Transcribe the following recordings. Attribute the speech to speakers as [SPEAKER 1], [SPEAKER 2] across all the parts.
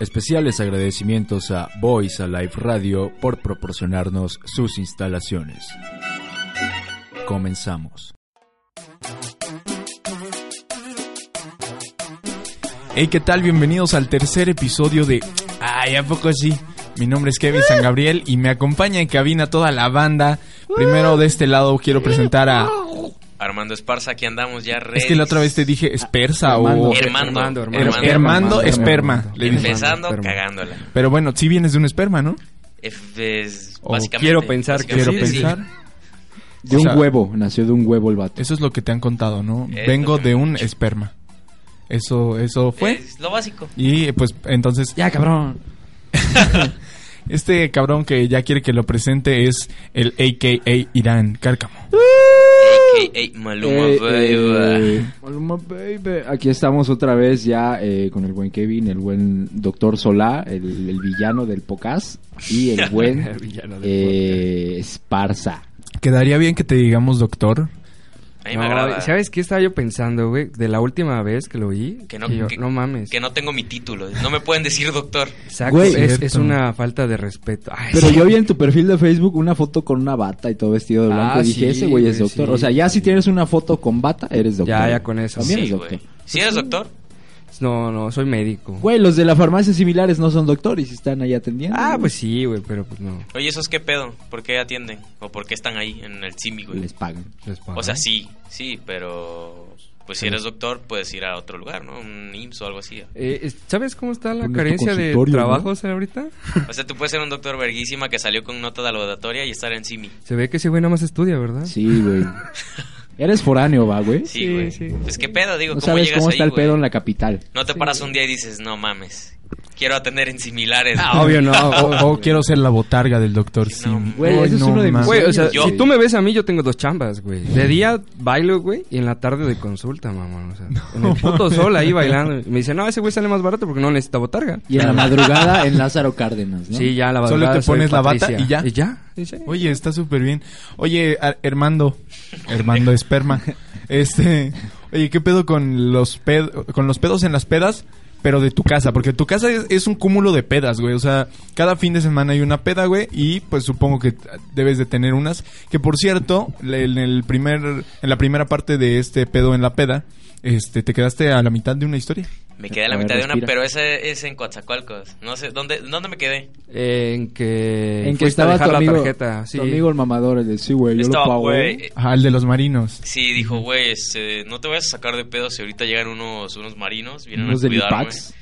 [SPEAKER 1] Especiales agradecimientos a Voice Alive Radio por proporcionarnos sus instalaciones. Comenzamos.
[SPEAKER 2] Hey, ¿qué tal? Bienvenidos al tercer episodio de Ay, ¿a poco sí? Mi nombre es Kevin San Gabriel y me acompaña en cabina toda la banda. Primero de este lado quiero presentar a
[SPEAKER 3] Armando Esparza, aquí andamos ya re.
[SPEAKER 2] Es que la otra vez te dije Espersa o
[SPEAKER 3] Hermando.
[SPEAKER 2] Her-
[SPEAKER 4] Armando, Armando.
[SPEAKER 2] Hermando
[SPEAKER 4] Armando,
[SPEAKER 2] Esperma.
[SPEAKER 4] Armando.
[SPEAKER 2] le dije.
[SPEAKER 3] Empezando
[SPEAKER 4] Hermano.
[SPEAKER 3] cagándola.
[SPEAKER 2] Pero bueno, si vienes de un esperma, ¿no?
[SPEAKER 3] Es- es-
[SPEAKER 2] O
[SPEAKER 3] básicamente,
[SPEAKER 4] quiero pensar,
[SPEAKER 3] básicamente,
[SPEAKER 2] Quiero
[SPEAKER 3] sí, sí.
[SPEAKER 2] pensar.
[SPEAKER 5] De
[SPEAKER 2] O
[SPEAKER 5] un
[SPEAKER 2] sea-
[SPEAKER 5] huevo, nació de un huevo el vato.
[SPEAKER 2] Eso es lo que te han contado, ¿no?
[SPEAKER 3] Es
[SPEAKER 2] Vengo
[SPEAKER 3] lo que me
[SPEAKER 2] de
[SPEAKER 3] han
[SPEAKER 2] un
[SPEAKER 3] dicho.
[SPEAKER 2] esperma. Eso, eso fue.
[SPEAKER 3] Es lo básico.
[SPEAKER 2] Y pues entonces
[SPEAKER 4] Ya, cabrón.
[SPEAKER 2] Este cabrón que ya quiere que lo presente es el AKA Irán Cárcamo.
[SPEAKER 3] AKA Maluma
[SPEAKER 5] Eh,
[SPEAKER 3] baby.
[SPEAKER 5] eh, Maluma baby. Aquí estamos otra vez ya eh, con el buen Kevin, el buen Doctor Solá, el, el villano del Pocas y el buen
[SPEAKER 4] Villano del
[SPEAKER 5] eh, Esparza.
[SPEAKER 2] Quedaría bien que te digamos doctor.
[SPEAKER 3] A mí
[SPEAKER 4] No,
[SPEAKER 3] me agrada. eh.
[SPEAKER 4] ¿Sabes qué estaba yo pensando, güey? De la última vez que lo oí.
[SPEAKER 3] Que no-
[SPEAKER 4] yo,
[SPEAKER 3] que-
[SPEAKER 4] no mames.
[SPEAKER 3] Que no tengo mi título. No me pueden decir doctor.
[SPEAKER 4] Exacto.
[SPEAKER 5] Güey.
[SPEAKER 4] es,
[SPEAKER 2] Cierto.
[SPEAKER 4] es una falta de respeto.
[SPEAKER 3] Ah,
[SPEAKER 4] Ay,
[SPEAKER 5] Pero
[SPEAKER 4] sí.
[SPEAKER 5] yo vi en tu perfil de Facebook una foto con una bata y todo vestido de blanco
[SPEAKER 4] Ah,
[SPEAKER 5] y dije,
[SPEAKER 4] sí,
[SPEAKER 5] ese güey es
[SPEAKER 4] güey,
[SPEAKER 5] doctor.
[SPEAKER 4] sí.
[SPEAKER 5] O sea, ya si tienes una foto con bata, eres doctor.
[SPEAKER 4] Ya, ya con eso.
[SPEAKER 5] También
[SPEAKER 3] Sí,
[SPEAKER 5] es doctor.
[SPEAKER 3] güey. ¿Sí eres doctor?
[SPEAKER 4] No, no, soy médico.
[SPEAKER 5] Güey, los de la farmacia similares no son doctores y están ahí atendiendo.
[SPEAKER 4] Ah,
[SPEAKER 5] güey.
[SPEAKER 4] pues sí, güey, pero pues no.
[SPEAKER 3] Oye, ¿esos qué pedo? ¿Por qué atienden? ¿O por qué están ahí en el CIMI, güey?
[SPEAKER 5] Les pagan.
[SPEAKER 4] les pago.
[SPEAKER 3] O sea, sí, sí, pero. Pues si eres doctor, puedes ir a otro lugar, ¿no? Un IMSS o algo así.
[SPEAKER 4] Eh, es- ¿Sabes cómo está la
[SPEAKER 5] Pones tu
[SPEAKER 4] carencia de
[SPEAKER 5] consultorio, ¿no?
[SPEAKER 4] trabajos ahorita?
[SPEAKER 3] O sea, tú puedes ser un doctor verguísima que salió con nota de laboratoria y estar en CIMI.
[SPEAKER 4] Se ve que ese güey nada más estudia, ¿verdad?
[SPEAKER 5] Sí, güey. Eres foráneo, va, güey.
[SPEAKER 3] Sí,
[SPEAKER 4] Sí,
[SPEAKER 3] güey.
[SPEAKER 4] sí.
[SPEAKER 3] Pues qué pedo, digo,
[SPEAKER 5] No
[SPEAKER 3] ¿cómo
[SPEAKER 5] sabes
[SPEAKER 3] llegas
[SPEAKER 5] cómo
[SPEAKER 3] ahí,
[SPEAKER 5] está el
[SPEAKER 3] güey?
[SPEAKER 5] pedo en la capital.
[SPEAKER 3] No te paras un día y dices, no mames, quiero atender en similares.
[SPEAKER 4] Ah, obvio no.
[SPEAKER 2] O, o quiero ser la botarga del doctor
[SPEAKER 3] Sí, no,
[SPEAKER 2] Sim.
[SPEAKER 5] güey,
[SPEAKER 2] Ay,
[SPEAKER 5] ese es
[SPEAKER 2] no
[SPEAKER 5] uno de mis
[SPEAKER 2] mames.
[SPEAKER 4] Güey, o sea,
[SPEAKER 3] Yo-
[SPEAKER 4] si tú me ves a mí, yo tengo dos chambas, güey. De día bailo, güey, y en la tarde de consulta, mamón. O sea, en el puto sol ahí bailando. Y Me dice, no, ese güey sale más barato porque no necesita botarga.
[SPEAKER 5] Y en la madrugada en Lázaro Cárdenas, ¿no?
[SPEAKER 4] Sí, ya la
[SPEAKER 2] Solo
[SPEAKER 4] verdad,
[SPEAKER 2] te
[SPEAKER 4] soy
[SPEAKER 2] pones la bata
[SPEAKER 4] Patricia.
[SPEAKER 2] y ya.
[SPEAKER 4] Y ya. y ya.
[SPEAKER 2] Oye, está súper bien. Oye, a- Armando. Armando Esperma. Este. Oye, ¿qué pedo con los, ped- con los pedos en las pedas? Pero de tu casa, porque tu casa es, es un cúmulo de pedas, güey. O sea, cada fin de semana hay una peda, güey. Y pues supongo que t- debes de tener unas. Que por cierto, le- en, el primer, en la primera parte de este pedo en la peda, este, te quedaste a la mitad de una historia.
[SPEAKER 3] Me quedé a la
[SPEAKER 5] A ver,
[SPEAKER 3] mitad de una,
[SPEAKER 5] respira.
[SPEAKER 3] pero esa es en Coatzacoalcos. No sé, ¿dónde, dónde me quedé?
[SPEAKER 4] En que.
[SPEAKER 5] En que
[SPEAKER 4] eh, fuiste a
[SPEAKER 5] estaba
[SPEAKER 4] dejar
[SPEAKER 5] tu amigo,
[SPEAKER 4] la tarjeta. Sí.
[SPEAKER 5] tu amigo el mamador, el de sí, güey, yo
[SPEAKER 3] Estaba,
[SPEAKER 5] lo pago.
[SPEAKER 3] güey. eh,
[SPEAKER 2] Ajá, el de los marinos.
[SPEAKER 3] Sí, dijo, güey, este, no te vayas a sacar de pedo si ahorita llegan unos, unos marinos, vienen
[SPEAKER 5] Unos
[SPEAKER 3] a
[SPEAKER 5] del
[SPEAKER 3] cuidarme.
[SPEAKER 5] IPAX.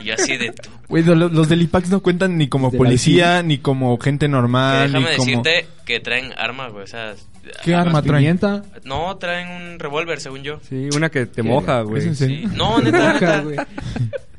[SPEAKER 3] Y yo así de tú.
[SPEAKER 2] Güey, lo- lo- los del IPAX no cuentan ni como
[SPEAKER 5] Los de la
[SPEAKER 2] policía, ni como gente
[SPEAKER 5] Ah,
[SPEAKER 2] normal,
[SPEAKER 3] Eh, déjame
[SPEAKER 2] ni como...
[SPEAKER 3] decirte que traen armas, güey, o sea...
[SPEAKER 2] ¿Qué
[SPEAKER 3] armas?
[SPEAKER 2] arma traen?
[SPEAKER 5] Pimienta.
[SPEAKER 3] No, traen un revólver, según yo.
[SPEAKER 4] Sí, una que te moja,
[SPEAKER 2] ¿Es
[SPEAKER 4] güey.
[SPEAKER 2] en
[SPEAKER 3] Sí.
[SPEAKER 2] serio?
[SPEAKER 3] No, neta, neta.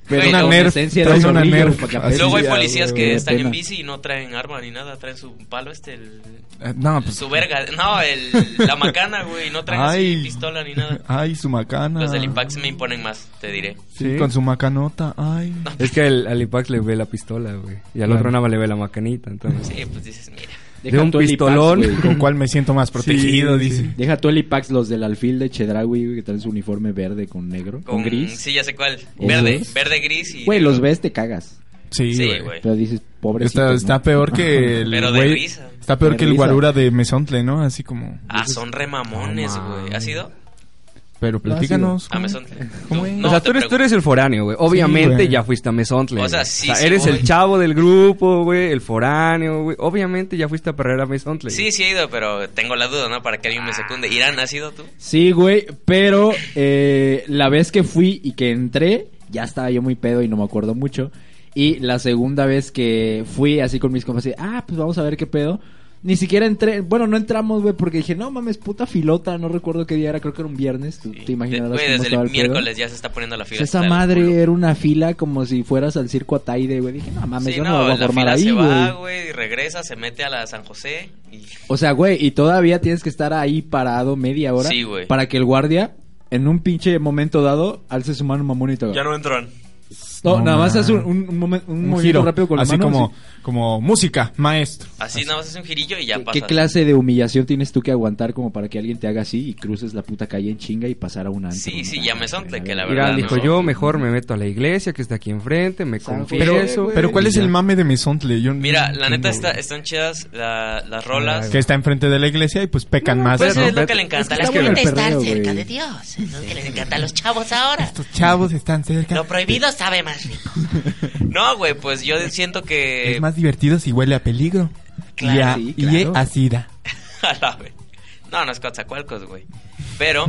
[SPEAKER 3] Güey,
[SPEAKER 2] una
[SPEAKER 3] luego-
[SPEAKER 2] Nerf, traen una Nerf.
[SPEAKER 3] Y Luego hay policías que
[SPEAKER 5] de
[SPEAKER 3] están en
[SPEAKER 5] pena.
[SPEAKER 3] bici y no traen arma ni nada, traen su palo este, el...
[SPEAKER 2] Eh, No, pues...
[SPEAKER 3] Su verga, no, el, la macana, güey, no traen así pistola ni nada.
[SPEAKER 5] Ah.
[SPEAKER 2] Ay, su macana.
[SPEAKER 3] Los del Impax me imponen más, te diré.
[SPEAKER 2] Sí, con su macanota, ay.
[SPEAKER 4] Es que al, al Ipax le ve la pistola, güey. Y al
[SPEAKER 2] Claro.
[SPEAKER 4] otro nada más le ve la macanita, entonces.
[SPEAKER 3] Sí, pues dices, mira.
[SPEAKER 5] Deja
[SPEAKER 4] De un
[SPEAKER 5] tú el Ipax,
[SPEAKER 4] pistolón.
[SPEAKER 5] güey.
[SPEAKER 2] Con cuál me siento más protegido, dice.
[SPEAKER 5] Deja tú el IPAX, los del alfil de Chedraui, güey, que traen su uniforme verde con negro. Con, gris.
[SPEAKER 3] Sí, ya sé cuál.
[SPEAKER 5] ¿O
[SPEAKER 3] Verde,
[SPEAKER 5] gris?
[SPEAKER 3] verde, gris y.
[SPEAKER 5] Güey, los ves, te cagas.
[SPEAKER 2] Sí,
[SPEAKER 3] Sí,
[SPEAKER 2] güey.
[SPEAKER 3] güey.
[SPEAKER 5] Pero dices, pobrecito.
[SPEAKER 2] está,
[SPEAKER 5] ¿no?
[SPEAKER 2] está peor que el
[SPEAKER 3] Pero de
[SPEAKER 2] güey-
[SPEAKER 3] risa.
[SPEAKER 2] Está peor
[SPEAKER 5] De
[SPEAKER 2] que el
[SPEAKER 5] risa.
[SPEAKER 2] guarura de Mesontle, ¿no? Así como...
[SPEAKER 3] Ah, son remamones, güey. ¿Has ido? Ah,
[SPEAKER 2] Pero platícanos.
[SPEAKER 3] A Mesón.
[SPEAKER 2] ¿Cómo es?
[SPEAKER 3] No,
[SPEAKER 4] o sea,
[SPEAKER 3] te
[SPEAKER 4] tú eres, tú
[SPEAKER 3] pregunto.
[SPEAKER 4] eres el foráneo, güey. Obviamente
[SPEAKER 2] güey.
[SPEAKER 4] ya fuiste a Mesontle.
[SPEAKER 3] O sea,
[SPEAKER 4] güey.
[SPEAKER 3] sí, sí
[SPEAKER 4] eres
[SPEAKER 3] voy.
[SPEAKER 4] el chavo del grupo, güey, el foráneo, güey. Obviamente ya fuiste a perder a Mesontle.
[SPEAKER 3] Sí, sí he ido, pero tengo la duda, ¿no? Para que
[SPEAKER 5] Ah.
[SPEAKER 3] alguien me secunde. Irán, ¿has ido tú?
[SPEAKER 5] Sí, güey, pero eh, la vez que fui y que entré, ya estaba yo muy pedo y no me acuerdo mucho. Y la segunda vez que fui así con mis compas, así, ah, pues vamos a ver qué pedo. Ni siquiera entré, bueno, no entramos, güey, porque dije, no mames, puta filota, no recuerdo qué día era, creo que era un viernes, tú te imaginarás
[SPEAKER 3] Güey,
[SPEAKER 5] cómo
[SPEAKER 3] desde
[SPEAKER 5] estaba
[SPEAKER 3] el
[SPEAKER 5] el pedo.
[SPEAKER 3] miércoles ya se está poniendo la
[SPEAKER 5] O
[SPEAKER 3] fila.
[SPEAKER 5] sea, esa
[SPEAKER 3] hasta el
[SPEAKER 5] madre
[SPEAKER 3] culo.
[SPEAKER 5] era una fila como si fueras al circo Ataide, güey. Dije, no mames,
[SPEAKER 3] Sí,
[SPEAKER 5] yo no, me voy a
[SPEAKER 3] la
[SPEAKER 5] formar
[SPEAKER 3] fila
[SPEAKER 5] ahí,
[SPEAKER 3] se va,
[SPEAKER 5] güey.
[SPEAKER 3] güey, y regresa, se mete a la San José y.
[SPEAKER 5] O sea, güey, y todavía tienes que estar ahí parado media hora
[SPEAKER 3] Sí, güey.
[SPEAKER 5] para que el guardia, en un pinche momento dado, alce su mano mamón y te haga,
[SPEAKER 3] Ya no entran.
[SPEAKER 5] No,
[SPEAKER 2] No,
[SPEAKER 5] nada más
[SPEAKER 2] man.
[SPEAKER 5] hace un, un, un momen- un movimiento rápido con la
[SPEAKER 2] así
[SPEAKER 5] mano,
[SPEAKER 2] como, como música, maestro.
[SPEAKER 3] Así nada más es un girillo y ya
[SPEAKER 5] ¿Qué-
[SPEAKER 3] pasa.
[SPEAKER 5] ¿Qué clase de humillación tienes tú que aguantar como para que alguien te haga así y cruces la puta calle en chinga y pasar a un antro?
[SPEAKER 3] Sí,
[SPEAKER 5] ¿no?
[SPEAKER 3] sí, ya me sonte que la
[SPEAKER 4] Mira,
[SPEAKER 3] verdad.
[SPEAKER 4] dijo
[SPEAKER 3] no.
[SPEAKER 4] yo, mejor me meto a la iglesia que está aquí enfrente, me
[SPEAKER 5] San
[SPEAKER 4] confieso.
[SPEAKER 2] Pero,
[SPEAKER 5] Eso, güey.
[SPEAKER 2] pero ¿cuál es
[SPEAKER 4] Y ya.
[SPEAKER 2] el mame de Mesontle? Yo no
[SPEAKER 3] Mira, la
[SPEAKER 2] entiendo,
[SPEAKER 3] neta está,
[SPEAKER 2] güey.
[SPEAKER 3] están chidas la- las rolas.
[SPEAKER 2] Que está enfrente de la iglesia y pues pecan más.
[SPEAKER 3] Pues
[SPEAKER 4] Pero
[SPEAKER 3] es lo
[SPEAKER 4] vete-
[SPEAKER 3] que le encanta a
[SPEAKER 6] Está
[SPEAKER 3] la
[SPEAKER 5] Es que-
[SPEAKER 6] bueno
[SPEAKER 3] gente.
[SPEAKER 5] el
[SPEAKER 6] estar
[SPEAKER 5] perreo,
[SPEAKER 6] cerca
[SPEAKER 5] güey.
[SPEAKER 6] de Dios. Es lo que les encanta a los chavos ahora.
[SPEAKER 2] Estos chavos están cerca.
[SPEAKER 6] Lo prohibido sabe más rico.
[SPEAKER 3] No, güey, pues yo siento que.
[SPEAKER 2] Es más divertido si huele a peligro.
[SPEAKER 6] Claro,
[SPEAKER 2] y a,
[SPEAKER 5] sí,
[SPEAKER 2] y
[SPEAKER 5] claro.
[SPEAKER 2] a sida.
[SPEAKER 3] A la vez. No, no es Coatzacoalcos, güey. Pero,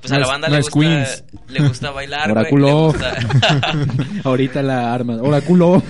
[SPEAKER 3] pues a
[SPEAKER 2] No
[SPEAKER 3] la
[SPEAKER 2] es-
[SPEAKER 3] banda
[SPEAKER 2] no
[SPEAKER 3] le,
[SPEAKER 2] es
[SPEAKER 3] gusta,
[SPEAKER 2] Queens.
[SPEAKER 3] le gusta bailar, güey.
[SPEAKER 5] Oráculo.
[SPEAKER 3] Les gusta,
[SPEAKER 5] Ahorita la arma. Oráculo.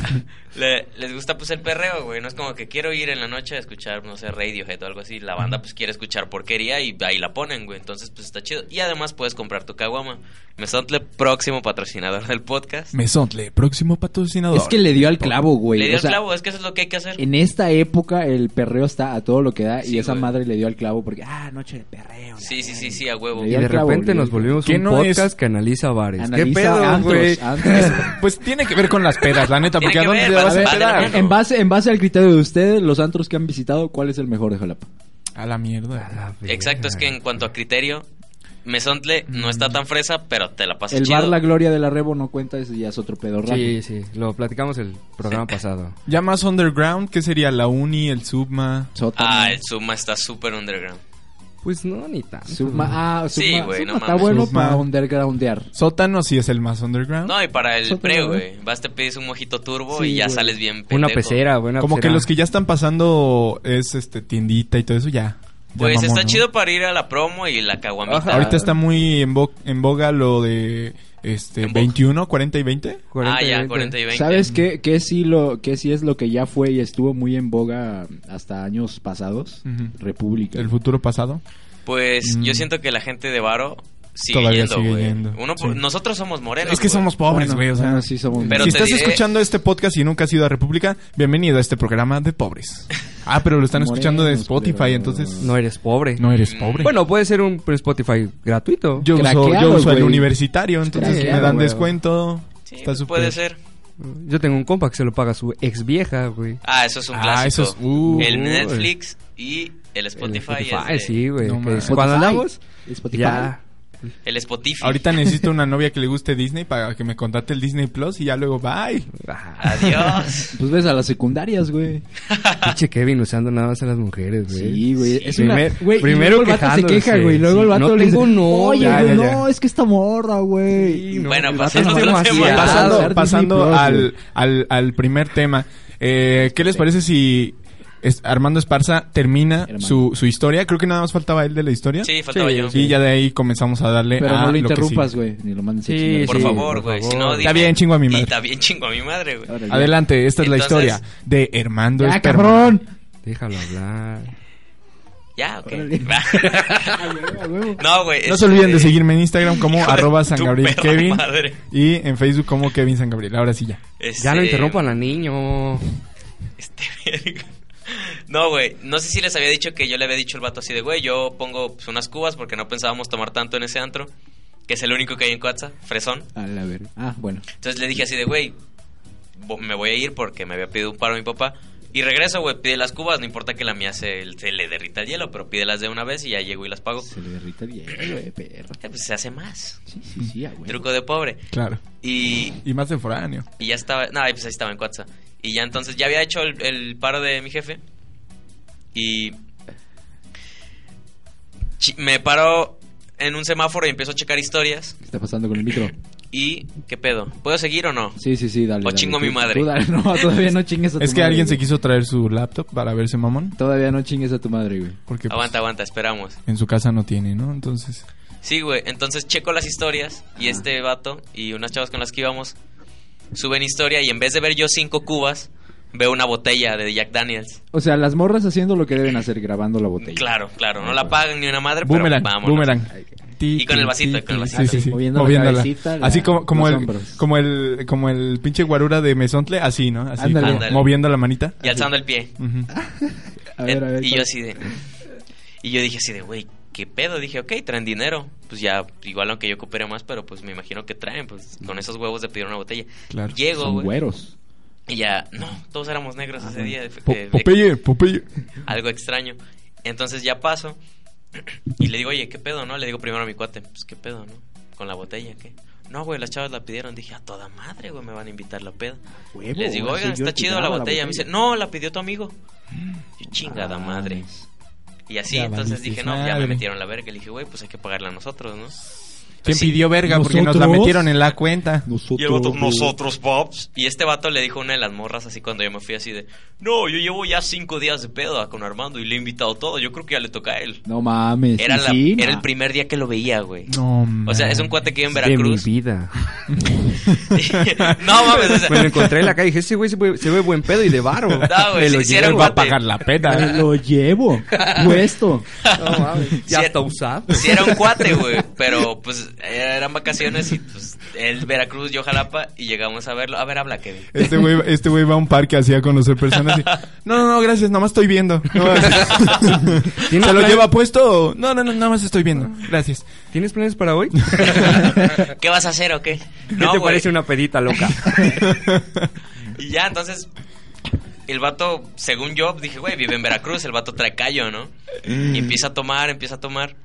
[SPEAKER 3] Le- les gusta, pues, el perreo, güey. No es como que quiero ir en la noche a escuchar, no sé, Radiohead o algo así. La banda, pues, quiere escuchar porquería y ahí la ponen, güey. Entonces, pues, está chido. Y además puedes comprar tu caguama. Mesontle, próximo patrocinador del podcast.
[SPEAKER 2] Mesontle, próximo patrocinador.
[SPEAKER 5] es que le dio al clavo, güey.
[SPEAKER 3] le dio
[SPEAKER 5] O sea,
[SPEAKER 3] el clavo, es que eso es lo que hay que hacer.
[SPEAKER 5] En esta época el perreo está a todo lo que da y
[SPEAKER 3] Sí,
[SPEAKER 5] esa
[SPEAKER 3] güey.
[SPEAKER 5] madre le dio al clavo porque, ah, noche de perreo. la
[SPEAKER 3] Sí, sí,
[SPEAKER 5] verga.
[SPEAKER 3] sí, sí, a huevo.
[SPEAKER 5] Le
[SPEAKER 4] Y
[SPEAKER 5] dio al
[SPEAKER 4] de
[SPEAKER 5] clavo,
[SPEAKER 4] repente
[SPEAKER 5] le
[SPEAKER 4] nos
[SPEAKER 5] dio.
[SPEAKER 4] volvimos
[SPEAKER 2] ¿Qué
[SPEAKER 4] un
[SPEAKER 2] no es?
[SPEAKER 4] podcast que analiza bares. ¿Qué
[SPEAKER 5] Analiza
[SPEAKER 4] pedo,
[SPEAKER 5] antros,
[SPEAKER 4] güey?
[SPEAKER 5] antros.
[SPEAKER 2] Pues tiene que ver con las pedas, la neta, porque ¿a
[SPEAKER 3] Tiene
[SPEAKER 2] dónde
[SPEAKER 3] que
[SPEAKER 2] te
[SPEAKER 3] ver,
[SPEAKER 2] vas a
[SPEAKER 3] va de la
[SPEAKER 2] empedar?
[SPEAKER 3] mano.
[SPEAKER 5] En base, en base al criterio de ustedes, los antros que han visitado, ¿cuál es el mejor de Jalapa?
[SPEAKER 2] A la mierda.
[SPEAKER 4] A la verga.
[SPEAKER 3] Exacto, es que en cuanto a criterio, Mesontle no está tan fresa, pero te la pasas
[SPEAKER 5] Mm. El
[SPEAKER 3] chido.
[SPEAKER 5] bar La Gloria de la Rebo no cuenta, ese ya es otro pedo raro.
[SPEAKER 4] Sí, sí, lo platicamos el programa pasado.
[SPEAKER 2] Ya más underground, ¿qué sería? La uni, el subma.
[SPEAKER 5] Sótano.
[SPEAKER 3] Ah, el Suma está súper underground.
[SPEAKER 4] Pues no, ni tanto.
[SPEAKER 5] Suma, ah,
[SPEAKER 3] Sí,
[SPEAKER 5] Suma-
[SPEAKER 3] güey,
[SPEAKER 5] Suma
[SPEAKER 3] no
[SPEAKER 5] está
[SPEAKER 3] mames.
[SPEAKER 5] bueno
[SPEAKER 2] Suma.
[SPEAKER 5] para undergroundear.
[SPEAKER 2] Sótano sí es el más underground.
[SPEAKER 3] No, y para el
[SPEAKER 5] Eso te
[SPEAKER 3] preo,
[SPEAKER 5] lo doy.
[SPEAKER 3] güey. Vas, te pides un mojito turbo
[SPEAKER 5] Sí,
[SPEAKER 3] y ya
[SPEAKER 5] güey.
[SPEAKER 3] sales bien pendejo.
[SPEAKER 4] Una pecera, buena
[SPEAKER 2] Como
[SPEAKER 3] pues
[SPEAKER 2] que
[SPEAKER 4] pecera.
[SPEAKER 2] los que ya están pasando es este tiendita y todo eso ya. ya
[SPEAKER 3] Pues
[SPEAKER 2] mamón,
[SPEAKER 3] está
[SPEAKER 2] ¿no?
[SPEAKER 3] chido para ir a la promo y la caguamita.
[SPEAKER 4] Ajá.
[SPEAKER 2] Ahorita está muy en, bo- en boga lo de este
[SPEAKER 3] En boga.
[SPEAKER 2] 21, 40 y 20.
[SPEAKER 3] ah, ya, 40 y 20.
[SPEAKER 5] ¿Sabes qué, qué, sí lo, qué sí es lo que ya fue y estuvo muy en boga hasta años pasados?
[SPEAKER 2] Ujú.
[SPEAKER 5] República.
[SPEAKER 2] El futuro pasado.
[SPEAKER 3] Pues
[SPEAKER 2] Mm.
[SPEAKER 3] yo siento que la gente de Varo sigue
[SPEAKER 2] Todavía
[SPEAKER 3] yendo,
[SPEAKER 2] sigue
[SPEAKER 3] güey.
[SPEAKER 2] yendo,
[SPEAKER 3] Uno por-
[SPEAKER 2] sí.
[SPEAKER 3] Nosotros somos morenos.
[SPEAKER 2] es que
[SPEAKER 3] güey.
[SPEAKER 2] somos pobres,
[SPEAKER 5] Bueno,
[SPEAKER 2] güey. o sea,
[SPEAKER 5] bueno, sí somos
[SPEAKER 3] Pero
[SPEAKER 2] si
[SPEAKER 3] te
[SPEAKER 2] estás
[SPEAKER 3] diré-
[SPEAKER 2] escuchando este podcast y nunca has ido a República, bienvenido a este programa de pobres. Ah, pero lo están escuchando de
[SPEAKER 5] Morenos,
[SPEAKER 2] Spotify,
[SPEAKER 5] pero-
[SPEAKER 2] entonces
[SPEAKER 4] No eres pobre.
[SPEAKER 2] no eres pobre.
[SPEAKER 4] Bueno, puede ser un Spotify gratuito.
[SPEAKER 2] yo uso, yo
[SPEAKER 5] Craqueados,
[SPEAKER 2] uso el
[SPEAKER 5] güey.
[SPEAKER 2] universitario, entonces me
[SPEAKER 5] Craqueado,
[SPEAKER 2] dan
[SPEAKER 5] güey.
[SPEAKER 2] descuento.
[SPEAKER 3] Sí,
[SPEAKER 2] Está súper-
[SPEAKER 3] puede ser.
[SPEAKER 4] Yo tengo un compa que se lo paga su ex vieja, güey.
[SPEAKER 3] Ah, eso es un
[SPEAKER 2] Ah, eso
[SPEAKER 3] clásico.
[SPEAKER 2] es- uh,
[SPEAKER 3] el
[SPEAKER 2] uh,
[SPEAKER 3] Netflix y el Spotify.
[SPEAKER 4] El Spotify,
[SPEAKER 3] es de-
[SPEAKER 4] sí, güey.
[SPEAKER 2] No
[SPEAKER 4] que
[SPEAKER 2] mames.
[SPEAKER 5] Spotify.
[SPEAKER 4] Cuando andamos,
[SPEAKER 5] Spotify.
[SPEAKER 4] ya.
[SPEAKER 3] El Spotify.
[SPEAKER 2] Ahorita necesito una novia que le guste Disney para que me contrate el Disney Plus y ya luego bye.
[SPEAKER 4] Ah,
[SPEAKER 3] Adiós.
[SPEAKER 5] Pues ves a las secundarias, güey.
[SPEAKER 4] pinche Kevin usando nada más a las mujeres, güey.
[SPEAKER 5] Sí, güey. Es
[SPEAKER 4] Sí.
[SPEAKER 5] una...
[SPEAKER 4] Primer-
[SPEAKER 5] güey, y
[SPEAKER 4] primero
[SPEAKER 5] luego el vato se
[SPEAKER 4] quejándose.
[SPEAKER 5] queja, güey. Luego el
[SPEAKER 4] Sí,
[SPEAKER 5] vato
[SPEAKER 4] no
[SPEAKER 5] le dice,
[SPEAKER 4] tengo novia.
[SPEAKER 5] Oye,
[SPEAKER 2] Ya,
[SPEAKER 5] güey,
[SPEAKER 2] ya, ya.
[SPEAKER 5] no, es que esta morra, güey.
[SPEAKER 3] Bueno, pasando
[SPEAKER 4] el vato pues es
[SPEAKER 3] a otro tema.
[SPEAKER 4] demasiado.
[SPEAKER 2] Pasando,
[SPEAKER 5] Pasando- Disney
[SPEAKER 2] pasando
[SPEAKER 5] Plus,
[SPEAKER 2] al,
[SPEAKER 5] güey.
[SPEAKER 2] al, al primer tema, eh, ¿qué les parece si es- Armando Esparza termina
[SPEAKER 5] Hermano.
[SPEAKER 2] su, su historia? Creo que nada más faltaba él de la historia.
[SPEAKER 3] Sí, faltaba
[SPEAKER 4] Sí,
[SPEAKER 3] yo.
[SPEAKER 2] Y ya de ahí comenzamos a darle
[SPEAKER 5] Pero
[SPEAKER 2] a
[SPEAKER 5] no eh, ah, lo
[SPEAKER 2] que
[SPEAKER 5] interrumpas,
[SPEAKER 2] sigue.
[SPEAKER 5] güey. Ni lo mandes a
[SPEAKER 4] Sí,
[SPEAKER 5] chingar.
[SPEAKER 3] Por
[SPEAKER 4] Sí,
[SPEAKER 3] favor,
[SPEAKER 4] por
[SPEAKER 3] güey. Si
[SPEAKER 4] favor.
[SPEAKER 3] no,
[SPEAKER 2] Está
[SPEAKER 3] dime-
[SPEAKER 2] bien, chingo a mi madre.
[SPEAKER 3] Y está bien chingo a mi madre, güey.
[SPEAKER 5] Ahora ya.
[SPEAKER 2] Adelante, esta es la
[SPEAKER 3] Entonces-
[SPEAKER 2] historia de Armando
[SPEAKER 5] Ya,
[SPEAKER 2] Esparza.
[SPEAKER 5] cabrón.
[SPEAKER 4] Déjalo hablar.
[SPEAKER 3] Ya, ok.
[SPEAKER 5] Órale. A huevo, a huevo.
[SPEAKER 3] no, güey.
[SPEAKER 2] No
[SPEAKER 3] es-
[SPEAKER 2] se olviden de
[SPEAKER 3] eh,
[SPEAKER 2] seguirme en Instagram como
[SPEAKER 3] hijo de
[SPEAKER 2] arroba
[SPEAKER 3] tu
[SPEAKER 2] San Gabriel
[SPEAKER 3] perra
[SPEAKER 2] Kevin
[SPEAKER 3] madre.
[SPEAKER 2] y en Facebook como Kevin San Gabriel. Ahora sí ya.
[SPEAKER 4] Ya no
[SPEAKER 3] Este,
[SPEAKER 4] interrumpan al niño.
[SPEAKER 3] Este verga. No, güey, no sé si les había dicho que yo le había dicho al vato así de, güey, yo pongo pues, unas cubas porque no pensábamos tomar tanto en ese antro, que es el único que hay en Coatza, fresón.
[SPEAKER 5] A la ver. Ah, bueno.
[SPEAKER 3] Entonces le dije así de, güey, vo- me voy a ir porque me había pedido un paro mi papá. Y regreso, güey, pide las cubas, no importa que la mía se, se le derrita el hielo, pero pídelas de una vez y ya llego y las pago.
[SPEAKER 5] Se le derrita bien, güey, perro.
[SPEAKER 3] Eh, pues se hace más.
[SPEAKER 5] Sí, sí, sí, a huevo.
[SPEAKER 3] Truco de pobre.
[SPEAKER 2] Claro.
[SPEAKER 3] Y,
[SPEAKER 2] Y más foráneo.
[SPEAKER 3] Y ya estaba, nada, pues ahí estaba en Cuatza. Y ya entonces, ya había hecho el, el paro de mi jefe. Y chi- me paro en un semáforo y empiezo a checar historias.
[SPEAKER 5] ¿Qué está pasando con el micro?
[SPEAKER 3] Y, ¿qué pedo? ¿Puedo seguir o no?
[SPEAKER 5] Sí, sí, sí, dale.
[SPEAKER 3] O
[SPEAKER 5] dale.
[SPEAKER 3] chingo a
[SPEAKER 5] Tú-
[SPEAKER 3] mi madre.
[SPEAKER 5] tú dale. No, todavía no chingues a tu
[SPEAKER 2] Es que
[SPEAKER 5] madre,
[SPEAKER 2] alguien se
[SPEAKER 5] güey.
[SPEAKER 2] quiso traer su laptop para verse mamón.
[SPEAKER 5] Todavía no chingues a tu madre, güey.
[SPEAKER 2] Porque pues,
[SPEAKER 3] Aguanta, aguanta, esperamos.
[SPEAKER 2] en su casa no tiene, ¿no? Entonces.
[SPEAKER 3] Sí, güey. Entonces checo las historias. Y este vato y unas chavas con las que íbamos suben historia. Y en vez de ver yo cinco cubas, veo una botella de Jack Daniels.
[SPEAKER 5] O sea, las morras haciendo lo que deben hacer, grabando la botella.
[SPEAKER 3] Claro, claro. No la pagan ni una madre, pero
[SPEAKER 2] Boomerang.
[SPEAKER 3] vámonos.
[SPEAKER 2] Boomerang.
[SPEAKER 3] Y con el vasito, y con el vasito.
[SPEAKER 2] Sí, sí, sí.
[SPEAKER 5] Moviendo la
[SPEAKER 2] Moviéndola.
[SPEAKER 5] cabecita, la-
[SPEAKER 2] así como, como,
[SPEAKER 5] los
[SPEAKER 2] el,
[SPEAKER 5] hombros.
[SPEAKER 2] como, el, como el pinche guarura de Mesontle, así, ¿no? Así,
[SPEAKER 5] Ándale. Ah.
[SPEAKER 2] como
[SPEAKER 3] Ándale.
[SPEAKER 2] moviendo la manita.
[SPEAKER 3] Y alzando el pie.
[SPEAKER 2] Ujú.
[SPEAKER 5] A ver, a ver.
[SPEAKER 3] Eh, y
[SPEAKER 5] ¿cuál-
[SPEAKER 3] yo así de. Y yo dije así de, güey, ¿qué pedo? Dije, ok, traen dinero. Pues ya, igual aunque yo coopere más, pero pues me imagino que traen, pues con esos huevos de pedir una botella.
[SPEAKER 4] Claro.
[SPEAKER 3] Llego,
[SPEAKER 5] Son
[SPEAKER 3] güey.
[SPEAKER 5] güeros. Ah,
[SPEAKER 3] Y ya, no, todos éramos negros ese día. Fue-
[SPEAKER 2] Po-
[SPEAKER 3] eh,
[SPEAKER 2] Popeye, Popeye.
[SPEAKER 3] algo extraño. Entonces ya paso y le digo, oye, ¿qué pedo, no? Le digo primero a mi cuate, pues, ¿qué pedo, no? Con la botella, ¿qué? No, güey, las chavas la pidieron. Dije, a toda madre, güey, me van a invitar la peda.
[SPEAKER 5] Huevo,
[SPEAKER 3] Les digo,
[SPEAKER 5] ahora
[SPEAKER 3] oigan,
[SPEAKER 5] soy yo
[SPEAKER 3] está
[SPEAKER 5] el que
[SPEAKER 3] chido la
[SPEAKER 5] graba
[SPEAKER 3] botella. Me dice, no, la pidió tu amigo. Yo, chingada
[SPEAKER 5] Ah,
[SPEAKER 3] madre.
[SPEAKER 5] mames.
[SPEAKER 3] Y así,
[SPEAKER 7] Ya
[SPEAKER 3] entonces
[SPEAKER 7] valiste
[SPEAKER 3] dije, no, ya me
[SPEAKER 7] madre.
[SPEAKER 3] metieron la verga. Le dije, güey, pues hay que pagarla a nosotros, ¿no?
[SPEAKER 2] ¿Quién
[SPEAKER 3] Pues sí.
[SPEAKER 2] pidió verga? Porque nos la
[SPEAKER 7] ¿Nosotros?
[SPEAKER 2] metieron en la cuenta.
[SPEAKER 3] Y el vato, nosotros, Bobs. Y este vato le dijo a una de las morras así cuando yo me fui así de, no, yo llevo ya cinco días de peda con Armando y le he invitado todo. Yo creo que ya le toca a él.
[SPEAKER 5] No mames.
[SPEAKER 3] Era,
[SPEAKER 5] ¿y
[SPEAKER 3] la-
[SPEAKER 5] sí?
[SPEAKER 3] era
[SPEAKER 5] Ah,
[SPEAKER 3] el primer día que lo veía, güey.
[SPEAKER 2] No,
[SPEAKER 3] O sea, es un
[SPEAKER 2] man.
[SPEAKER 3] cuate que vive en
[SPEAKER 4] De mi
[SPEAKER 3] Veracruz.
[SPEAKER 4] vida.
[SPEAKER 3] no mames, o sea,
[SPEAKER 4] Me lo encontré en la calle y dije, ese güey se ve, se ve buen pedo y de varo.
[SPEAKER 3] No, güey,
[SPEAKER 4] Me
[SPEAKER 3] sí,
[SPEAKER 4] lo
[SPEAKER 3] sí era
[SPEAKER 4] llevo.
[SPEAKER 3] un
[SPEAKER 2] va a
[SPEAKER 3] cuate.
[SPEAKER 2] pagar la
[SPEAKER 5] Me
[SPEAKER 2] peda.
[SPEAKER 5] lo llevo puesto.
[SPEAKER 4] No mames. Ya
[SPEAKER 3] Sí,
[SPEAKER 4] está usado.
[SPEAKER 3] sí era un cuate, güey, pero pues eran vacaciones y pues el Veracruz, yo Jalapa y llegamos a verlo. A ver, habla Kevin.
[SPEAKER 2] Este güey, este güey va a un parque así a conocer personas y... No, no, no, gracias, nomás estoy viendo. No,
[SPEAKER 4] ¿Tienes,
[SPEAKER 2] ¿Se lo
[SPEAKER 4] planes-
[SPEAKER 2] lleva puesto? o- No, no, no, nada más estoy viendo. Gracias.
[SPEAKER 4] ¿Tienes planes para hoy?
[SPEAKER 3] ¿Qué vas a hacer o qué?
[SPEAKER 4] ¿Qué te
[SPEAKER 3] güey.
[SPEAKER 4] parece una pedita loca?
[SPEAKER 3] Y ya, entonces, el vato, según yo, dije, güey, vive en Veracruz, el vato trae callo, ¿no?
[SPEAKER 5] Mm.
[SPEAKER 3] Y empieza a tomar, empieza a tomar.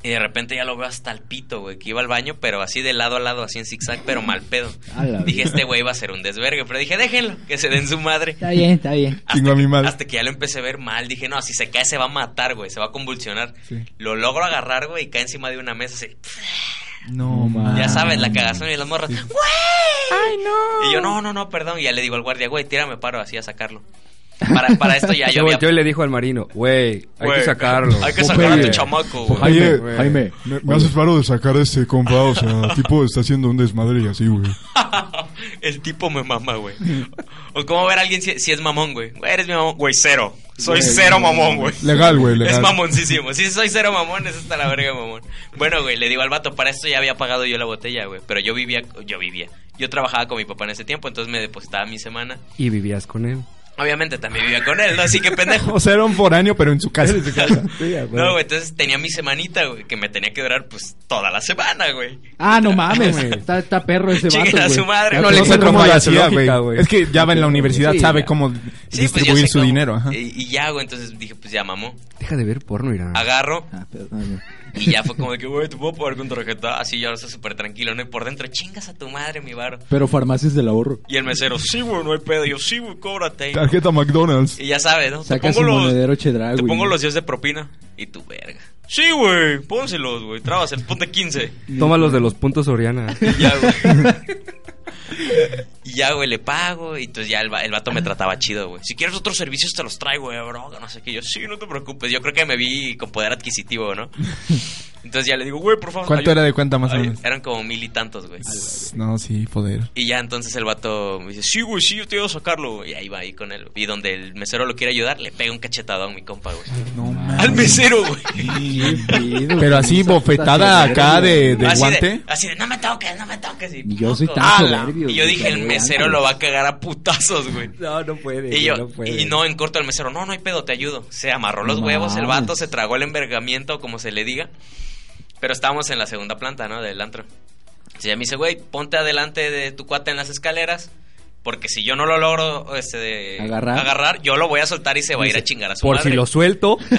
[SPEAKER 3] Y de repente ya lo veo hasta el pito, güey, que iba al baño, pero así de lado a lado, así en zigzag, pero mal pedo.
[SPEAKER 5] A la
[SPEAKER 3] Dije,
[SPEAKER 5] vida.
[SPEAKER 3] este güey va a ser un desvergue, pero dije, déjenlo, que se den su madre.
[SPEAKER 5] Está bien, está bien.
[SPEAKER 3] Hasta
[SPEAKER 2] Chingo a mi madre.
[SPEAKER 3] Hasta que ya lo empecé a ver mal. Dije, no, si se cae se va a matar, güey. Se va a convulsionar. Lo logro agarrar, güey, y cae encima de una mesa así.
[SPEAKER 2] No,
[SPEAKER 5] ma.
[SPEAKER 3] Ya
[SPEAKER 5] Ah,
[SPEAKER 3] sabes, la cagazón y las morras. ¡Güey! ¡Ay, no! Y yo, no, no, no, perdón. Y ya le digo al guardia, güey, tírame paro así a sacarlo. Para, para esto ya
[SPEAKER 4] Se
[SPEAKER 3] yo había...
[SPEAKER 4] volteó y le dijo al marino, güey, hay
[SPEAKER 3] Güey,
[SPEAKER 4] que sacarlo.
[SPEAKER 3] Hay que sacar a
[SPEAKER 5] Popeye.
[SPEAKER 3] tu chamaco, güey.
[SPEAKER 2] Oye,
[SPEAKER 5] Jaime, Jaime.
[SPEAKER 7] Me, me haces paro de sacar a este compa, o sea, tipo está haciendo un desmadre y así, güey.
[SPEAKER 3] El tipo me mama, güey. O cómo ver a alguien si, si es mamón, güey. Güey, eres mi mamón. Güey, cero. Soy
[SPEAKER 5] Güey,
[SPEAKER 3] cero mamón, güey.
[SPEAKER 7] Legal, güey,
[SPEAKER 3] Es
[SPEAKER 7] legal.
[SPEAKER 3] mamoncísimo. Si soy cero mamón, es hasta la verga mamón. Bueno, güey, le digo al vato, para esto ya había pagado yo la botella, güey. Pero yo vivía, yo vivía. Yo trabajaba con mi papá en ese tiempo, entonces me depositaba mi semana.
[SPEAKER 4] Y vivías con él.
[SPEAKER 3] Obviamente también vivía con él, ¿no? Así que pendejo.
[SPEAKER 2] O sea, era un foráneo, pero en su casa.
[SPEAKER 3] No, güey, entonces tenía mi semanita, güey, que me tenía que durar, pues, toda la semana, güey.
[SPEAKER 5] Ah, no mames. está, está perro ese
[SPEAKER 3] Chinguen
[SPEAKER 5] vato.
[SPEAKER 3] a
[SPEAKER 5] güey.
[SPEAKER 3] su madre,
[SPEAKER 5] Ya
[SPEAKER 2] No,
[SPEAKER 3] no le
[SPEAKER 5] conoce
[SPEAKER 2] sé
[SPEAKER 4] encuentro
[SPEAKER 2] cómo
[SPEAKER 5] cómo
[SPEAKER 2] lo
[SPEAKER 4] la
[SPEAKER 2] hacía,
[SPEAKER 4] lógica,
[SPEAKER 2] güey.
[SPEAKER 4] güey.
[SPEAKER 2] Es que ya va en la universidad,
[SPEAKER 4] Sí,
[SPEAKER 2] sabe
[SPEAKER 4] ya.
[SPEAKER 2] cómo
[SPEAKER 3] Sí, pues, yo
[SPEAKER 2] distribuir
[SPEAKER 3] sé
[SPEAKER 2] su
[SPEAKER 3] cómo.
[SPEAKER 2] dinero. Ajá.
[SPEAKER 3] Y, y ya, güey, entonces dije, pues ya mamó.
[SPEAKER 4] Deja de ver porno, Irán.
[SPEAKER 3] Agarro,
[SPEAKER 5] Ah, perdón.
[SPEAKER 3] Y ya fue como de que, güey, te puedo pagar con tarjeta. Así yo ahora estoy súper tranquilo, ¿no? Y por dentro, chingas a tu madre, mi varo.
[SPEAKER 5] Pero farmacias del ahorro.
[SPEAKER 3] Y el mesero, sí, güey, no hay pedo. Y yo, sí, güey, cóbrate.
[SPEAKER 7] Tarjeta McDonald's.
[SPEAKER 3] Y ya sabes, ¿no? Te
[SPEAKER 5] Saca su
[SPEAKER 3] pongo los.
[SPEAKER 5] monedero chedragui.
[SPEAKER 3] Te pongo los 10 de propina. Y tu verga. Sí, güey, pónselos, güey. Trabas el ponte 15.
[SPEAKER 4] Toma los de los puntos Oriana.
[SPEAKER 3] Y ya, güey. Y ya, güey, le pago. Y entonces ya el, va- el vato me trataba chido, güey. Si quieres otros servicios, te los traigo, güey, bro. que No sé qué. Yo, sí, no te preocupes. Yo creo que me vi con poder adquisitivo, ¿no? Entonces ya le digo, güey, por favor.
[SPEAKER 2] ¿Cuánto
[SPEAKER 3] ayú-
[SPEAKER 2] era de cuenta más o
[SPEAKER 3] Ay,
[SPEAKER 2] menos?
[SPEAKER 3] Eran como mil y tantos, güey.
[SPEAKER 2] No, sí, poder.
[SPEAKER 3] Y ya entonces el vato me dice, sí, güey, sí, yo te voy a sacarlo. Y ahí va ahí con él. Y donde el mesero lo quiere ayudar, le pega un cachetadón, mi compa, güey.
[SPEAKER 2] No,
[SPEAKER 3] Al mesero, güey.
[SPEAKER 2] Pero así, bofetada acá de, de
[SPEAKER 3] así,
[SPEAKER 2] guante.
[SPEAKER 3] de, así de, no me toques, no me toques. Y, Ah,
[SPEAKER 5] Ni yo soy tan
[SPEAKER 3] ¡Ala!
[SPEAKER 5] soberbio,
[SPEAKER 3] Y yo
[SPEAKER 5] güey,
[SPEAKER 3] dije, el
[SPEAKER 5] güey,
[SPEAKER 3] mesero
[SPEAKER 5] ándale.
[SPEAKER 3] lo va a cagar a putazos, güey.
[SPEAKER 4] No, no puede.
[SPEAKER 3] Y yo, y no, en corto al mesero, no, no hay pedo, te ayudo. Se amarró los
[SPEAKER 5] No
[SPEAKER 3] huevos, el
[SPEAKER 5] mames.
[SPEAKER 3] vato se tragó el envergamiento, como se le diga. Pero estábamos en la segunda planta, ¿no? Del antro. Y ya me dice, güey, ponte adelante de tu cuate en las escaleras, porque si yo no lo logro este, de-
[SPEAKER 5] Agarrar.
[SPEAKER 3] yo lo voy a soltar y se va a ir a chingar a su
[SPEAKER 4] Por
[SPEAKER 3] madre.
[SPEAKER 4] si lo suelto.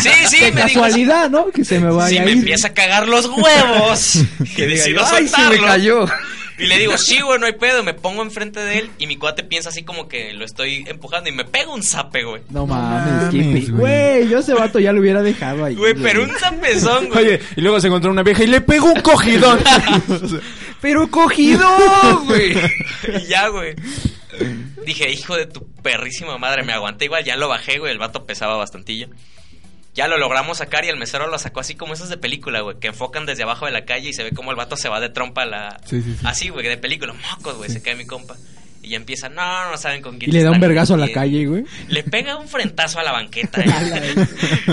[SPEAKER 3] sí, sí,
[SPEAKER 5] De
[SPEAKER 3] me dijo. Si
[SPEAKER 5] casualidad, ¿no? Que se me vaya a
[SPEAKER 3] me
[SPEAKER 5] ir.
[SPEAKER 3] empieza a cagar los huevos. y decido
[SPEAKER 4] Ay, se me
[SPEAKER 3] soltarlo.
[SPEAKER 4] cayó.
[SPEAKER 3] Y le digo, sí, güey, no hay pedo. Me pongo enfrente de él y mi cuate piensa así como que lo estoy empujando y me pega un zape, güey.
[SPEAKER 5] No mames,
[SPEAKER 2] mames,
[SPEAKER 5] Kipi.
[SPEAKER 2] güey.
[SPEAKER 5] Güey, yo ese vato ya lo hubiera dejado ahí.
[SPEAKER 3] Güey, pero un zapezón, güey.
[SPEAKER 2] Oye, y luego se encontró una vieja y le pegó un cogidón.
[SPEAKER 4] Pero cogido, güey.
[SPEAKER 3] Y ya, güey. Dije, hijo de tu perrísima madre, me aguanté igual, ya lo bajé, güey, el vato pesaba bastantillo. Ya lo logramos sacar y el mesero lo sacó así como esos de película, güey, que enfocan desde abajo de la calle y se ve como el vato se va de trompa a la...
[SPEAKER 2] Sí, sí, sí.
[SPEAKER 3] Así, güey, de película, mocos, güey, se cae mi compa. Y ya empieza, no, no saben con quién.
[SPEAKER 5] Y le da un
[SPEAKER 3] están
[SPEAKER 5] vergazo a la
[SPEAKER 3] metiendo".
[SPEAKER 5] calle, güey.
[SPEAKER 3] Le pega un frentazo a la banqueta. eh.
[SPEAKER 5] A la vez.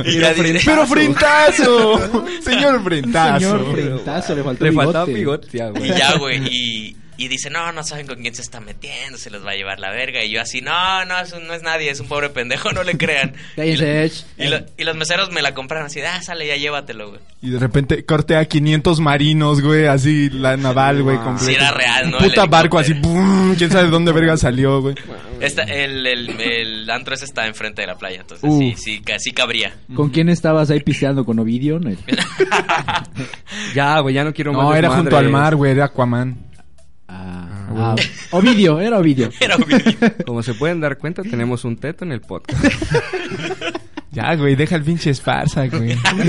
[SPEAKER 3] y ya "Ah, dice,
[SPEAKER 2] Pero frentazo. Señor frentazo.
[SPEAKER 5] Señor frentazo, le faltó
[SPEAKER 4] Le faltaba
[SPEAKER 5] bigote.
[SPEAKER 4] bigote, ya,
[SPEAKER 3] Y
[SPEAKER 4] güey.
[SPEAKER 3] ya, güey, y, Y dice, no, no saben con quién se está metiendo, se los va a llevar la verga. Y yo así, no, no, es un- no es nadie, es un pobre pendejo, no le crean. y, lo-
[SPEAKER 5] Cállense, Edge.
[SPEAKER 3] y lo- y los meseros me la compraron así, ah, sale ya, llévatelo, güey.
[SPEAKER 2] Y de repente corte a 500 marinos, güey, así la naval, güey,
[SPEAKER 4] Ah.
[SPEAKER 2] completa.
[SPEAKER 3] Sí, era real, ¿no? El
[SPEAKER 2] Puta barco así,
[SPEAKER 3] helicóptero.
[SPEAKER 2] ¡pum! quién sabe de dónde verga salió, güey.
[SPEAKER 3] Esta- el, el, el antro ese está enfrente de la playa, entonces
[SPEAKER 2] Uh.
[SPEAKER 3] sí, sí, ca- sí cabría.
[SPEAKER 5] ¿Con quién estabas ahí pisteando? ¿Con Ovidio? No,
[SPEAKER 4] Ya, güey, ya no quiero más.
[SPEAKER 2] No, era
[SPEAKER 4] desmadres.
[SPEAKER 2] junto al mar, güey, era Aquaman.
[SPEAKER 5] Ah, ah, Ovidio, era Ovidio.
[SPEAKER 3] Era obvio.
[SPEAKER 4] Como se pueden dar cuenta, tenemos un teto en el podcast.
[SPEAKER 2] Ya, güey, deja el pinche esparza, güey.
[SPEAKER 3] Sí, como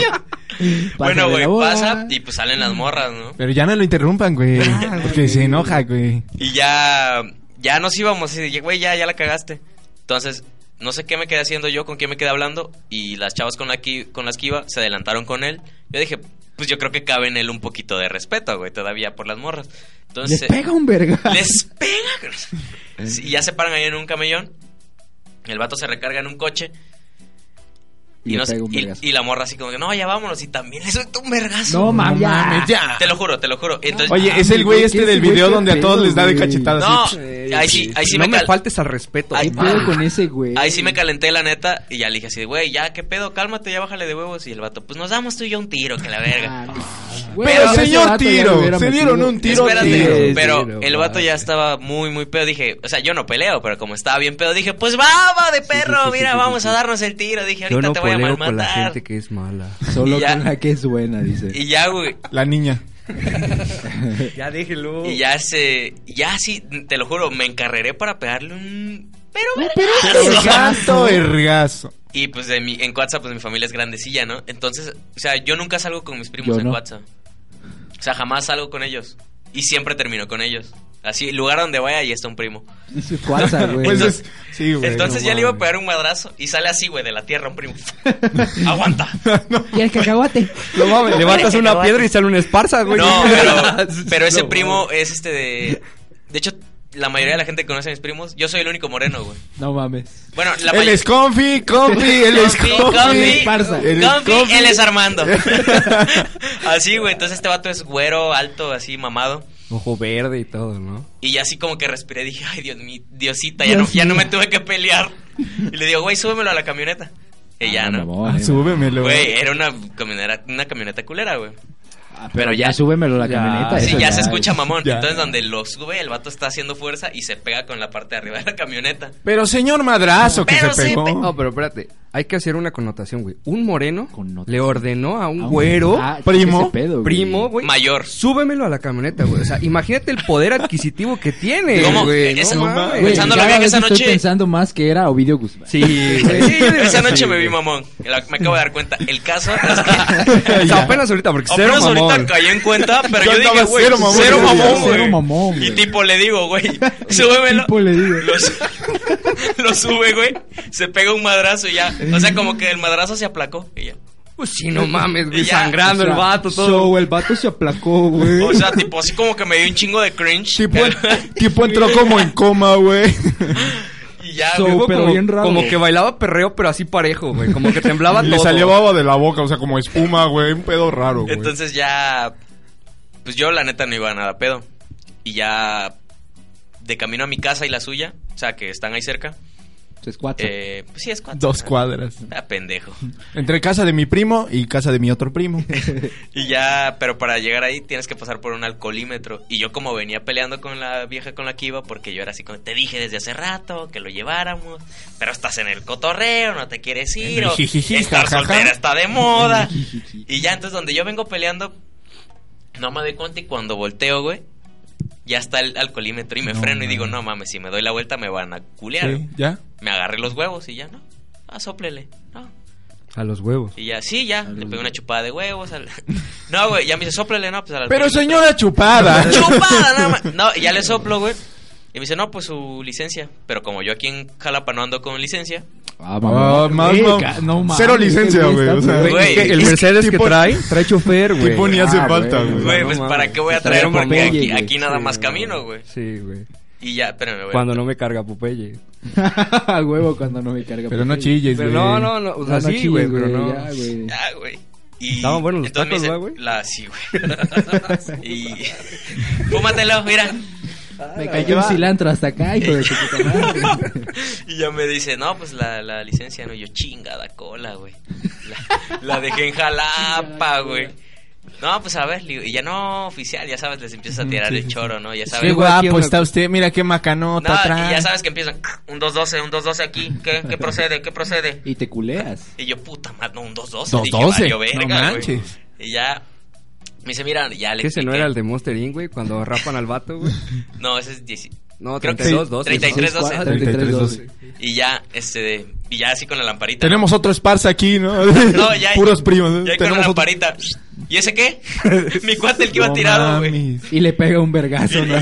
[SPEAKER 3] yo.
[SPEAKER 5] Pásale
[SPEAKER 3] Bueno, güey,
[SPEAKER 5] la boda.
[SPEAKER 3] pasa y pues salen las morras, ¿no?
[SPEAKER 2] Pero ya no lo interrumpan, güey, porque se enoja, güey.
[SPEAKER 3] Y ya, ya nos íbamos y dije, güey, ya, ya la cagaste. Entonces, no sé qué me quedé haciendo yo, con quién me quedé hablando. Y las chavas con, la qui- con las que iba se adelantaron con él. Yo dije, pues yo creo que cabe en él un poquito de respeto, güey, todavía por las morras. Entonces,
[SPEAKER 5] Les pega un verga.
[SPEAKER 3] Les pega. Sí, Y ya se paran ahí en un camellón. El vato se recarga en un coche. Y,
[SPEAKER 5] le
[SPEAKER 3] no sé-
[SPEAKER 5] pega un
[SPEAKER 3] y-
[SPEAKER 5] vergazo.
[SPEAKER 3] y la morra así como que, no, ya vámonos. Y también le suelta un vergazo.
[SPEAKER 5] No mames, ya.
[SPEAKER 3] Te lo juro, te lo juro. Entonces,
[SPEAKER 2] Oye, es el güey
[SPEAKER 5] ¿qué
[SPEAKER 2] este
[SPEAKER 5] es
[SPEAKER 2] del
[SPEAKER 5] ese güey?
[SPEAKER 2] video
[SPEAKER 5] ¿Qué
[SPEAKER 2] donde a todos
[SPEAKER 5] pedo,
[SPEAKER 2] les da de
[SPEAKER 5] güey?
[SPEAKER 2] cachetadas.
[SPEAKER 3] No,
[SPEAKER 2] así.
[SPEAKER 3] ahí sí, ahí sí
[SPEAKER 4] no
[SPEAKER 3] me
[SPEAKER 4] me,
[SPEAKER 3] cal-
[SPEAKER 4] faltes al respeto.
[SPEAKER 3] Ay,
[SPEAKER 5] ¿Qué pedo con ese güey?
[SPEAKER 3] Ahí sí me calenté la neta y ya le dije así, de, güey, ya, qué pedo, cálmate, ya bájale de huevos. Y el vato, pues nos damos tú y yo un tiro, que la verga.
[SPEAKER 5] Güey,
[SPEAKER 2] Pero,
[SPEAKER 5] ese
[SPEAKER 2] señor
[SPEAKER 5] vato ya
[SPEAKER 2] Tiro,
[SPEAKER 5] lo hubiera
[SPEAKER 2] se
[SPEAKER 5] metido.
[SPEAKER 2] dieron un tiro,
[SPEAKER 3] Espérate,
[SPEAKER 2] tiro.
[SPEAKER 3] pero
[SPEAKER 4] tiro,
[SPEAKER 3] el vato
[SPEAKER 4] va.
[SPEAKER 3] ya estaba muy, muy pedo. Dije, o sea, yo no peleo, pero como estaba bien pedo, dije, pues va, va de perro,
[SPEAKER 5] sí, sí,
[SPEAKER 3] mira,
[SPEAKER 5] sí,
[SPEAKER 3] vamos
[SPEAKER 5] sí,
[SPEAKER 3] a
[SPEAKER 5] sí.
[SPEAKER 3] darnos el tiro. Dije,
[SPEAKER 4] Yo
[SPEAKER 3] ahorita
[SPEAKER 4] no
[SPEAKER 3] te voy a
[SPEAKER 4] poleo
[SPEAKER 3] mal
[SPEAKER 4] con la
[SPEAKER 3] matar.
[SPEAKER 4] gente que es mala.
[SPEAKER 5] Solo
[SPEAKER 3] Y ya.
[SPEAKER 5] con la que es buena, dice.
[SPEAKER 3] Y ya, güey,
[SPEAKER 2] La niña.
[SPEAKER 4] Ya déjelo.
[SPEAKER 3] y ya se, ya sí, te lo juro, me encarreré para pegarle un... Pero,
[SPEAKER 2] Gato ergazo.
[SPEAKER 3] Y pues de mi, en Cuatza, pues mi familia es grandecilla, ¿no? Entonces, o sea, yo nunca salgo con mis primos
[SPEAKER 5] Yo
[SPEAKER 3] en
[SPEAKER 5] no.
[SPEAKER 3] Cuatza. O sea, jamás salgo con ellos. Y siempre termino con ellos. Así, lugar donde vaya, ahí está un primo.
[SPEAKER 5] Su cuarza, güey.
[SPEAKER 2] Pues es, sí, güey.
[SPEAKER 3] Entonces
[SPEAKER 2] no
[SPEAKER 3] ya le iba a
[SPEAKER 2] mames.
[SPEAKER 3] pegar un madrazo y sale así, güey, de la tierra un primo. Aguanta.
[SPEAKER 5] Y el cacahuate.
[SPEAKER 2] No mames,
[SPEAKER 4] Levantas una piedra y sale una esparza, güey.
[SPEAKER 3] No, pero, pero ese
[SPEAKER 4] No,
[SPEAKER 3] primo es este de... De hecho, la mayoría de la gente que conoce a mis primos, yo soy el único moreno, güey.
[SPEAKER 5] No mames.
[SPEAKER 3] Bueno, la
[SPEAKER 2] Él
[SPEAKER 3] mayoría...
[SPEAKER 2] es confi, confi, él es
[SPEAKER 3] Confi,
[SPEAKER 2] confi.
[SPEAKER 3] confi,
[SPEAKER 5] Esparza.
[SPEAKER 2] Él es
[SPEAKER 3] confi,
[SPEAKER 2] confi.
[SPEAKER 3] él es Armando. así, güey. Entonces este vato es güero, alto, así, mamado.
[SPEAKER 4] Ojo verde y todo, ¿no?
[SPEAKER 3] Y ya así como que respiré, dije, ay, Dios mío, Diosita, ya no, ya no me tuve que pelear. Y le digo, güey, súbemelo a la camioneta. Y ya,
[SPEAKER 5] Ah,
[SPEAKER 3] ¿no?
[SPEAKER 5] mamón,
[SPEAKER 2] Ah,
[SPEAKER 5] eh.
[SPEAKER 2] súbemelo.
[SPEAKER 3] Güey, era una camioneta, una camioneta culera, güey.
[SPEAKER 5] Ah,
[SPEAKER 3] pero
[SPEAKER 5] pero
[SPEAKER 3] ya-
[SPEAKER 5] ya súbemelo la
[SPEAKER 4] Ya.
[SPEAKER 5] camioneta.
[SPEAKER 4] Ah,
[SPEAKER 3] Sí,
[SPEAKER 5] eso
[SPEAKER 3] ya se escucha mamón.
[SPEAKER 2] ya.
[SPEAKER 3] Entonces, donde lo sube, el vato está haciendo fuerza y se pega con la parte de arriba de la camioneta.
[SPEAKER 2] Pero señor madrazo que
[SPEAKER 3] Pero
[SPEAKER 2] se
[SPEAKER 3] sí, pe-
[SPEAKER 2] pegó.
[SPEAKER 4] No, pero espérate. Hay que hacer una connotación, güey. Un moreno
[SPEAKER 5] Connotación.
[SPEAKER 4] le ordenó a un
[SPEAKER 5] Ah,
[SPEAKER 4] güero,
[SPEAKER 5] ah,
[SPEAKER 2] primo,
[SPEAKER 5] ese pedo, güey.
[SPEAKER 4] primo, güey.
[SPEAKER 3] Mayor.
[SPEAKER 4] Súbemelo a la camioneta, güey. O sea, imagínate el poder adquisitivo que tiene,
[SPEAKER 3] ¿Cómo?
[SPEAKER 4] güey.
[SPEAKER 3] Esa-
[SPEAKER 4] mames.
[SPEAKER 5] Güey,
[SPEAKER 3] Pensándolo
[SPEAKER 5] cada
[SPEAKER 3] bien,
[SPEAKER 5] vez
[SPEAKER 3] esa
[SPEAKER 5] estoy
[SPEAKER 3] noche-
[SPEAKER 5] pensando más que era Ovidio Guzmán.
[SPEAKER 4] Sí, güey. Sí, yo digo
[SPEAKER 3] Esa
[SPEAKER 4] que sí,
[SPEAKER 3] noche me vi
[SPEAKER 4] güey.
[SPEAKER 3] mamón. La- Me acabo de dar cuenta. El caso es que.
[SPEAKER 4] O sea, apenas ahorita, porque cero
[SPEAKER 3] Apenas
[SPEAKER 4] mamón.
[SPEAKER 3] Oh, ahorita caí en cuenta, pero
[SPEAKER 2] Yo
[SPEAKER 3] yo, dije,
[SPEAKER 2] andaba
[SPEAKER 3] güey,
[SPEAKER 2] cero mamón
[SPEAKER 3] cero
[SPEAKER 2] ese día.
[SPEAKER 3] mamón, güey.
[SPEAKER 5] Cero mamón, güey.
[SPEAKER 3] Y tipo le digo, güey, súbemelo.
[SPEAKER 5] Tipo le digo.
[SPEAKER 3] Lo, su- lo sube, güey, se pega un madrazo y ya. O sea, como que el madrazo se aplacó y ya.
[SPEAKER 4] Pues sí, no mames, güey.
[SPEAKER 3] Ya,
[SPEAKER 4] Sangrando
[SPEAKER 5] O sea,
[SPEAKER 4] el vato, todo.
[SPEAKER 5] So, el vato se aplacó, güey.
[SPEAKER 3] O sea, tipo así como que me dio un chingo de cringe.
[SPEAKER 2] Tipo, tipo entró como en coma, güey.
[SPEAKER 3] y ya,
[SPEAKER 5] So-
[SPEAKER 3] güey.
[SPEAKER 4] Luego
[SPEAKER 5] pero
[SPEAKER 4] como,
[SPEAKER 5] bien raro.
[SPEAKER 4] como que bailaba perreo, pero así parejo, güey. Como que temblaba todo.
[SPEAKER 2] Le salió baba de la boca, o sea, como espuma, güey. Un pedo raro, güey.
[SPEAKER 3] Entonces ya. Pues yo, la neta, no iba a nada pedo. Y ya. De camino a mi casa y la suya, o sea, que están ahí cerca.
[SPEAKER 5] Se escuacha.
[SPEAKER 3] eh, pues sí, es cuatro.
[SPEAKER 2] Dos cuadras.
[SPEAKER 3] Ah, pendejo.
[SPEAKER 2] Entre casa de mi primo y casa de mi otro primo.
[SPEAKER 3] Y ya, pero para llegar ahí tienes que pasar por un alcoholímetro. Y yo como venía peleando con la vieja con la que iba, porque yo era así como, te dije desde hace rato que lo lleváramos, pero estás en el cotorreo, no te quieres ir,
[SPEAKER 2] el
[SPEAKER 3] o
[SPEAKER 2] jijiji,
[SPEAKER 3] estar
[SPEAKER 2] jajaja".
[SPEAKER 3] soltera está de moda. Y ya, entonces donde yo vengo peleando, no me doy cuenta y cuando volteo, güey, ya está el alcoholímetro y me
[SPEAKER 2] No,
[SPEAKER 3] freno y
[SPEAKER 2] mames.
[SPEAKER 3] digo, no mames, si me doy la vuelta me van a culear.
[SPEAKER 2] Sí, ¿Ya?
[SPEAKER 3] Me agarré los huevos y ya, no, ah, soplele, no.
[SPEAKER 4] A los huevos.
[SPEAKER 3] Y ya, sí, ya, le pegué una chupada de huevos. al- No, güey, ya me dice, soplele, no, pues al
[SPEAKER 2] Pero
[SPEAKER 3] alcoholímetro.
[SPEAKER 2] señora chupada.
[SPEAKER 3] Chupada, nada más. No, y ya le soplo, güey. Y me dice, no, pues su licencia. Pero como yo aquí en Jalapa no ando con licencia,
[SPEAKER 5] Ah,
[SPEAKER 2] Ah, más
[SPEAKER 5] Güey,
[SPEAKER 2] no.
[SPEAKER 5] ca- no mames,
[SPEAKER 2] Cero licencia,
[SPEAKER 5] este
[SPEAKER 2] güey,
[SPEAKER 5] está
[SPEAKER 2] o sea,
[SPEAKER 5] muy-
[SPEAKER 3] Güey,
[SPEAKER 4] Es que el
[SPEAKER 2] es que
[SPEAKER 4] Mercedes que
[SPEAKER 2] tipo-
[SPEAKER 4] trae, trae chofer, güey.
[SPEAKER 2] Tipo ni hace
[SPEAKER 5] Ah,
[SPEAKER 2] falta,
[SPEAKER 5] güey.
[SPEAKER 2] güey.
[SPEAKER 3] güey,
[SPEAKER 4] no
[SPEAKER 3] pues
[SPEAKER 4] mames.
[SPEAKER 3] para qué voy a
[SPEAKER 5] Traer
[SPEAKER 3] traer,
[SPEAKER 5] un
[SPEAKER 3] porque
[SPEAKER 5] Popeye,
[SPEAKER 3] aquí,
[SPEAKER 5] güey.
[SPEAKER 3] aquí nada
[SPEAKER 4] Sí,
[SPEAKER 3] más
[SPEAKER 4] no.
[SPEAKER 3] camino, güey.
[SPEAKER 4] Sí, güey.
[SPEAKER 3] Y ya, espérame, güey.
[SPEAKER 4] Cuando no me carga Popeye.
[SPEAKER 5] A huevo cuando no me carga.
[SPEAKER 2] Pero no
[SPEAKER 5] porque-
[SPEAKER 2] chilles,
[SPEAKER 4] Pero
[SPEAKER 2] güey.
[SPEAKER 4] no, no, no. O sea,
[SPEAKER 5] Ah, No, no
[SPEAKER 4] sí, güey,
[SPEAKER 5] chilles,
[SPEAKER 4] pero no.
[SPEAKER 5] ya, güey.
[SPEAKER 3] Ya, güey. Y
[SPEAKER 4] Estaban buenos los
[SPEAKER 3] entonces me
[SPEAKER 4] tacos, ¿va,
[SPEAKER 3] dice,
[SPEAKER 4] güey?
[SPEAKER 3] La, sí, güey. y. Fúmatelo, mira.
[SPEAKER 5] Me cayó un cilantro hasta acá, hijo de tu puta madre.
[SPEAKER 3] Y ya me dice, no, pues la, la licencia no. Yo, chingada cola, güey. La, la dejé en Jalapa, güey. No, pues a ver, le digo, y ya no oficial, ya sabes, les empiezas a tirar el choro, ¿no? Ya sabes.
[SPEAKER 2] Qué
[SPEAKER 4] aquí
[SPEAKER 2] guapo
[SPEAKER 4] una-
[SPEAKER 2] Ah, pues está usted, mira qué
[SPEAKER 3] No,
[SPEAKER 2] macanota
[SPEAKER 3] y
[SPEAKER 2] trae.
[SPEAKER 3] ya sabes que empiezan, un 212, un 212 aquí, ¿qué, qué procede, qué procede?
[SPEAKER 5] Y te culeas.
[SPEAKER 3] Y yo, puta madre, no, un 212.
[SPEAKER 2] Dos doce,
[SPEAKER 3] dije, "Valió
[SPEAKER 2] no
[SPEAKER 3] verga, güey".
[SPEAKER 2] manches.
[SPEAKER 3] Y ya, me dice, mira, ya le
[SPEAKER 4] Que ese no
[SPEAKER 3] expliqué.
[SPEAKER 4] era el de Monster Inc, güey, cuando rapan al vato, güey.
[SPEAKER 3] No, ese es 10.
[SPEAKER 4] No,
[SPEAKER 3] Creo que
[SPEAKER 4] 32,
[SPEAKER 3] sí,
[SPEAKER 4] 12.
[SPEAKER 3] 33, 12.
[SPEAKER 5] 33, 12.
[SPEAKER 3] Y ya, este, y ya así con la lamparita. ¿no?
[SPEAKER 2] Tenemos otro Esparza aquí, ¿no?
[SPEAKER 3] No, ya.
[SPEAKER 2] Puros primos. ¿no?
[SPEAKER 3] Ya con
[SPEAKER 2] Tenemos
[SPEAKER 3] la
[SPEAKER 2] otro-
[SPEAKER 3] lamparita. ¿Y ese qué? Mi cuate el que iba
[SPEAKER 2] No
[SPEAKER 3] tirado, güey.
[SPEAKER 2] mames.
[SPEAKER 5] Y le pega un vergazo, ¿no?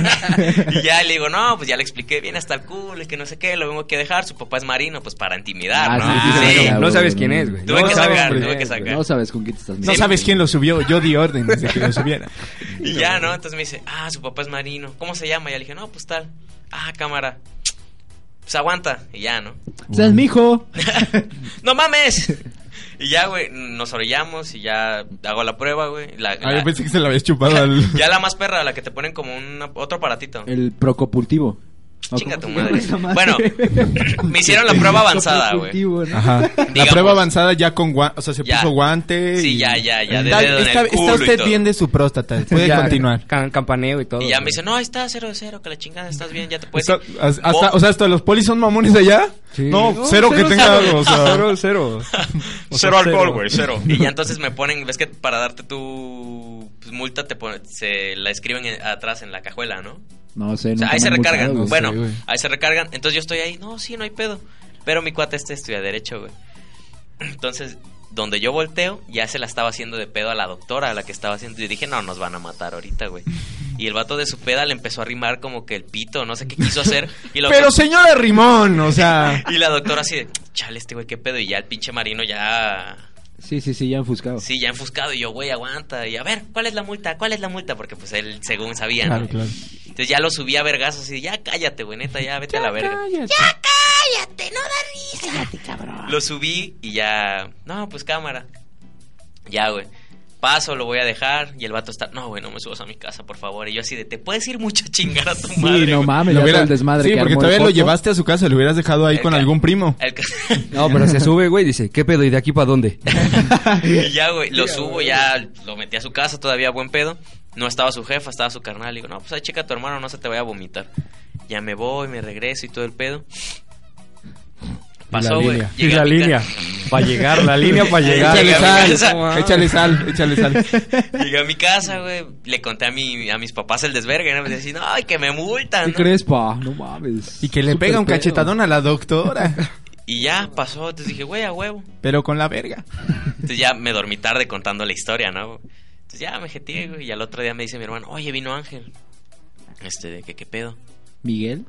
[SPEAKER 3] y ya le digo, no, pues ya le expliqué, viene hasta el culo, es que no sé qué, lo vengo aquí a dejar, su papá es marino, pues para intimidar,
[SPEAKER 5] Ah,
[SPEAKER 3] ¿no?
[SPEAKER 5] sí, sí,
[SPEAKER 3] Sí.
[SPEAKER 5] sí, claro.
[SPEAKER 4] No sabes quién es, güey.
[SPEAKER 3] Tuve
[SPEAKER 4] No
[SPEAKER 3] que
[SPEAKER 4] sabes
[SPEAKER 3] sacar,
[SPEAKER 4] quién
[SPEAKER 3] tuve
[SPEAKER 4] es,
[SPEAKER 3] que
[SPEAKER 4] güey.
[SPEAKER 3] sacar.
[SPEAKER 5] No sabes con quién te estás metiendo.
[SPEAKER 2] No sabes quién lo subió, yo di órdenes de que lo subiera.
[SPEAKER 3] Y ya, ¿no? Entonces me dice, ah, su papá es marino, ¿cómo se llama? Y ya le dije, no, pues tal, ah, cámara, pues aguanta, y ya, ¿no?
[SPEAKER 5] Seas mi hijo.
[SPEAKER 3] ¡No mames! Y ya, güey, nos orillamos y ya hago la prueba, güey. La-
[SPEAKER 2] Ah,
[SPEAKER 3] la-
[SPEAKER 2] yo pensé que se la habías chupado al.
[SPEAKER 3] ya la más perra, la que te ponen como un otro aparatito.
[SPEAKER 5] El procopultivo. ¿O
[SPEAKER 3] Chinga
[SPEAKER 5] cómo
[SPEAKER 3] tu
[SPEAKER 5] se llama
[SPEAKER 3] madre.
[SPEAKER 5] esa
[SPEAKER 3] Bueno, me hicieron la prueba avanzada, güey.
[SPEAKER 5] Procopultivo, ¿no?
[SPEAKER 2] Ajá. La
[SPEAKER 3] Digamos.
[SPEAKER 2] prueba avanzada ya con guante. O sea, se
[SPEAKER 3] Ya.
[SPEAKER 2] puso guante.
[SPEAKER 3] Sí,
[SPEAKER 2] y-
[SPEAKER 3] ya, ya, ya, de
[SPEAKER 2] Está,
[SPEAKER 3] dedo en
[SPEAKER 2] está-
[SPEAKER 3] el
[SPEAKER 2] está
[SPEAKER 3] culo y
[SPEAKER 2] usted
[SPEAKER 3] todo.
[SPEAKER 2] bien de su próstata. Puede
[SPEAKER 4] Ya,
[SPEAKER 2] continuar.
[SPEAKER 4] ca- campaneo y todo.
[SPEAKER 3] Y ya
[SPEAKER 4] güey.
[SPEAKER 3] me dice, no, ahí está, cero de cero, que la chingada, estás bien, ya te puedes
[SPEAKER 2] Está- ah,
[SPEAKER 3] ir".
[SPEAKER 2] as- hasta-
[SPEAKER 3] Pues Bo-
[SPEAKER 2] o sea, hasta los polis son mamones allá.
[SPEAKER 4] Sí.
[SPEAKER 2] No, cero, que tenga algo. O sea,
[SPEAKER 4] Cero, cero.
[SPEAKER 3] cero, alcohol, güey, cero. Y ya entonces me ponen, ves que para darte tu pues, multa te ponen- se la escriben en- atrás en la cajuela, ¿no?
[SPEAKER 5] No sé,
[SPEAKER 3] O sea,
[SPEAKER 5] nunca
[SPEAKER 3] ahí
[SPEAKER 5] me
[SPEAKER 3] se
[SPEAKER 5] han
[SPEAKER 3] recargan.
[SPEAKER 5] multado, güey.
[SPEAKER 3] bueno,
[SPEAKER 2] güey.
[SPEAKER 3] ahí se recargan. Entonces yo estoy ahí, no, sí, no hay pedo. Pero mi cuate este estudia derecho, güey. Entonces, donde yo volteo, ya se la estaba haciendo de pedo a la doctora, a la que estaba haciendo. Y dije, no, nos van a matar ahorita, güey. Y el vato de su peda le empezó a rimar como que el pito, no sé qué quiso hacer. Y la
[SPEAKER 2] Pero
[SPEAKER 3] doctora-
[SPEAKER 2] señora Rimón, o sea.
[SPEAKER 3] Y la doctora así de, chale, este güey, qué pedo. Y ya el pinche marino ya.
[SPEAKER 5] Sí, sí, sí, ya enfuscado.
[SPEAKER 3] Sí, ya enfuscado. Y yo, güey, aguanta. Y a ver, ¿cuál es la multa? ¿Cuál es la multa? Porque pues él, según sabía, ¿no?
[SPEAKER 2] Claro, claro.
[SPEAKER 3] Entonces ya lo subí a vergazos así, de, ya cállate, güey, neta, ya vete a la verga.
[SPEAKER 6] Cállate, no da risa. Cállate, cabrón.
[SPEAKER 3] Lo subí y ya. No, pues cámara. Ya, güey. Paso, lo voy a dejar. Y el vato está. No, güey, no me subas a mi casa, por favor. Y yo así de. Te puedes ir mucho a chingar a tu
[SPEAKER 5] Sí,
[SPEAKER 3] madre.
[SPEAKER 5] no
[SPEAKER 3] güey".
[SPEAKER 5] mames,
[SPEAKER 2] Lo
[SPEAKER 5] ya
[SPEAKER 2] hubiera-
[SPEAKER 5] todo el desmadre
[SPEAKER 2] sí,
[SPEAKER 5] que
[SPEAKER 2] porque
[SPEAKER 5] armó el
[SPEAKER 2] todavía lo
[SPEAKER 5] Joto.
[SPEAKER 2] llevaste a su casa, lo hubieras dejado ahí
[SPEAKER 3] El
[SPEAKER 2] con
[SPEAKER 3] ca-
[SPEAKER 2] algún primo.
[SPEAKER 3] El ca-
[SPEAKER 4] No, pero se sube, güey, y dice, ¿qué pedo? ¿Y de aquí para dónde?
[SPEAKER 3] y ya, güey, lo subo, ya lo metí a su casa, todavía buen pedo. No estaba su jefa, estaba su carnal. Le digo, no, pues ahí checa a tu hermano, no se te vaya a vomitar. Ya me voy, me regreso y todo el pedo. Pasó, güey.
[SPEAKER 4] línea.
[SPEAKER 3] Llegué a mi ca-
[SPEAKER 4] Para llegar, la línea para
[SPEAKER 3] llegar.
[SPEAKER 2] Échale
[SPEAKER 3] Llega a mi
[SPEAKER 2] sal,
[SPEAKER 3] casa.
[SPEAKER 2] échale sal, échale sal.
[SPEAKER 3] Llegué a mi casa, güey. Le conté a, mi, a mis papás el desvergue, ¿no? Me decían, ay, que me multan.
[SPEAKER 5] ¿Qué
[SPEAKER 3] ¿no?".
[SPEAKER 5] crees, pa? No mames.
[SPEAKER 2] Y que le pega un
[SPEAKER 5] Súper feo.
[SPEAKER 2] cachetadón a la doctora,
[SPEAKER 3] Y ya pasó. Entonces dije, güey, a huevo.
[SPEAKER 2] pero con la verga.
[SPEAKER 3] Entonces ya me dormí tarde contando la historia, ¿no? Entonces ya me jeté, güey. Y al otro día me dice mi hermano, oye, vino Ángel. Este, de que, ¿qué pedo?
[SPEAKER 5] Miguel.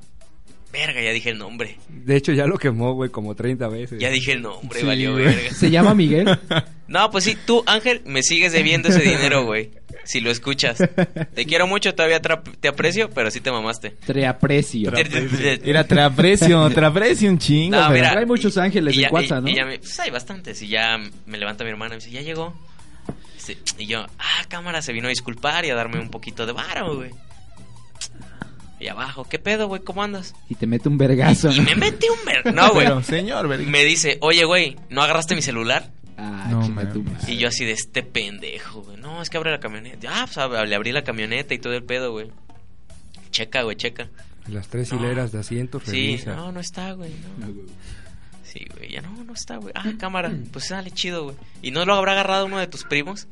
[SPEAKER 3] Verga, ya dije el nombre.
[SPEAKER 4] De hecho, ya lo quemó, güey, como 30 veces.
[SPEAKER 3] Ya dije el nombre,
[SPEAKER 2] Sí,
[SPEAKER 3] valió
[SPEAKER 2] güey.
[SPEAKER 3] verga.
[SPEAKER 5] ¿Se llama Miguel?
[SPEAKER 3] No, pues sí, tú, Ángel, me sigues debiendo ese dinero, güey. Si lo escuchas. Te quiero mucho, todavía tra- te aprecio, pero sí te mamaste.
[SPEAKER 5] Te aprecio.
[SPEAKER 2] Era traprecio, traprecio un chingo.
[SPEAKER 3] No,
[SPEAKER 2] pero-
[SPEAKER 3] mira,
[SPEAKER 5] Pero hay muchos
[SPEAKER 3] y-
[SPEAKER 5] ángeles
[SPEAKER 3] y
[SPEAKER 5] en
[SPEAKER 3] ya-
[SPEAKER 5] Cuatza,
[SPEAKER 3] y-
[SPEAKER 5] ¿no?
[SPEAKER 3] y ya me- pues hay bastantes. Y ya me levanta mi hermana y me dice, ya llegó. Dice, Y yo, ah, cámara, se vino a disculpar y a darme un poquito de varo, güey. Y abajo, ¿qué pedo, güey? ¿Cómo andas?
[SPEAKER 5] Y te mete un vergazo.
[SPEAKER 3] Y
[SPEAKER 5] ¿no?
[SPEAKER 3] me metí un ver... No, güey.
[SPEAKER 2] Pero, señor, verga.
[SPEAKER 3] Me dice, oye, güey, ¿no agarraste mi celular?
[SPEAKER 5] Ah,
[SPEAKER 2] No,
[SPEAKER 5] chinga tu
[SPEAKER 2] mames.
[SPEAKER 5] madre.
[SPEAKER 3] Y yo así de este pendejo, güey. No, es que abre la camioneta. Ah, pues ab- le abrí la camioneta y todo el pedo, güey. Checa, güey, checa.
[SPEAKER 4] Las tres
[SPEAKER 3] No.
[SPEAKER 4] hileras de asientos,
[SPEAKER 3] Sí,
[SPEAKER 4] revisa.
[SPEAKER 3] no, no está, güey. No. Sí, güey, ya no, no está, güey. Ah, cámara, pues sale chido, güey. ¿Y no lo habrá agarrado uno de tus primos?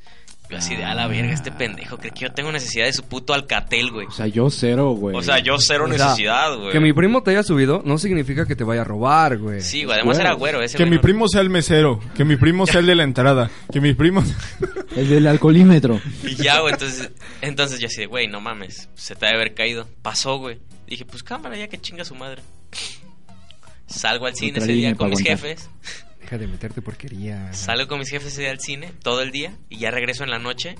[SPEAKER 3] Yo así de, a la verga, este pendejo, cree que yo tengo necesidad de su puto alcatel, güey.
[SPEAKER 5] O sea, yo cero, güey.
[SPEAKER 3] O sea, yo cero
[SPEAKER 4] O sea,
[SPEAKER 3] necesidad, güey.
[SPEAKER 4] Que mi primo te haya subido no significa que te vaya a robar, güey.
[SPEAKER 3] Sí, güey, además era güero ese
[SPEAKER 2] Que
[SPEAKER 3] güey,
[SPEAKER 2] mi
[SPEAKER 3] no-
[SPEAKER 2] primo sea el mesero, que mi primo sea el de la entrada, que mi primo...
[SPEAKER 5] El del alcoholímetro.
[SPEAKER 3] Y ya, güey, entonces, entonces yo así de, güey, no mames, se te debe haber caído. Pasó, güey. Dije, pues cámara, ya que chinga su madre. Salgo al cine
[SPEAKER 5] Otra
[SPEAKER 3] ese
[SPEAKER 5] línea
[SPEAKER 3] día con
[SPEAKER 5] pa'
[SPEAKER 3] mis
[SPEAKER 5] aguantar.
[SPEAKER 3] jefes.
[SPEAKER 4] Deja de meterte porquería.
[SPEAKER 3] Salgo con mis jefes ese día al cine todo el día y ya regreso en la noche.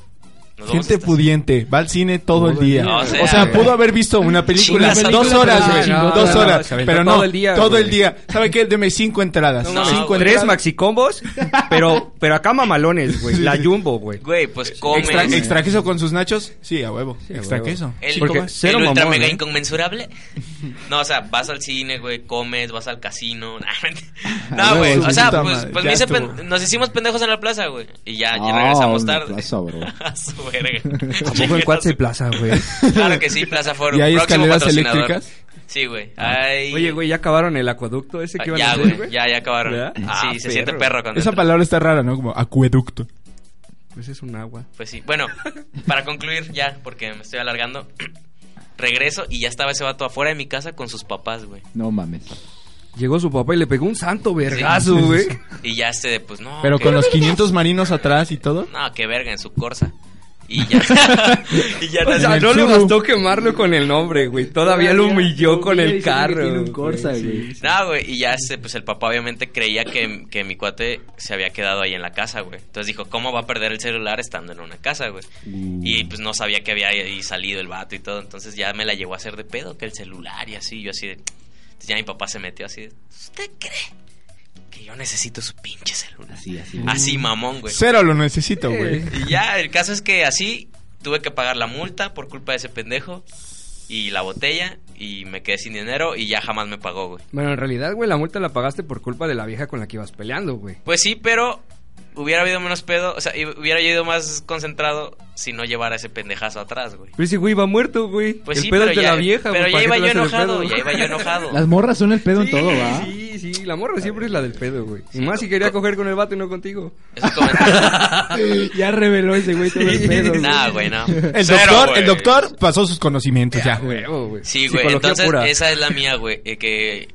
[SPEAKER 3] Nos vamos
[SPEAKER 2] Gente
[SPEAKER 3] hasta-
[SPEAKER 2] pudiente, va al cine todo el día.
[SPEAKER 3] No,
[SPEAKER 2] o,
[SPEAKER 3] o
[SPEAKER 2] sea,
[SPEAKER 3] sea,
[SPEAKER 2] pudo haber visto una película
[SPEAKER 3] Chingas a
[SPEAKER 2] dos
[SPEAKER 3] película,
[SPEAKER 2] horas, güey.
[SPEAKER 4] no,
[SPEAKER 2] dos
[SPEAKER 4] no,
[SPEAKER 2] horas.
[SPEAKER 4] se aventó
[SPEAKER 2] pero no, todo
[SPEAKER 4] todo
[SPEAKER 2] el
[SPEAKER 4] el
[SPEAKER 2] día.
[SPEAKER 4] día,
[SPEAKER 2] Todo
[SPEAKER 4] güey.
[SPEAKER 2] el día. ¿Sabe qué? Deme cinco entradas.
[SPEAKER 3] No,
[SPEAKER 2] cinco
[SPEAKER 3] güey.
[SPEAKER 4] Tres
[SPEAKER 2] entradas.
[SPEAKER 4] maxicombos, pero, pero acá mamalones, güey. La Jumbo, güey.
[SPEAKER 3] Güey,
[SPEAKER 5] Eh,
[SPEAKER 3] pues come.
[SPEAKER 2] Extra, extra queso con sus nachos? Sí, a huevo.
[SPEAKER 4] Sí, a
[SPEAKER 2] extra
[SPEAKER 4] huevo.
[SPEAKER 2] queso.
[SPEAKER 3] El,
[SPEAKER 4] Porque
[SPEAKER 3] el
[SPEAKER 4] cero
[SPEAKER 3] ultra
[SPEAKER 4] mamón,
[SPEAKER 3] mega
[SPEAKER 4] ¿eh?
[SPEAKER 3] inconmensurable. No, o sea, vas al cine, güey, comes, vas al casino.
[SPEAKER 2] Ah,
[SPEAKER 3] No, güey.
[SPEAKER 2] huevo,
[SPEAKER 3] O sea,
[SPEAKER 2] puta
[SPEAKER 3] pues,
[SPEAKER 2] madre,
[SPEAKER 3] pues
[SPEAKER 2] ya
[SPEAKER 3] me hice
[SPEAKER 2] estuvo.
[SPEAKER 3] pen- nos hicimos pendejos en la plaza, güey. Y ya, ya
[SPEAKER 5] Ah,
[SPEAKER 3] regresamos
[SPEAKER 5] en la
[SPEAKER 3] tarde.
[SPEAKER 5] plaza, bro.
[SPEAKER 3] A su verga.
[SPEAKER 4] ¿A poco en Cuatza y Plaza, güey?
[SPEAKER 3] Claro que sí, Plaza Forum.
[SPEAKER 2] ¿Y hay
[SPEAKER 3] Próximo
[SPEAKER 2] escaleras
[SPEAKER 3] patrocinador.
[SPEAKER 2] eléctricas?
[SPEAKER 3] Sí, güey. Hay-
[SPEAKER 4] Oye, güey, ¿ya acabaron el acueducto ese
[SPEAKER 3] Ah,
[SPEAKER 4] que iban a
[SPEAKER 3] Ya,
[SPEAKER 4] hacer,
[SPEAKER 3] güey.
[SPEAKER 4] güey?
[SPEAKER 3] Ya, ya acabaron.
[SPEAKER 4] ¿Verdad?
[SPEAKER 3] Sí,
[SPEAKER 4] Ah,
[SPEAKER 3] se siente
[SPEAKER 4] perro.
[SPEAKER 3] perro cuando
[SPEAKER 2] Esa
[SPEAKER 3] entra.
[SPEAKER 2] palabra está rara, ¿no? Como acueducto.
[SPEAKER 4] Pues es un agua.
[SPEAKER 3] Pues sí. Bueno, para concluir ya, porque me estoy alargando. Regreso y ya estaba ese vato afuera de mi casa con sus papás, güey.
[SPEAKER 5] No mames.
[SPEAKER 4] Llegó su papá y le pegó un santo vergazo, güey.
[SPEAKER 3] Y ya este de, pues no.
[SPEAKER 2] Pero
[SPEAKER 3] que-
[SPEAKER 2] con los 500 marinos atrás y todo.
[SPEAKER 3] No, qué verga, en su Corsa. Y ya. y ya
[SPEAKER 4] O
[SPEAKER 3] nada-
[SPEAKER 4] sea, no le
[SPEAKER 2] Churu.
[SPEAKER 4] bastó quemarlo con el nombre, güey. Todavía lo humilló con el
[SPEAKER 5] diciendo que
[SPEAKER 4] carro.
[SPEAKER 5] Tiene un Corsa,
[SPEAKER 4] güey.
[SPEAKER 5] güey.
[SPEAKER 3] No, güey, y ya este, pues el papá obviamente creía que, que mi cuate se había quedado ahí en la casa, güey. Entonces dijo, ¿cómo va a perder el celular estando en una casa, güey?
[SPEAKER 4] Mm.
[SPEAKER 3] Y pues no sabía que había ahí salido el vato y todo. Entonces ya me la llevó a hacer de pedo que el celular y así. Yo así de. Entonces ya mi papá se metió así de. ¿Usted cree que yo necesito su pinche celular?
[SPEAKER 5] Así, así.
[SPEAKER 4] Mm.
[SPEAKER 3] Así, mamón, güey.
[SPEAKER 2] Cero lo necesito, güey.
[SPEAKER 3] Y ya, el caso es que así tuve que pagar la multa por culpa de ese pendejo y la botella y me quedé sin dinero y ya jamás me pagó, güey.
[SPEAKER 4] Bueno, en realidad, güey, la multa la pagaste por culpa de la vieja con la que ibas peleando, güey.
[SPEAKER 3] Pues sí, pero hubiera habido menos pedo, o sea, y hubiera yo ido más concentrado si no llevara ese pendejazo atrás, güey.
[SPEAKER 4] Pero ese güey iba muerto, güey.
[SPEAKER 3] Pues
[SPEAKER 4] el
[SPEAKER 3] sí,
[SPEAKER 4] pedo
[SPEAKER 3] pero
[SPEAKER 4] es de
[SPEAKER 3] ya,
[SPEAKER 4] la vieja,
[SPEAKER 3] pero ya
[SPEAKER 4] güey, ¿para
[SPEAKER 3] iba
[SPEAKER 4] qué
[SPEAKER 3] yo
[SPEAKER 4] te vas a hacer
[SPEAKER 3] enojado,
[SPEAKER 4] el
[SPEAKER 3] ya
[SPEAKER 4] pedo?
[SPEAKER 3] iba yo enojado.
[SPEAKER 5] Las morras son el pedo en todo, ¿va?
[SPEAKER 4] Sí, sí, la morra siempre es la del pedo, güey. Y más si quería coger con el vato y no contigo.
[SPEAKER 3] Es un comentario.
[SPEAKER 5] Ya reveló ese güey todo el pedo. güey.
[SPEAKER 3] nah, güey, no.
[SPEAKER 2] El
[SPEAKER 3] Cero,
[SPEAKER 2] doctor,
[SPEAKER 3] güey.
[SPEAKER 2] el doctor pasó sus conocimientos ya.
[SPEAKER 4] Huevo, güey.
[SPEAKER 3] Sí, güey.
[SPEAKER 4] Psicología
[SPEAKER 3] Entonces,
[SPEAKER 4] pura.
[SPEAKER 3] esa es la mía, güey. eh, que.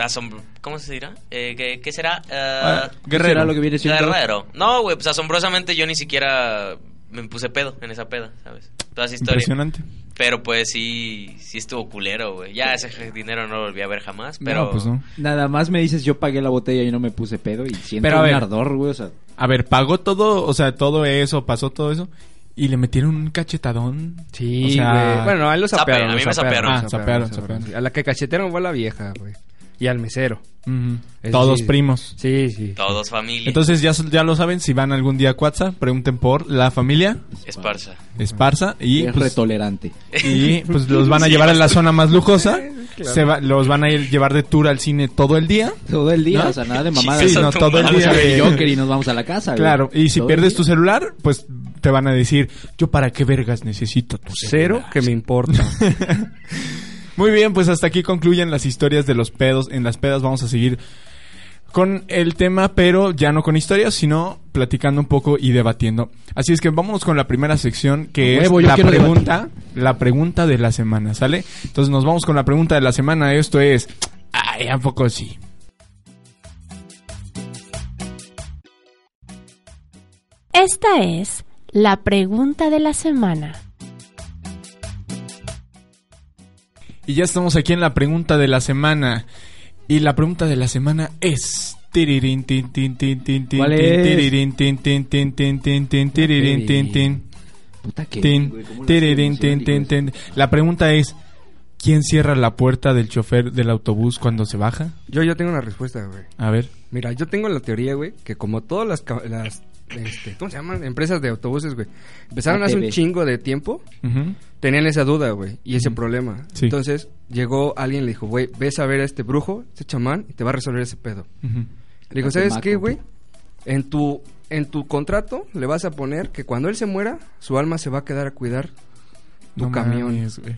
[SPEAKER 3] asombro- ¿Cómo se dirá? Eh, ¿qué, qué será? Ah,
[SPEAKER 2] Ah,
[SPEAKER 5] Será
[SPEAKER 2] Guerrero.
[SPEAKER 5] lo que viene siendo.
[SPEAKER 3] Guerrero. No, güey, pues asombrosamente yo ni siquiera me puse pedo en esa peda, ¿sabes? Toda esa historia.
[SPEAKER 2] Impresionante.
[SPEAKER 3] Pero pues sí, sí estuvo culero, güey. Ya ese dinero no lo volví a ver jamás, pero...
[SPEAKER 2] No, pues no.
[SPEAKER 5] Nada más me dices, yo pagué la botella y no me puse pedo y siento
[SPEAKER 2] Pero a
[SPEAKER 5] un
[SPEAKER 2] ver.
[SPEAKER 5] ardor, güey. O sea,
[SPEAKER 2] A ver, pagó todo, o sea, todo eso, pasó todo eso. Y le metieron un cachetadón.
[SPEAKER 4] Sí,
[SPEAKER 2] O
[SPEAKER 4] güey.
[SPEAKER 2] sea,
[SPEAKER 4] bueno, a él lo
[SPEAKER 3] Zapearon,
[SPEAKER 4] sapearon.
[SPEAKER 3] a mí me
[SPEAKER 4] lo
[SPEAKER 3] zapearon.
[SPEAKER 2] Ah, zapearon, zapearon.
[SPEAKER 4] sí. A la que cachetearon fue a la vieja, güey. Y al mesero.
[SPEAKER 2] ujú,
[SPEAKER 4] Eso
[SPEAKER 2] Todos
[SPEAKER 4] sí.
[SPEAKER 2] primos.
[SPEAKER 4] Sí, sí.
[SPEAKER 3] Todos familia.
[SPEAKER 2] Entonces ya, ya lo saben, si van algún día a Cuatza, pregunten por la familia
[SPEAKER 3] Esparza.
[SPEAKER 2] Esparza y
[SPEAKER 5] es
[SPEAKER 2] pues,
[SPEAKER 5] retolerante.
[SPEAKER 2] y pues los van a llevar a la zona más lujosa. Se va- los van a ir- llevar de tour al cine todo el día.
[SPEAKER 5] Todo el día,
[SPEAKER 2] ¿No?
[SPEAKER 5] o sea, nada de
[SPEAKER 3] Sí,
[SPEAKER 5] mamada.
[SPEAKER 2] Sí,
[SPEAKER 3] Eso
[SPEAKER 2] no,
[SPEAKER 3] tú
[SPEAKER 2] todo el
[SPEAKER 3] mames,
[SPEAKER 5] Vamos
[SPEAKER 2] día.
[SPEAKER 5] a ver
[SPEAKER 2] de-
[SPEAKER 5] el Joker y nos vamos a la casa, güey.
[SPEAKER 2] Claro, y si
[SPEAKER 5] Todo el
[SPEAKER 2] pierdes
[SPEAKER 5] día.
[SPEAKER 2] tu celular, pues te van a decir, yo para qué vergas necesito tu
[SPEAKER 3] pues,
[SPEAKER 4] Cero
[SPEAKER 2] celular.
[SPEAKER 4] que me importa.
[SPEAKER 2] Muy bien, pues hasta aquí concluyen las historias de los pedos. En las pedas vamos a seguir con el tema, pero ya no con historias, sino platicando un poco y debatiendo. Así es que vámonos con la primera sección que
[SPEAKER 5] Huevo,
[SPEAKER 2] es
[SPEAKER 5] yo
[SPEAKER 2] la
[SPEAKER 5] quiero
[SPEAKER 2] pregunta, la pregunta de la semana, ¿sale? Entonces nos vamos con la pregunta de la semana. Esto es, ay, a poco sí.
[SPEAKER 8] Esta es la pregunta de la semana.
[SPEAKER 2] Y ya estamos aquí en la pregunta de la semana. Y la pregunta de la semana es. tiririn, tin, tin, tin, tin, tin,
[SPEAKER 5] ¿Cuál
[SPEAKER 2] tin,
[SPEAKER 5] es?
[SPEAKER 2] tiririn, tin, tin, tin, tin, tin, tin, tiririn, tin, tin,
[SPEAKER 5] Puta que.
[SPEAKER 2] tin,
[SPEAKER 5] güey, ¿cómo las
[SPEAKER 2] tiririn, tin,
[SPEAKER 5] emociones,
[SPEAKER 2] tin,
[SPEAKER 5] güey?
[SPEAKER 2] tin. La pregunta es: ¿Quién cierra la puerta del chofer del autobús cuando se baja?
[SPEAKER 4] Yo, yo tengo una respuesta, güey.
[SPEAKER 2] A ver.
[SPEAKER 4] Mira, yo tengo la teoría, güey, que como todas las... ca- las este, ¿Cómo se llaman? Empresas de autobuses, güey. Empezaron hace un
[SPEAKER 5] ATV.
[SPEAKER 4] chingo de tiempo.
[SPEAKER 2] Ujú.
[SPEAKER 4] Tenían esa duda, güey, y ese problema.
[SPEAKER 2] Sí.
[SPEAKER 4] Entonces llegó alguien y le dijo, güey, ves a ver a este brujo, este chamán, y te va a resolver ese pedo.
[SPEAKER 2] Ujú.
[SPEAKER 4] Le digo,
[SPEAKER 5] Aparte,
[SPEAKER 4] ¿sabes
[SPEAKER 5] Maco,
[SPEAKER 4] qué, güey?
[SPEAKER 5] güey.
[SPEAKER 4] En tu, en tu contrato le vas a poner que cuando él se muera, su alma se va a quedar a cuidar tu
[SPEAKER 2] No
[SPEAKER 4] camión.
[SPEAKER 2] mames, güey.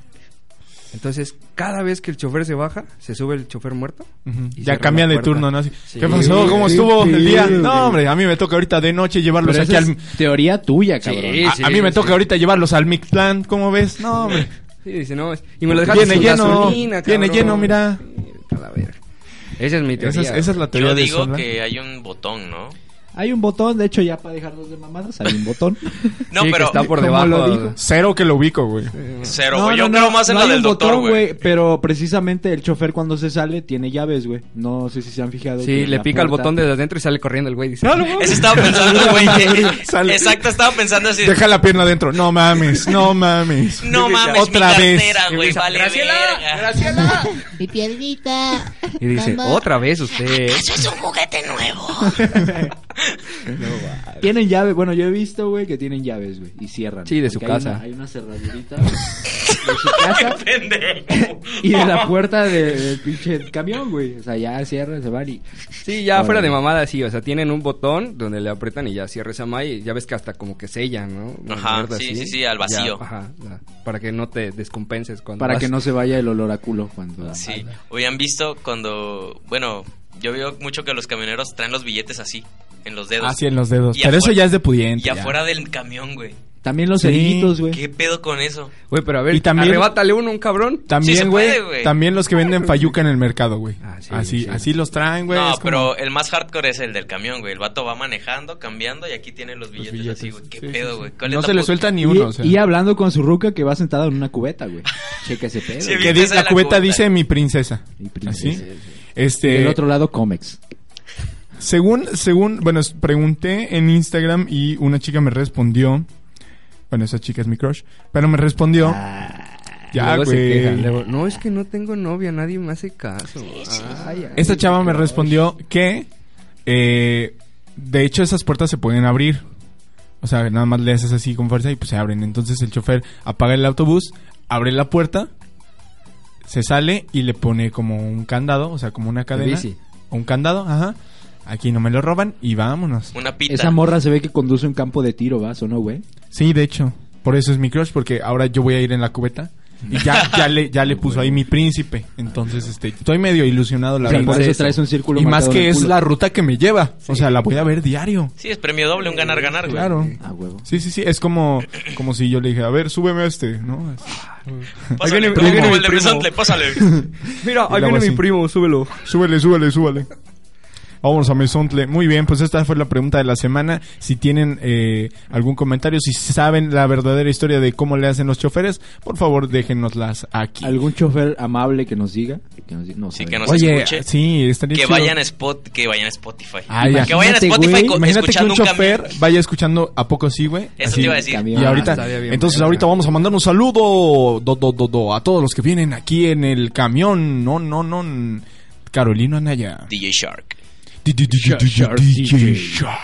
[SPEAKER 4] Entonces, cada vez que el chofer se baja, se sube el chofer muerto.
[SPEAKER 2] Ujú.
[SPEAKER 4] y
[SPEAKER 2] Ya
[SPEAKER 4] cierra
[SPEAKER 2] cambian
[SPEAKER 4] la
[SPEAKER 2] de
[SPEAKER 4] puerta.
[SPEAKER 2] turno, ¿no? Así,
[SPEAKER 4] Sí.
[SPEAKER 2] ¿Qué pasó? ¿Cómo estuvo el día?
[SPEAKER 5] pedo,
[SPEAKER 2] No,
[SPEAKER 5] güey.
[SPEAKER 2] hombre, a mí me toca ahorita de noche llevarlos
[SPEAKER 5] Pero
[SPEAKER 2] aquí
[SPEAKER 5] esa
[SPEAKER 2] al.
[SPEAKER 5] es teoría tuya,
[SPEAKER 4] Sí,
[SPEAKER 5] cabrón.
[SPEAKER 4] sí,
[SPEAKER 2] A, a mí me
[SPEAKER 4] sí.
[SPEAKER 2] toca ahorita llevarlos al Mictlán, ¿cómo ves? No, hombre.
[SPEAKER 4] Sí, dice, no, es- y me lo dejaste
[SPEAKER 2] Viene
[SPEAKER 4] sin
[SPEAKER 2] lleno,
[SPEAKER 4] gasolina,
[SPEAKER 2] viene
[SPEAKER 4] cabrón.
[SPEAKER 2] lleno, mira.
[SPEAKER 4] Sí, a la verga. Esa es mi teoría.
[SPEAKER 2] Esa es, esa es la teoría
[SPEAKER 3] Yo
[SPEAKER 2] de
[SPEAKER 3] digo
[SPEAKER 2] Sola.
[SPEAKER 3] que hay un botón, ¿no?
[SPEAKER 5] Hay un botón, de hecho, ya para dejarnos de mamadas, hay un botón.
[SPEAKER 3] No,
[SPEAKER 4] Sí, que
[SPEAKER 3] pero
[SPEAKER 4] está por
[SPEAKER 5] ¿Cómo
[SPEAKER 4] debajo.
[SPEAKER 5] lo digo?
[SPEAKER 2] Cero que lo ubico, güey.
[SPEAKER 3] cero, güey. Yo creo más en
[SPEAKER 5] no
[SPEAKER 3] la
[SPEAKER 5] hay
[SPEAKER 3] del
[SPEAKER 5] un
[SPEAKER 3] doctor,
[SPEAKER 5] botón,
[SPEAKER 3] güey.
[SPEAKER 5] Pero precisamente el chofer cuando se sale tiene llaves, güey. No sé si se han fijado.
[SPEAKER 4] Sí, le pica el botón desde adentro y sale corriendo el güey. Dice, "No, no, no".
[SPEAKER 3] Eso estaba pensando, güey.
[SPEAKER 2] Sale.
[SPEAKER 3] Exacto, estaba pensando así.
[SPEAKER 2] Deja la pierna adentro. No mames, no mames.
[SPEAKER 3] No mames,
[SPEAKER 2] Otra
[SPEAKER 3] mi
[SPEAKER 2] vez.
[SPEAKER 3] cartera, güey, vale verga.
[SPEAKER 6] Mi piernita.
[SPEAKER 4] Y dice,
[SPEAKER 6] Mamá,
[SPEAKER 4] otra vez usted.
[SPEAKER 6] Eso es un juguete nuevo.
[SPEAKER 5] Tienen llave. Bueno, yo he visto, güey, que tienen llaves, güey. Y cierran.
[SPEAKER 4] Sí, de su
[SPEAKER 5] Porque hay
[SPEAKER 4] casa.
[SPEAKER 5] una- Hay una, cerradurita de su casa
[SPEAKER 3] Pendejo.
[SPEAKER 5] y de la puerta de- del pinche camión, güey. O sea, ya cierran, se van y...
[SPEAKER 4] Sí, ya
[SPEAKER 5] Órale.
[SPEAKER 4] fuera de mamada, sí. O sea, tienen un botón donde le aprietan y ya cierra esa malla y ya ves que hasta como que sellan, ¿no? Una
[SPEAKER 3] Ajá,
[SPEAKER 4] mierda
[SPEAKER 3] sí,
[SPEAKER 4] así.
[SPEAKER 3] sí, sí, al
[SPEAKER 4] Ya,
[SPEAKER 3] vacío.
[SPEAKER 4] ajá, ya, para que no te descompenses cuando
[SPEAKER 5] Para
[SPEAKER 4] vas.
[SPEAKER 5] que no se vaya el olor a culo cuando...
[SPEAKER 3] Sí, hoy han visto cuando, bueno, yo veo mucho que los camioneros traen los billetes así, en los dedos.
[SPEAKER 2] Así Ah, en los dedos.
[SPEAKER 3] Y
[SPEAKER 2] Pero eso
[SPEAKER 3] afuera-
[SPEAKER 2] ya es de pudiente.
[SPEAKER 3] Y
[SPEAKER 2] ya.
[SPEAKER 3] afuera del camión, güey.
[SPEAKER 5] También los
[SPEAKER 2] Sí.
[SPEAKER 5] cerillitos, güey.
[SPEAKER 3] ¿Qué pedo con eso?
[SPEAKER 4] Güey, pero a ver,
[SPEAKER 2] Y también-
[SPEAKER 4] arrebátale uno a un cabrón.
[SPEAKER 3] Sí se
[SPEAKER 2] También,
[SPEAKER 3] puede,
[SPEAKER 2] güey.
[SPEAKER 3] güey.
[SPEAKER 2] también los que venden fayuca en el mercado, güey.
[SPEAKER 4] Ah, sí,
[SPEAKER 2] así,
[SPEAKER 4] sí.
[SPEAKER 2] así los traen, güey.
[SPEAKER 3] no,
[SPEAKER 2] es como-
[SPEAKER 3] pero el más hardcore es el del camión, güey. El vato va manejando, cambiando y aquí tiene los billetes, así, güey. ¿Qué
[SPEAKER 2] Sí, sí,
[SPEAKER 3] pedo,
[SPEAKER 2] sí.
[SPEAKER 3] güey? ¿Cuál
[SPEAKER 2] No
[SPEAKER 3] es
[SPEAKER 2] se
[SPEAKER 3] la
[SPEAKER 2] le
[SPEAKER 3] pu-
[SPEAKER 2] suelta ni
[SPEAKER 5] Y,
[SPEAKER 2] uno. o sea.
[SPEAKER 5] y hablando con su ruca que va sentada en una cubeta, güey. Checa ese pedo.
[SPEAKER 3] Sí,
[SPEAKER 5] güey.
[SPEAKER 2] que dice-
[SPEAKER 3] Esa es
[SPEAKER 2] la
[SPEAKER 3] la
[SPEAKER 2] cubeta
[SPEAKER 3] cubeta.
[SPEAKER 2] dice mi princesa.
[SPEAKER 5] Mi princesa,
[SPEAKER 2] Así.
[SPEAKER 5] sí.
[SPEAKER 2] Este,
[SPEAKER 5] Del otro lado, cómics.
[SPEAKER 2] Según, según, bueno, s- pregunté en Instagram y una chica me respondió. Bueno, esa chica es mi crush. Pero me respondió.
[SPEAKER 5] Ah,
[SPEAKER 2] ya,
[SPEAKER 4] Luego se quejan,
[SPEAKER 2] güey.
[SPEAKER 4] luego, no, es que no tengo novia, nadie me hace caso. Ah. Ay, ay,
[SPEAKER 2] Esta chava me respondió que, eh, de hecho, esas puertas se pueden abrir. O sea, nada más le haces así con fuerza y pues se abren. Entonces el chofer apaga el autobús, abre la puerta, se sale y le pone como un candado, o sea, como una cadena.
[SPEAKER 4] bici.
[SPEAKER 2] O un candado, ajá. Aquí no me lo roban y vámonos.
[SPEAKER 3] Una pita.
[SPEAKER 5] Esa morra se ve que conduce un campo de tiro, ¿vas o no, güey?
[SPEAKER 2] Sí, de hecho. Por eso es mi crush, porque ahora yo voy a ir en la cubeta. Y ya, ya le, ya le puso ahí mi príncipe. Entonces, este, estoy medio ilusionado, la
[SPEAKER 5] O sea,
[SPEAKER 2] verdad.
[SPEAKER 5] por eso traes un círculo
[SPEAKER 2] Y más
[SPEAKER 5] marcado en
[SPEAKER 2] que
[SPEAKER 5] el
[SPEAKER 2] es
[SPEAKER 5] culo.
[SPEAKER 2] la ruta que me lleva. O sea, la voy a ver diario.
[SPEAKER 3] Sí, es premio doble, un ganar-ganar, güey.
[SPEAKER 2] Claro.
[SPEAKER 5] Ah, huevo.
[SPEAKER 2] Sí, sí, sí. Es como, como si yo le dije, a ver, súbeme a este, ¿no? Es-
[SPEAKER 3] Pásale,
[SPEAKER 4] viene-
[SPEAKER 3] primo,
[SPEAKER 4] ahí viene
[SPEAKER 3] el
[SPEAKER 4] mi
[SPEAKER 3] de
[SPEAKER 4] primo.
[SPEAKER 3] Besontle, pásale.
[SPEAKER 4] Mira,
[SPEAKER 2] Y luego
[SPEAKER 4] ahí viene
[SPEAKER 2] así.
[SPEAKER 4] mi primo, súbelo.
[SPEAKER 2] Súbele, súbele, súbele. Vámonos a Mesontle. Muy bien, pues esta fue la pregunta de la semana. Si tienen eh, algún comentario, si saben la verdadera historia de cómo le hacen los choferes, por favor déjenoslas aquí.
[SPEAKER 5] ¿Algún chofer amable que nos diga? Que nos diga- No,
[SPEAKER 3] Sí,
[SPEAKER 5] sabemos.
[SPEAKER 3] que nos
[SPEAKER 2] Oye,
[SPEAKER 3] escuche.
[SPEAKER 2] sí, estaría
[SPEAKER 3] Que
[SPEAKER 2] chido.
[SPEAKER 3] vayan, a Spot, que vayan a Spotify.
[SPEAKER 2] Ay,
[SPEAKER 3] que vayan a
[SPEAKER 5] imagínate,
[SPEAKER 3] Spotify
[SPEAKER 5] güey.
[SPEAKER 3] co-
[SPEAKER 2] Ah, Imagínate que
[SPEAKER 3] escuchando
[SPEAKER 2] un
[SPEAKER 3] un camión.
[SPEAKER 2] chofer vaya escuchando a poco sí, güey.
[SPEAKER 3] Eso
[SPEAKER 2] Así.
[SPEAKER 3] te iba a decir.
[SPEAKER 5] Camión.
[SPEAKER 2] Y ahorita,
[SPEAKER 4] estaría bien
[SPEAKER 2] entonces
[SPEAKER 4] verga.
[SPEAKER 2] ahorita vamos a mandar un saludo do, do, do, do, a todos los que vienen aquí en el camión. No, no, no. Carolina Anaya.
[SPEAKER 3] DJ Shark.
[SPEAKER 2] DJ Shark.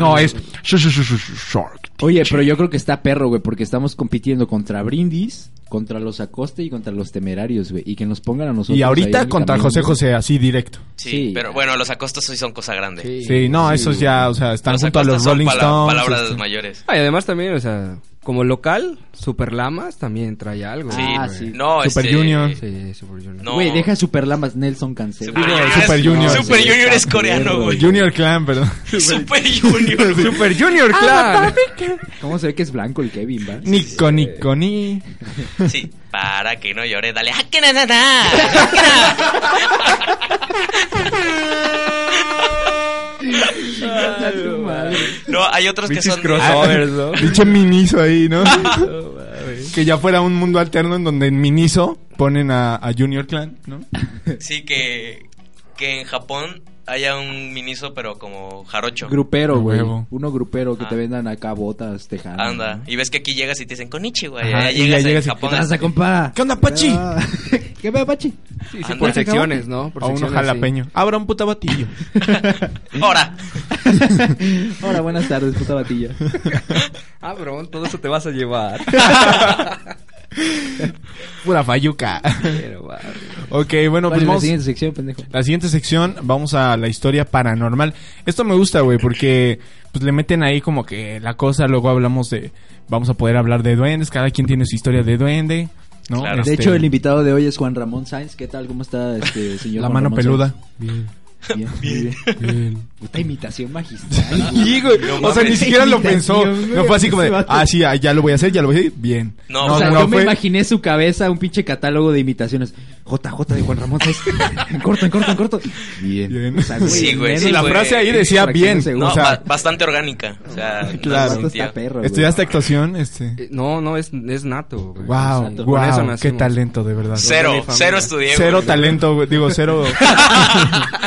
[SPEAKER 2] No, es Shark.
[SPEAKER 5] Oye, pero yo creo que está perro, güey, porque estamos compitiendo contra Brindis, contra los Acoste y contra los Temerarios, güey, y que nos pongan a nosotros.
[SPEAKER 2] Y
[SPEAKER 5] ahí en
[SPEAKER 2] ahorita
[SPEAKER 5] el
[SPEAKER 2] contra
[SPEAKER 5] camión,
[SPEAKER 2] José
[SPEAKER 5] güey.
[SPEAKER 2] José, así directo.
[SPEAKER 3] Sí,
[SPEAKER 5] Sí.
[SPEAKER 3] pero bueno, los acostos hoy son cosa grande.
[SPEAKER 2] Sí, no, esos ya, o sea, están
[SPEAKER 3] Los
[SPEAKER 2] junto a
[SPEAKER 3] acostos
[SPEAKER 2] los
[SPEAKER 3] son
[SPEAKER 2] Rolling
[SPEAKER 3] pala-
[SPEAKER 2] Stones.
[SPEAKER 3] Palabras
[SPEAKER 2] este.
[SPEAKER 3] mayores.
[SPEAKER 4] Ah, y además también, o sea, como local, Super Lamas también trae algo.
[SPEAKER 3] Sí,
[SPEAKER 5] Ah,
[SPEAKER 4] güey.
[SPEAKER 5] sí.
[SPEAKER 3] no,
[SPEAKER 2] Super
[SPEAKER 3] este,
[SPEAKER 2] Junior.
[SPEAKER 4] Sí, Super Junior.
[SPEAKER 3] No.
[SPEAKER 5] Güey, deja Superlamas Nelson Cancel.
[SPEAKER 3] Super Junior.
[SPEAKER 2] Super
[SPEAKER 3] es-
[SPEAKER 2] Junior.
[SPEAKER 3] Super Junior es coreano, güey.
[SPEAKER 2] Junior Clan, perdón.
[SPEAKER 3] Super Junior, güey.
[SPEAKER 4] Super Junior,
[SPEAKER 5] Ah,
[SPEAKER 4] claro.
[SPEAKER 5] ¿Cómo se ve que es blanco el Kevin, va?
[SPEAKER 2] Nico, Nico, ni.
[SPEAKER 3] Sí, para que no llore, dale. ¡Ah, que na, na, na! ¡Ah, que na! No, hay otros que son.
[SPEAKER 4] crossovers, ¿no?
[SPEAKER 2] Dicho Miniso ahí, ¿no? que ya fuera un mundo alterno en donde en Miniso ponen a, a Junior Clan, ¿no?
[SPEAKER 3] Sí, que, que en Japón haya un miniso, pero como jarocho.
[SPEAKER 5] Grupero,
[SPEAKER 2] A
[SPEAKER 5] güey.
[SPEAKER 2] huevo.
[SPEAKER 5] Uno grupero que
[SPEAKER 3] Ah.
[SPEAKER 5] te vendan acá botas tejanas.
[SPEAKER 3] Anda. Y ves que aquí llegas y te dicen Konnichiwa.
[SPEAKER 2] Ah. Ajá,
[SPEAKER 3] Y allá
[SPEAKER 2] y ya
[SPEAKER 3] llegas,
[SPEAKER 2] llegas y-
[SPEAKER 3] en
[SPEAKER 5] ¿Qué
[SPEAKER 3] Japón.
[SPEAKER 5] pasa, compa?
[SPEAKER 2] ¿Qué onda, Pachi?
[SPEAKER 5] ¿Qué va, Pachi?
[SPEAKER 4] Sí, sí,
[SPEAKER 3] Ándale.
[SPEAKER 4] por secciones, ¿no? Por
[SPEAKER 2] A uno
[SPEAKER 4] secciones, sí.
[SPEAKER 2] jalapeño. Abra un puta batillo.
[SPEAKER 3] Ahora.
[SPEAKER 5] Hola, buenas tardes, puta batilla.
[SPEAKER 4] Ah, bro, todo eso te vas a llevar.
[SPEAKER 2] Pura fayuca.
[SPEAKER 4] Pero, va, güey.
[SPEAKER 2] ok, bueno,
[SPEAKER 5] ¿Cuál
[SPEAKER 2] pues
[SPEAKER 5] es la
[SPEAKER 2] vamos.
[SPEAKER 5] siguiente sección, pendejo?
[SPEAKER 2] La siguiente sección, vamos a la historia paranormal. Esto me gusta, güey, porque pues le meten ahí como que la cosa, luego hablamos de, vamos a poder hablar de duendes, cada quien tiene su historia de duende, ¿no?
[SPEAKER 3] Claro. De
[SPEAKER 5] De
[SPEAKER 2] Este,
[SPEAKER 5] hecho, el invitado de hoy es Juan Ramón Sáenz. ¿Qué tal? ¿Cómo está, este señor?
[SPEAKER 2] la
[SPEAKER 5] Juan
[SPEAKER 2] mano
[SPEAKER 5] Ramón
[SPEAKER 2] peluda.
[SPEAKER 5] Sáenz? Bien, muy bien. Puta imitación magistral. güey.
[SPEAKER 2] Sí, güey. O sea, ni
[SPEAKER 5] mames,
[SPEAKER 2] siquiera lo pensó.
[SPEAKER 5] imitación, güey.
[SPEAKER 2] No fue así como de,
[SPEAKER 5] Ese vato.
[SPEAKER 2] ah, sí, ah, ya lo voy a hacer, ya lo voy a hacer. Bien.
[SPEAKER 3] No,
[SPEAKER 5] o sea,
[SPEAKER 3] no,
[SPEAKER 5] yo me
[SPEAKER 2] fue-
[SPEAKER 5] imaginé su cabeza un pinche catálogo de imitaciones. JJ de Juan Ramón. ¿sabes? en corto, en corto, en corto. Bien.
[SPEAKER 2] Bien.
[SPEAKER 5] O sea, güey,
[SPEAKER 3] Sí, güey,
[SPEAKER 5] menos
[SPEAKER 3] sí,
[SPEAKER 2] la
[SPEAKER 3] güey.
[SPEAKER 2] frase ahí decía
[SPEAKER 5] Para que
[SPEAKER 2] bien.
[SPEAKER 5] no se-
[SPEAKER 2] o
[SPEAKER 3] No,
[SPEAKER 2] sea,
[SPEAKER 3] ba- bastante orgánica. O sea, no
[SPEAKER 2] Claro.
[SPEAKER 3] se
[SPEAKER 5] Esto
[SPEAKER 3] sentía.
[SPEAKER 5] está perro, güey.
[SPEAKER 2] ¿Estudiaste actuación? Este.
[SPEAKER 4] Eh, No, no, es, es nato, güey.
[SPEAKER 2] Wow,
[SPEAKER 4] Con eso
[SPEAKER 2] wow, qué
[SPEAKER 4] nacimos.
[SPEAKER 2] talento, de verdad.
[SPEAKER 4] de
[SPEAKER 3] Cero,
[SPEAKER 4] mi familia.
[SPEAKER 3] cero estudié.
[SPEAKER 2] Cero
[SPEAKER 3] güey.
[SPEAKER 2] talento, güey. digo, cero.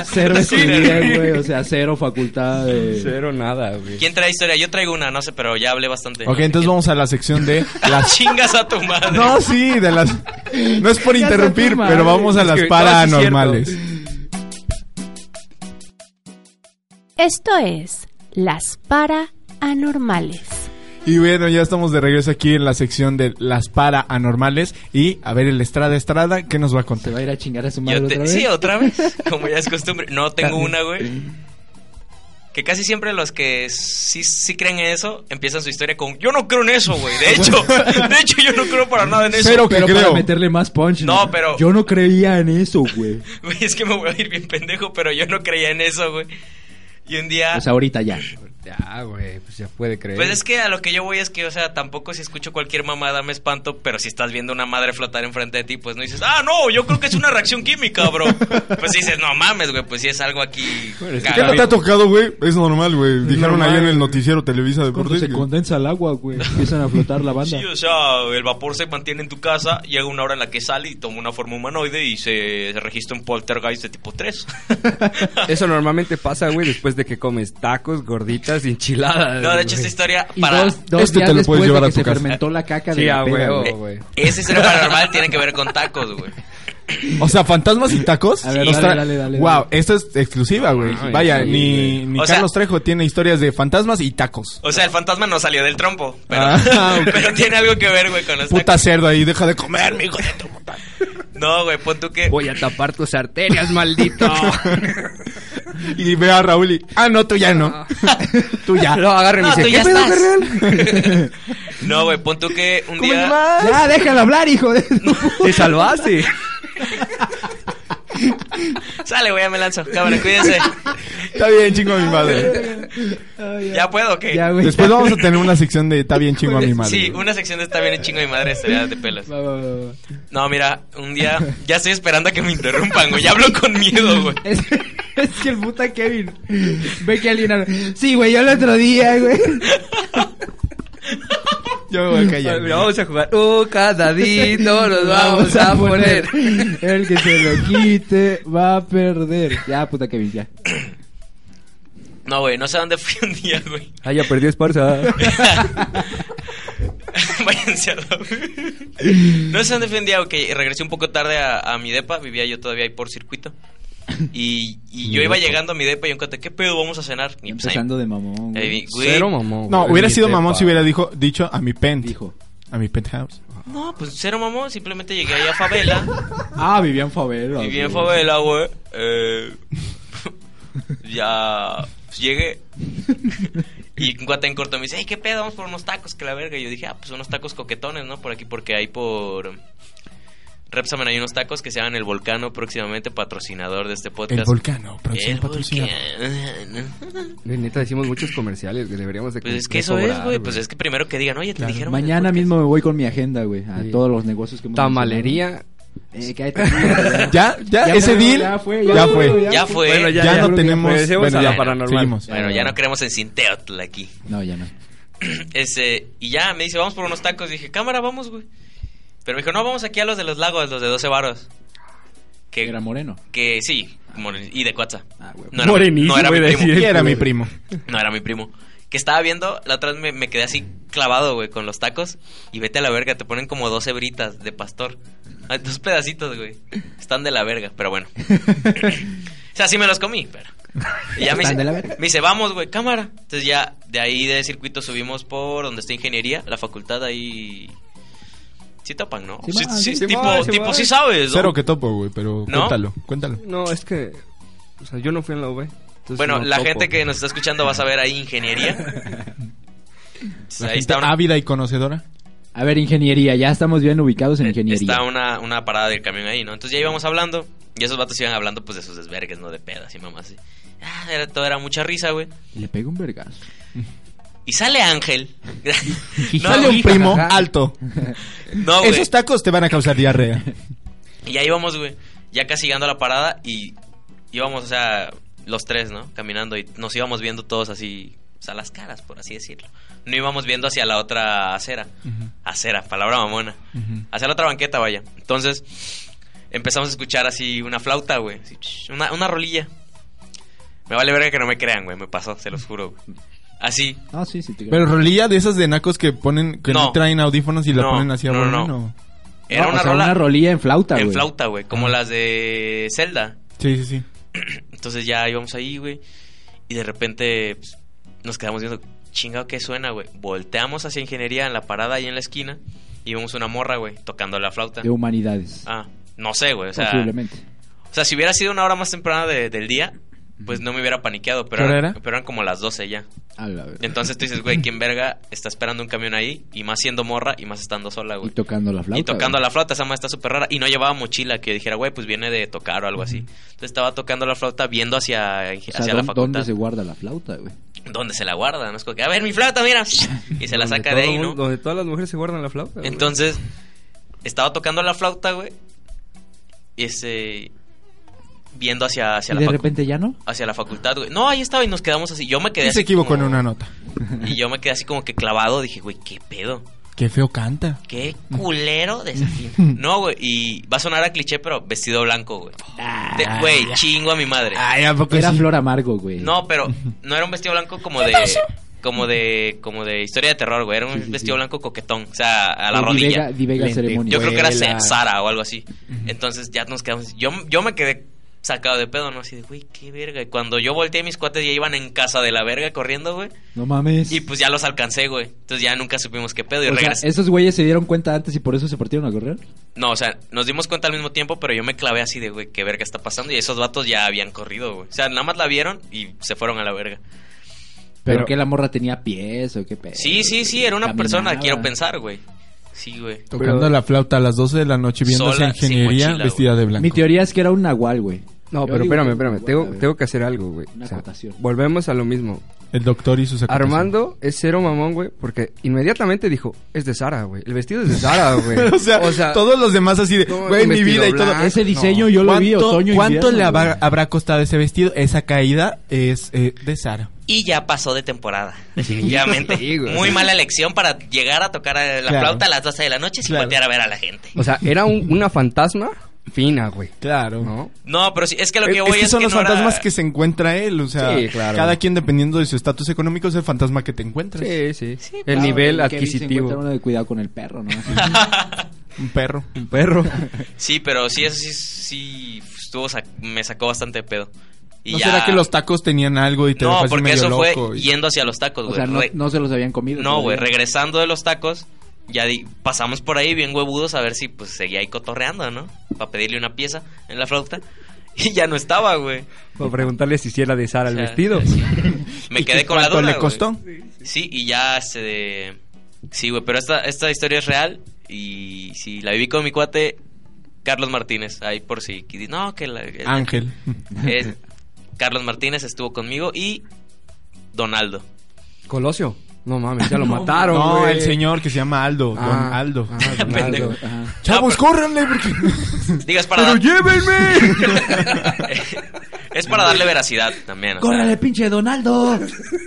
[SPEAKER 5] Cero
[SPEAKER 3] Ah, Sí,
[SPEAKER 5] estudié,
[SPEAKER 3] güey.
[SPEAKER 5] güey. O sea, cero facultad de...
[SPEAKER 4] Cero nada, güey.
[SPEAKER 3] ¿Quién trae historia? Yo traigo una, no sé, pero ya hablé bastante.
[SPEAKER 2] ok, entonces vamos a la sección de las.
[SPEAKER 3] Chingas a tu madre.
[SPEAKER 2] No, sí, de las. No es por
[SPEAKER 5] Ya está
[SPEAKER 2] interrumpir,
[SPEAKER 5] tu madre.
[SPEAKER 2] pero vamos a
[SPEAKER 4] Es
[SPEAKER 2] las
[SPEAKER 4] que- no, sí es
[SPEAKER 2] paranormales.
[SPEAKER 8] Esto es Las Paranormales.
[SPEAKER 2] Y bueno, ya estamos de regreso aquí en la sección de las paranormales. Y a ver, el Estrada Estrada, ¿qué nos va a
[SPEAKER 5] Se
[SPEAKER 2] contar?
[SPEAKER 5] va a ir a chingar a su madre
[SPEAKER 3] Yo te-
[SPEAKER 5] otra vez.
[SPEAKER 3] Sí, otra vez. Como ya es costumbre. No, tengo una, güey. Que casi siempre los que sí, sí creen en eso empiezan su historia con: Yo no creo en eso, güey. De hecho, de hecho, yo no creo para nada en eso.
[SPEAKER 2] Cero que
[SPEAKER 5] pero para
[SPEAKER 2] creo.
[SPEAKER 5] meterle más punch.
[SPEAKER 3] No, pero-
[SPEAKER 5] Yo no creía en eso, güey.
[SPEAKER 3] Güey, es que me voy a ir bien pendejo, pero yo no creía en eso, güey. Y un día.
[SPEAKER 5] O sea, ahorita ya.
[SPEAKER 4] Ya, güey, pues ya puede creer.
[SPEAKER 3] Pues es que a lo que yo voy es que, o sea, tampoco si escucho cualquier mamada me espanto, pero si estás viendo una madre flotar enfrente de ti, pues no dices, ah, no, yo creo que es una reacción química, bro. Pues dices, no mames, güey, pues si es algo aquí.
[SPEAKER 7] ¿Qué no te ha tocado, güey? Es normal, güey. Dijeron
[SPEAKER 2] normal.
[SPEAKER 7] ayer en el noticiero Televisa Deportes. que-
[SPEAKER 5] condensa el agua, güey. Empiezan a flotar la banda.
[SPEAKER 3] Sí, o sea, el vapor se mantiene en tu casa, llega una hora en la que sale y toma una forma humanoide y se, se registra un poltergeist de tipo 3.
[SPEAKER 4] Eso normalmente pasa, güey, después de que comes tacos, gorditas, y
[SPEAKER 3] No,
[SPEAKER 4] enchiladas.
[SPEAKER 3] de
[SPEAKER 4] Ah, güey.
[SPEAKER 3] hecho, esta historia
[SPEAKER 5] Y
[SPEAKER 3] para...
[SPEAKER 5] dos, dos
[SPEAKER 2] Este te
[SPEAKER 5] días
[SPEAKER 2] lo puedes
[SPEAKER 5] después
[SPEAKER 2] llevar
[SPEAKER 5] de
[SPEAKER 2] a
[SPEAKER 5] que
[SPEAKER 2] tu
[SPEAKER 5] se
[SPEAKER 2] casa.
[SPEAKER 5] fermentó la caca de
[SPEAKER 4] Sí,
[SPEAKER 5] la
[SPEAKER 4] a
[SPEAKER 5] peda,
[SPEAKER 4] huevo,
[SPEAKER 5] güey.
[SPEAKER 4] güey.
[SPEAKER 3] Esa historia paranormal tiene que ver con tacos, güey.
[SPEAKER 2] O sea, fantasmas y tacos.
[SPEAKER 5] A ver,
[SPEAKER 2] Nos
[SPEAKER 5] dale,
[SPEAKER 2] tra-
[SPEAKER 5] dale, dale,
[SPEAKER 2] Wow,
[SPEAKER 5] dale.
[SPEAKER 2] esta es exclusiva, güey.
[SPEAKER 4] Ay,
[SPEAKER 2] Vaya,
[SPEAKER 4] sí,
[SPEAKER 2] ni, ni
[SPEAKER 3] O sea-
[SPEAKER 2] Carlos Trejo tiene historias de fantasmas y tacos.
[SPEAKER 3] O sea, el fantasma no salió del trompo, pero,
[SPEAKER 2] Ah, ok.
[SPEAKER 3] pero tiene algo que ver, güey, con los
[SPEAKER 2] Puta
[SPEAKER 3] tacos.
[SPEAKER 2] cerdo ahí, deja de comer, mi hijo de tu puta.
[SPEAKER 3] No, güey, pon tú que...
[SPEAKER 4] Voy a tapar tus arterias, maldito.
[SPEAKER 2] Y ve a Raúl y, ah, no, tú ya no. tú ya.
[SPEAKER 4] Lo agarre y me
[SPEAKER 3] No,
[SPEAKER 4] dice,
[SPEAKER 3] tú ya
[SPEAKER 4] "¿Qué pedo,
[SPEAKER 3] estás".
[SPEAKER 4] carnal?".
[SPEAKER 3] No, güey, pon tú que un día...
[SPEAKER 5] Ya, déjalo hablar, hijo de...
[SPEAKER 4] Te salvaste.
[SPEAKER 3] Sale, güey, ya me lanzo. Cámara, cuídense.
[SPEAKER 2] Está bien, chingo a mi madre.
[SPEAKER 3] ¿Ya puedo o qué?
[SPEAKER 5] Ya, güey.
[SPEAKER 2] Después vamos a tener una sección de, está bien, chingo a mi madre.
[SPEAKER 3] Sí,
[SPEAKER 2] güey.
[SPEAKER 3] una sección de está bien el chingo de mi madre sería de pelos.
[SPEAKER 5] Va, va, va, va.
[SPEAKER 3] No, mira, un día ya estoy esperando a que me interrumpan, güey. Ya hablo con miedo, güey.
[SPEAKER 5] Es, es que el puta Kevin ve que alguien... habla. Sí, güey, yo el otro día, güey.
[SPEAKER 2] Yo me voy a callar.
[SPEAKER 4] Vamos a jugar. Uh, cada dito nos vamos a poner.
[SPEAKER 5] El que se lo quite va a perder. Ya, puta Kevin, ya.
[SPEAKER 3] No, güey, no sé a dónde fui un día, güey.
[SPEAKER 4] Ah, ya perdí esparza.
[SPEAKER 3] Váyanse a la... No sé dónde fui un día, ok. Regresé un poco tarde a, a mi depa. Vivía yo todavía ahí por circuito. Y, y yo iba llegando a mi depa y encontré, ¿qué pedo vamos a cenar? Y pues ahí-
[SPEAKER 5] Empezando de mamón,
[SPEAKER 3] ahí
[SPEAKER 5] güey.
[SPEAKER 3] vi- güey,
[SPEAKER 4] Cero mamón.
[SPEAKER 2] No,
[SPEAKER 4] güey.
[SPEAKER 2] hubiera
[SPEAKER 4] Ni
[SPEAKER 2] sido
[SPEAKER 4] sepa.
[SPEAKER 2] mamón si hubiera dijo, dicho a mi pent.
[SPEAKER 5] Dijo.
[SPEAKER 2] A mi penthouse.
[SPEAKER 3] No, pues cero mamón. Simplemente llegué ahí a favela.
[SPEAKER 5] Ah, Vivian Favela.
[SPEAKER 3] Y bien
[SPEAKER 5] güey.
[SPEAKER 3] favela, güey. Eh, ya pues, llegué. y un guate en corto me dice, hey, ¿qué pedo? Vamos por unos tacos, que la verga. Y yo dije, ah, pues unos tacos coquetones, ¿no? Por aquí, porque hay por... Repsamen hay unos tacos que se llaman El Volcano, próximamente patrocinador de este podcast.
[SPEAKER 2] El volcano,
[SPEAKER 3] El
[SPEAKER 2] próximo patrocinador.
[SPEAKER 3] Volcano.
[SPEAKER 4] Güey, Neta, decimos muchos comerciales, güey. Deberíamos de
[SPEAKER 3] Pues es
[SPEAKER 4] de
[SPEAKER 3] que eso es,
[SPEAKER 4] cobrar,
[SPEAKER 3] güey. Pues es que primero que digan, oye, te dijeron... en el
[SPEAKER 5] Mañana
[SPEAKER 3] podcast".
[SPEAKER 5] mismo me voy con mi agenda, güey. A
[SPEAKER 4] Sí.
[SPEAKER 5] todos los negocios que hemos
[SPEAKER 4] Tamalería.
[SPEAKER 5] mencionado. Eh, cállate, güey, ya.
[SPEAKER 2] Ya, ya,
[SPEAKER 5] Ya
[SPEAKER 2] ese
[SPEAKER 5] fue,
[SPEAKER 2] deal.
[SPEAKER 5] ya fue,
[SPEAKER 2] ya fue.
[SPEAKER 3] Ya fue.
[SPEAKER 4] Bueno,
[SPEAKER 2] Ya,
[SPEAKER 4] ya, ya,
[SPEAKER 2] no
[SPEAKER 4] creo que
[SPEAKER 2] tenemos.
[SPEAKER 4] regresemos
[SPEAKER 2] bueno,
[SPEAKER 4] a la
[SPEAKER 2] ya,
[SPEAKER 4] paranormal.
[SPEAKER 2] seguimos.
[SPEAKER 3] Bueno, ya no queremos en Cinteotl aquí.
[SPEAKER 5] No, ya no.
[SPEAKER 3] Ese, Este, y ya me dice, vamos por unos tacos. Dije, cámara, vamos, güey. Pero me dijo, no, vamos aquí a los de los lagos, los de 12 varos. Que,
[SPEAKER 5] Era moreno.
[SPEAKER 3] que sí, more- y de Cuatza.
[SPEAKER 5] Ah, güey.
[SPEAKER 3] No era, mi- no era mi primo.
[SPEAKER 2] Y era mi primo.
[SPEAKER 3] No era mi primo. Que estaba viendo, la otra vez me, me quedé así clavado, güey, con los tacos. Y vete a la verga, te ponen como dos hebritas de pastor. Ah, Dos pedacitos, güey. Están de la verga, pero bueno. O sea, sí me los comí, pero. Y ya me
[SPEAKER 5] Están
[SPEAKER 3] dice,
[SPEAKER 5] de la verga.
[SPEAKER 3] me dice, vamos, güey, cámara. Entonces ya de ahí de circuito subimos por donde está ingeniería, la facultad ahí. Sí topan, ¿no?
[SPEAKER 5] Sí,
[SPEAKER 3] Sí,
[SPEAKER 5] va,
[SPEAKER 3] sí,
[SPEAKER 5] sí,
[SPEAKER 4] sí
[SPEAKER 3] tipo,
[SPEAKER 4] va, sí
[SPEAKER 3] tipo,
[SPEAKER 4] va.
[SPEAKER 3] sí sabes, ¿no?
[SPEAKER 2] Cero que topo, güey, pero
[SPEAKER 3] ¿No? Pues
[SPEAKER 2] cuéntalo, cuéntalo.
[SPEAKER 4] No, es que. O sea, yo no fui en la UV. entonces
[SPEAKER 3] Bueno,
[SPEAKER 4] no
[SPEAKER 3] la
[SPEAKER 4] topo.
[SPEAKER 3] gente que nos está escuchando va a saber ahí ingeniería. Entonces,
[SPEAKER 2] La
[SPEAKER 3] ahí
[SPEAKER 2] gente
[SPEAKER 3] está una,
[SPEAKER 2] ávida y conocedora.
[SPEAKER 5] A
[SPEAKER 3] Eh,
[SPEAKER 5] ver, ingeniería. Ya estamos bien ubicados en ingeniería.
[SPEAKER 3] está una, una parada del camión ahí, ¿no? Entonces ya íbamos hablando Y esos vatos iban hablando pues de sus desvergues, no de pedas y mamás. así. Ah, era, todo era mucha risa, güey.
[SPEAKER 5] Y le pega un vergazo.
[SPEAKER 3] Y sale Ángel. no,
[SPEAKER 2] Sale un
[SPEAKER 3] güey,
[SPEAKER 2] primo
[SPEAKER 4] jajaja.
[SPEAKER 2] alto.
[SPEAKER 3] no, güey.
[SPEAKER 2] Esos tacos te van a causar diarrea.
[SPEAKER 3] Y ahí vamos, güey. Ya casi llegando a la parada y íbamos, o sea, los tres, ¿no? Caminando y nos íbamos viendo todos así, o sea, las caras, por así decirlo. No íbamos viendo hacia la otra acera. Acera, palabra mamona. Hacia la otra banqueta, vaya. Entonces empezamos a escuchar así una flauta, güey. así, ch- Una, una rolilla. Me vale verga que no me crean, güey. Me pasó, se los juro, güey. Así.
[SPEAKER 5] Ah, sí, sí, te
[SPEAKER 2] Pero rolilla de esas de nacos que ponen, que no,
[SPEAKER 3] No.
[SPEAKER 2] traen audífonos y la
[SPEAKER 3] No,
[SPEAKER 2] ponen así a
[SPEAKER 3] no,
[SPEAKER 2] volumen,
[SPEAKER 3] no.
[SPEAKER 2] ¿o?
[SPEAKER 3] Era
[SPEAKER 5] No, o
[SPEAKER 3] una
[SPEAKER 5] sea,
[SPEAKER 3] rola
[SPEAKER 5] una rolilla en flauta, güey.
[SPEAKER 3] en flauta, güey. Como las de Zelda.
[SPEAKER 2] Sí, sí, sí.
[SPEAKER 3] Entonces ya íbamos ahí, güey. Y de repente pues, nos quedamos viendo, chingado que suena, güey. Volteamos hacia ingeniería en la parada ahí en la esquina y vemos una morra, güey, tocando la flauta.
[SPEAKER 5] De humanidades.
[SPEAKER 3] Ah, no sé, güey. O sea,
[SPEAKER 5] posiblemente.
[SPEAKER 3] o sea, si hubiera sido una hora más temprana de- del día, pues no me hubiera paniqueado. Pero,
[SPEAKER 2] ¿Qué hora
[SPEAKER 3] eran-
[SPEAKER 2] era?
[SPEAKER 3] pero eran como las 12 ya.
[SPEAKER 5] A la verga.
[SPEAKER 3] Entonces tú dices, güey, ¿quién verga está esperando un camión ahí? Y más siendo morra y más estando sola,
[SPEAKER 5] Y
[SPEAKER 3] güey.
[SPEAKER 5] tocando la flauta.
[SPEAKER 3] Y tocando la flauta, esa madre está súper rara. Y no llevaba mochila que yo dijera, güey, pues viene de tocar o algo así. Entonces estaba tocando la flauta viendo hacia,
[SPEAKER 5] güey.
[SPEAKER 3] hacia
[SPEAKER 5] O sea,
[SPEAKER 3] la
[SPEAKER 5] ¿dó-
[SPEAKER 3] facultad.
[SPEAKER 5] ¿dónde se guarda la flauta, güey?
[SPEAKER 3] ¿Dónde se la guarda? ¿no? Es como que, a ver, mi flauta, mira. Y se la
[SPEAKER 4] Donde
[SPEAKER 3] saca
[SPEAKER 4] todo
[SPEAKER 3] de ahí,
[SPEAKER 4] mundo-
[SPEAKER 3] ¿no?
[SPEAKER 4] Donde todas las mujeres se guardan la flauta. güey.
[SPEAKER 3] Entonces, estaba tocando la flauta, güey. Y ese. Viendo hacia, hacia,
[SPEAKER 5] Y
[SPEAKER 3] la,
[SPEAKER 5] de
[SPEAKER 3] facu-
[SPEAKER 5] repente ya no.
[SPEAKER 3] hacia la facultad, güey. No, ahí estaba y nos quedamos así. Yo me quedé
[SPEAKER 2] Y
[SPEAKER 3] así.
[SPEAKER 2] se equivocó
[SPEAKER 3] como-
[SPEAKER 2] en una nota.
[SPEAKER 3] Y yo me quedé así como que clavado. Dije, güey, ¿qué pedo?
[SPEAKER 2] Qué feo canta.
[SPEAKER 3] Qué culero desafío. No, güey. Y va a sonar a cliché, pero vestido blanco, güey. Te-
[SPEAKER 5] Ah,
[SPEAKER 3] Güey, chingo a mi madre.
[SPEAKER 2] Ay, ¿a poco
[SPEAKER 5] Era
[SPEAKER 2] sí?
[SPEAKER 5] flor amargo, güey.
[SPEAKER 3] No, pero no era un vestido blanco como de como de como de historia de terror, güey, era un
[SPEAKER 5] Sí, sí,
[SPEAKER 3] vestido
[SPEAKER 5] sí.
[SPEAKER 3] blanco coquetón, o sea, a la
[SPEAKER 5] Di
[SPEAKER 3] rodilla.
[SPEAKER 5] Vega- Di Vega
[SPEAKER 2] Lente.
[SPEAKER 5] ceremonia.
[SPEAKER 3] Yo creo que era
[SPEAKER 2] Vuela.
[SPEAKER 3] Sa- Sara o algo así. Entonces ya nos quedamos yo yo me quedé sacado de pedo, no así de, güey, qué verga. Y cuando yo volteé mis cuates ya iban en casa de la verga corriendo, güey,
[SPEAKER 5] No mames.
[SPEAKER 3] y pues ya los alcancé, güey. Entonces ya nunca supimos qué pedo y
[SPEAKER 5] o sea,
[SPEAKER 3] regresé.
[SPEAKER 5] esos güeyes se dieron cuenta antes y por eso se partieron a correr.
[SPEAKER 3] No, o sea, nos dimos cuenta al mismo tiempo, pero yo me clavé así de, güey, qué verga está pasando. Y esos vatos ya habían corrido, güey. O sea, nada más la vieron y se fueron a la verga.
[SPEAKER 5] Pero,
[SPEAKER 2] Pero-
[SPEAKER 5] que la morra tenía pies o qué pedo.
[SPEAKER 3] Sí, sí, sí, era una
[SPEAKER 5] Caminaba.
[SPEAKER 3] persona, quiero pensar, güey. Sí, güey.
[SPEAKER 2] Tocando la flauta a las 12 de la noche viendo
[SPEAKER 3] Sola,
[SPEAKER 2] esa
[SPEAKER 3] sin
[SPEAKER 2] ingeniería
[SPEAKER 3] mochila,
[SPEAKER 2] vestida de blanco.
[SPEAKER 5] Mi teoría es que era un nahual, güey.
[SPEAKER 4] No,
[SPEAKER 5] Yo
[SPEAKER 4] pero
[SPEAKER 5] digo
[SPEAKER 4] espérame,
[SPEAKER 5] que-
[SPEAKER 4] espérame. Tengo,
[SPEAKER 5] Guarda,
[SPEAKER 4] tengo que hacer algo, güey.
[SPEAKER 5] Una
[SPEAKER 4] O sea,
[SPEAKER 5] acotación.
[SPEAKER 4] volvemos a lo mismo.
[SPEAKER 2] El doctor y sus acotaciones.
[SPEAKER 4] Armando es cero mamón, güey, porque inmediatamente dijo, es de Sara, güey. El vestido es de Sara, güey.
[SPEAKER 2] o, sea, todos los demás así de,
[SPEAKER 4] todo
[SPEAKER 2] güey,
[SPEAKER 4] un
[SPEAKER 2] mi
[SPEAKER 4] vestido
[SPEAKER 2] vida y
[SPEAKER 3] Ah,
[SPEAKER 4] blanco.
[SPEAKER 2] todo.
[SPEAKER 5] Ese diseño yo lo
[SPEAKER 2] ¿Cuánto,
[SPEAKER 5] vi otoño y
[SPEAKER 2] cuánto le
[SPEAKER 5] invierno,
[SPEAKER 2] habrá,
[SPEAKER 5] güey.
[SPEAKER 2] habrá costado ese vestido? Esa caída es eh, de Sara.
[SPEAKER 3] Y ya pasó de temporada, definitivamente.
[SPEAKER 4] Sí, güey.
[SPEAKER 3] Muy mala elección para llegar a tocar a la
[SPEAKER 2] Claro.
[SPEAKER 3] flauta a las 12 de la noche sin
[SPEAKER 2] Claro.
[SPEAKER 3] voltear a ver a la gente.
[SPEAKER 4] O sea, era un- una fantasma fina, güey.
[SPEAKER 2] Claro.
[SPEAKER 4] ¿No?
[SPEAKER 3] No, pero sí, es que lo que
[SPEAKER 2] Es-
[SPEAKER 3] yo voy
[SPEAKER 2] es que
[SPEAKER 3] es
[SPEAKER 2] son
[SPEAKER 3] que
[SPEAKER 2] los
[SPEAKER 3] no era-
[SPEAKER 2] fantasmas que se encuentra él, o sea,
[SPEAKER 4] Sí, claro.
[SPEAKER 2] cada quien dependiendo de su estatus económico es el fantasma que te encuentras.
[SPEAKER 4] Sí, sí. El
[SPEAKER 5] Claro,
[SPEAKER 4] nivel
[SPEAKER 5] en Kevin se encuentra
[SPEAKER 4] adquisitivo.
[SPEAKER 5] uno de cuidado con el perro, ¿no?
[SPEAKER 2] Un perro.
[SPEAKER 4] Un perro.
[SPEAKER 3] Sí, pero sí, eso sí, sí estuvo sac- me sacó bastante de pedo. Y
[SPEAKER 2] ¿No
[SPEAKER 3] ya-
[SPEAKER 2] será que los tacos tenían algo y te
[SPEAKER 3] No,
[SPEAKER 2] dejaste
[SPEAKER 3] porque
[SPEAKER 2] medio
[SPEAKER 3] eso
[SPEAKER 2] loco?
[SPEAKER 3] fue
[SPEAKER 2] y-
[SPEAKER 3] yendo hacia los tacos,
[SPEAKER 5] o
[SPEAKER 3] güey.
[SPEAKER 5] sea, no,
[SPEAKER 3] Re-
[SPEAKER 5] no se los habían comido.
[SPEAKER 3] No, güey,
[SPEAKER 5] todavía.
[SPEAKER 3] regresando de los tacos, ya di- pasamos por ahí bien huevudos a ver si pues seguía ahí cotorreando, ¿no? Para pedirle una pieza en la flauta. Y ya no estaba, güey.
[SPEAKER 4] Por preguntarle si sí era de Sara
[SPEAKER 3] O
[SPEAKER 4] el
[SPEAKER 3] sea,
[SPEAKER 4] vestido.
[SPEAKER 3] sí. Me
[SPEAKER 2] ¿Y
[SPEAKER 3] quedé
[SPEAKER 2] qué
[SPEAKER 3] con la
[SPEAKER 2] cuánto
[SPEAKER 3] duda.
[SPEAKER 2] le
[SPEAKER 3] güey.
[SPEAKER 2] costó?
[SPEAKER 3] Sí, y ya este de- Sí, güey, pero esta, esta historia es real y sí, la viví con mi cuate Carlos Martínez, ahí por si... qui- No, que la... es-
[SPEAKER 2] Ángel.
[SPEAKER 3] es- Carlos Martínez estuvo conmigo y Donaldo.
[SPEAKER 4] Colosio. No mames, ya lo mataron,
[SPEAKER 2] no,
[SPEAKER 4] güey.
[SPEAKER 2] el señor que se llama Aldo. don
[SPEAKER 4] Ah,
[SPEAKER 2] Aldo.
[SPEAKER 4] ah, don
[SPEAKER 3] Pendejo.
[SPEAKER 4] Aldo.
[SPEAKER 5] Ajá.
[SPEAKER 2] Chavos, córranle porque...
[SPEAKER 3] Digas para... dar-
[SPEAKER 4] ¡Llévenme!
[SPEAKER 3] es para darle veracidad también. o sea.
[SPEAKER 5] ¡Córrele, pinche Donaldo!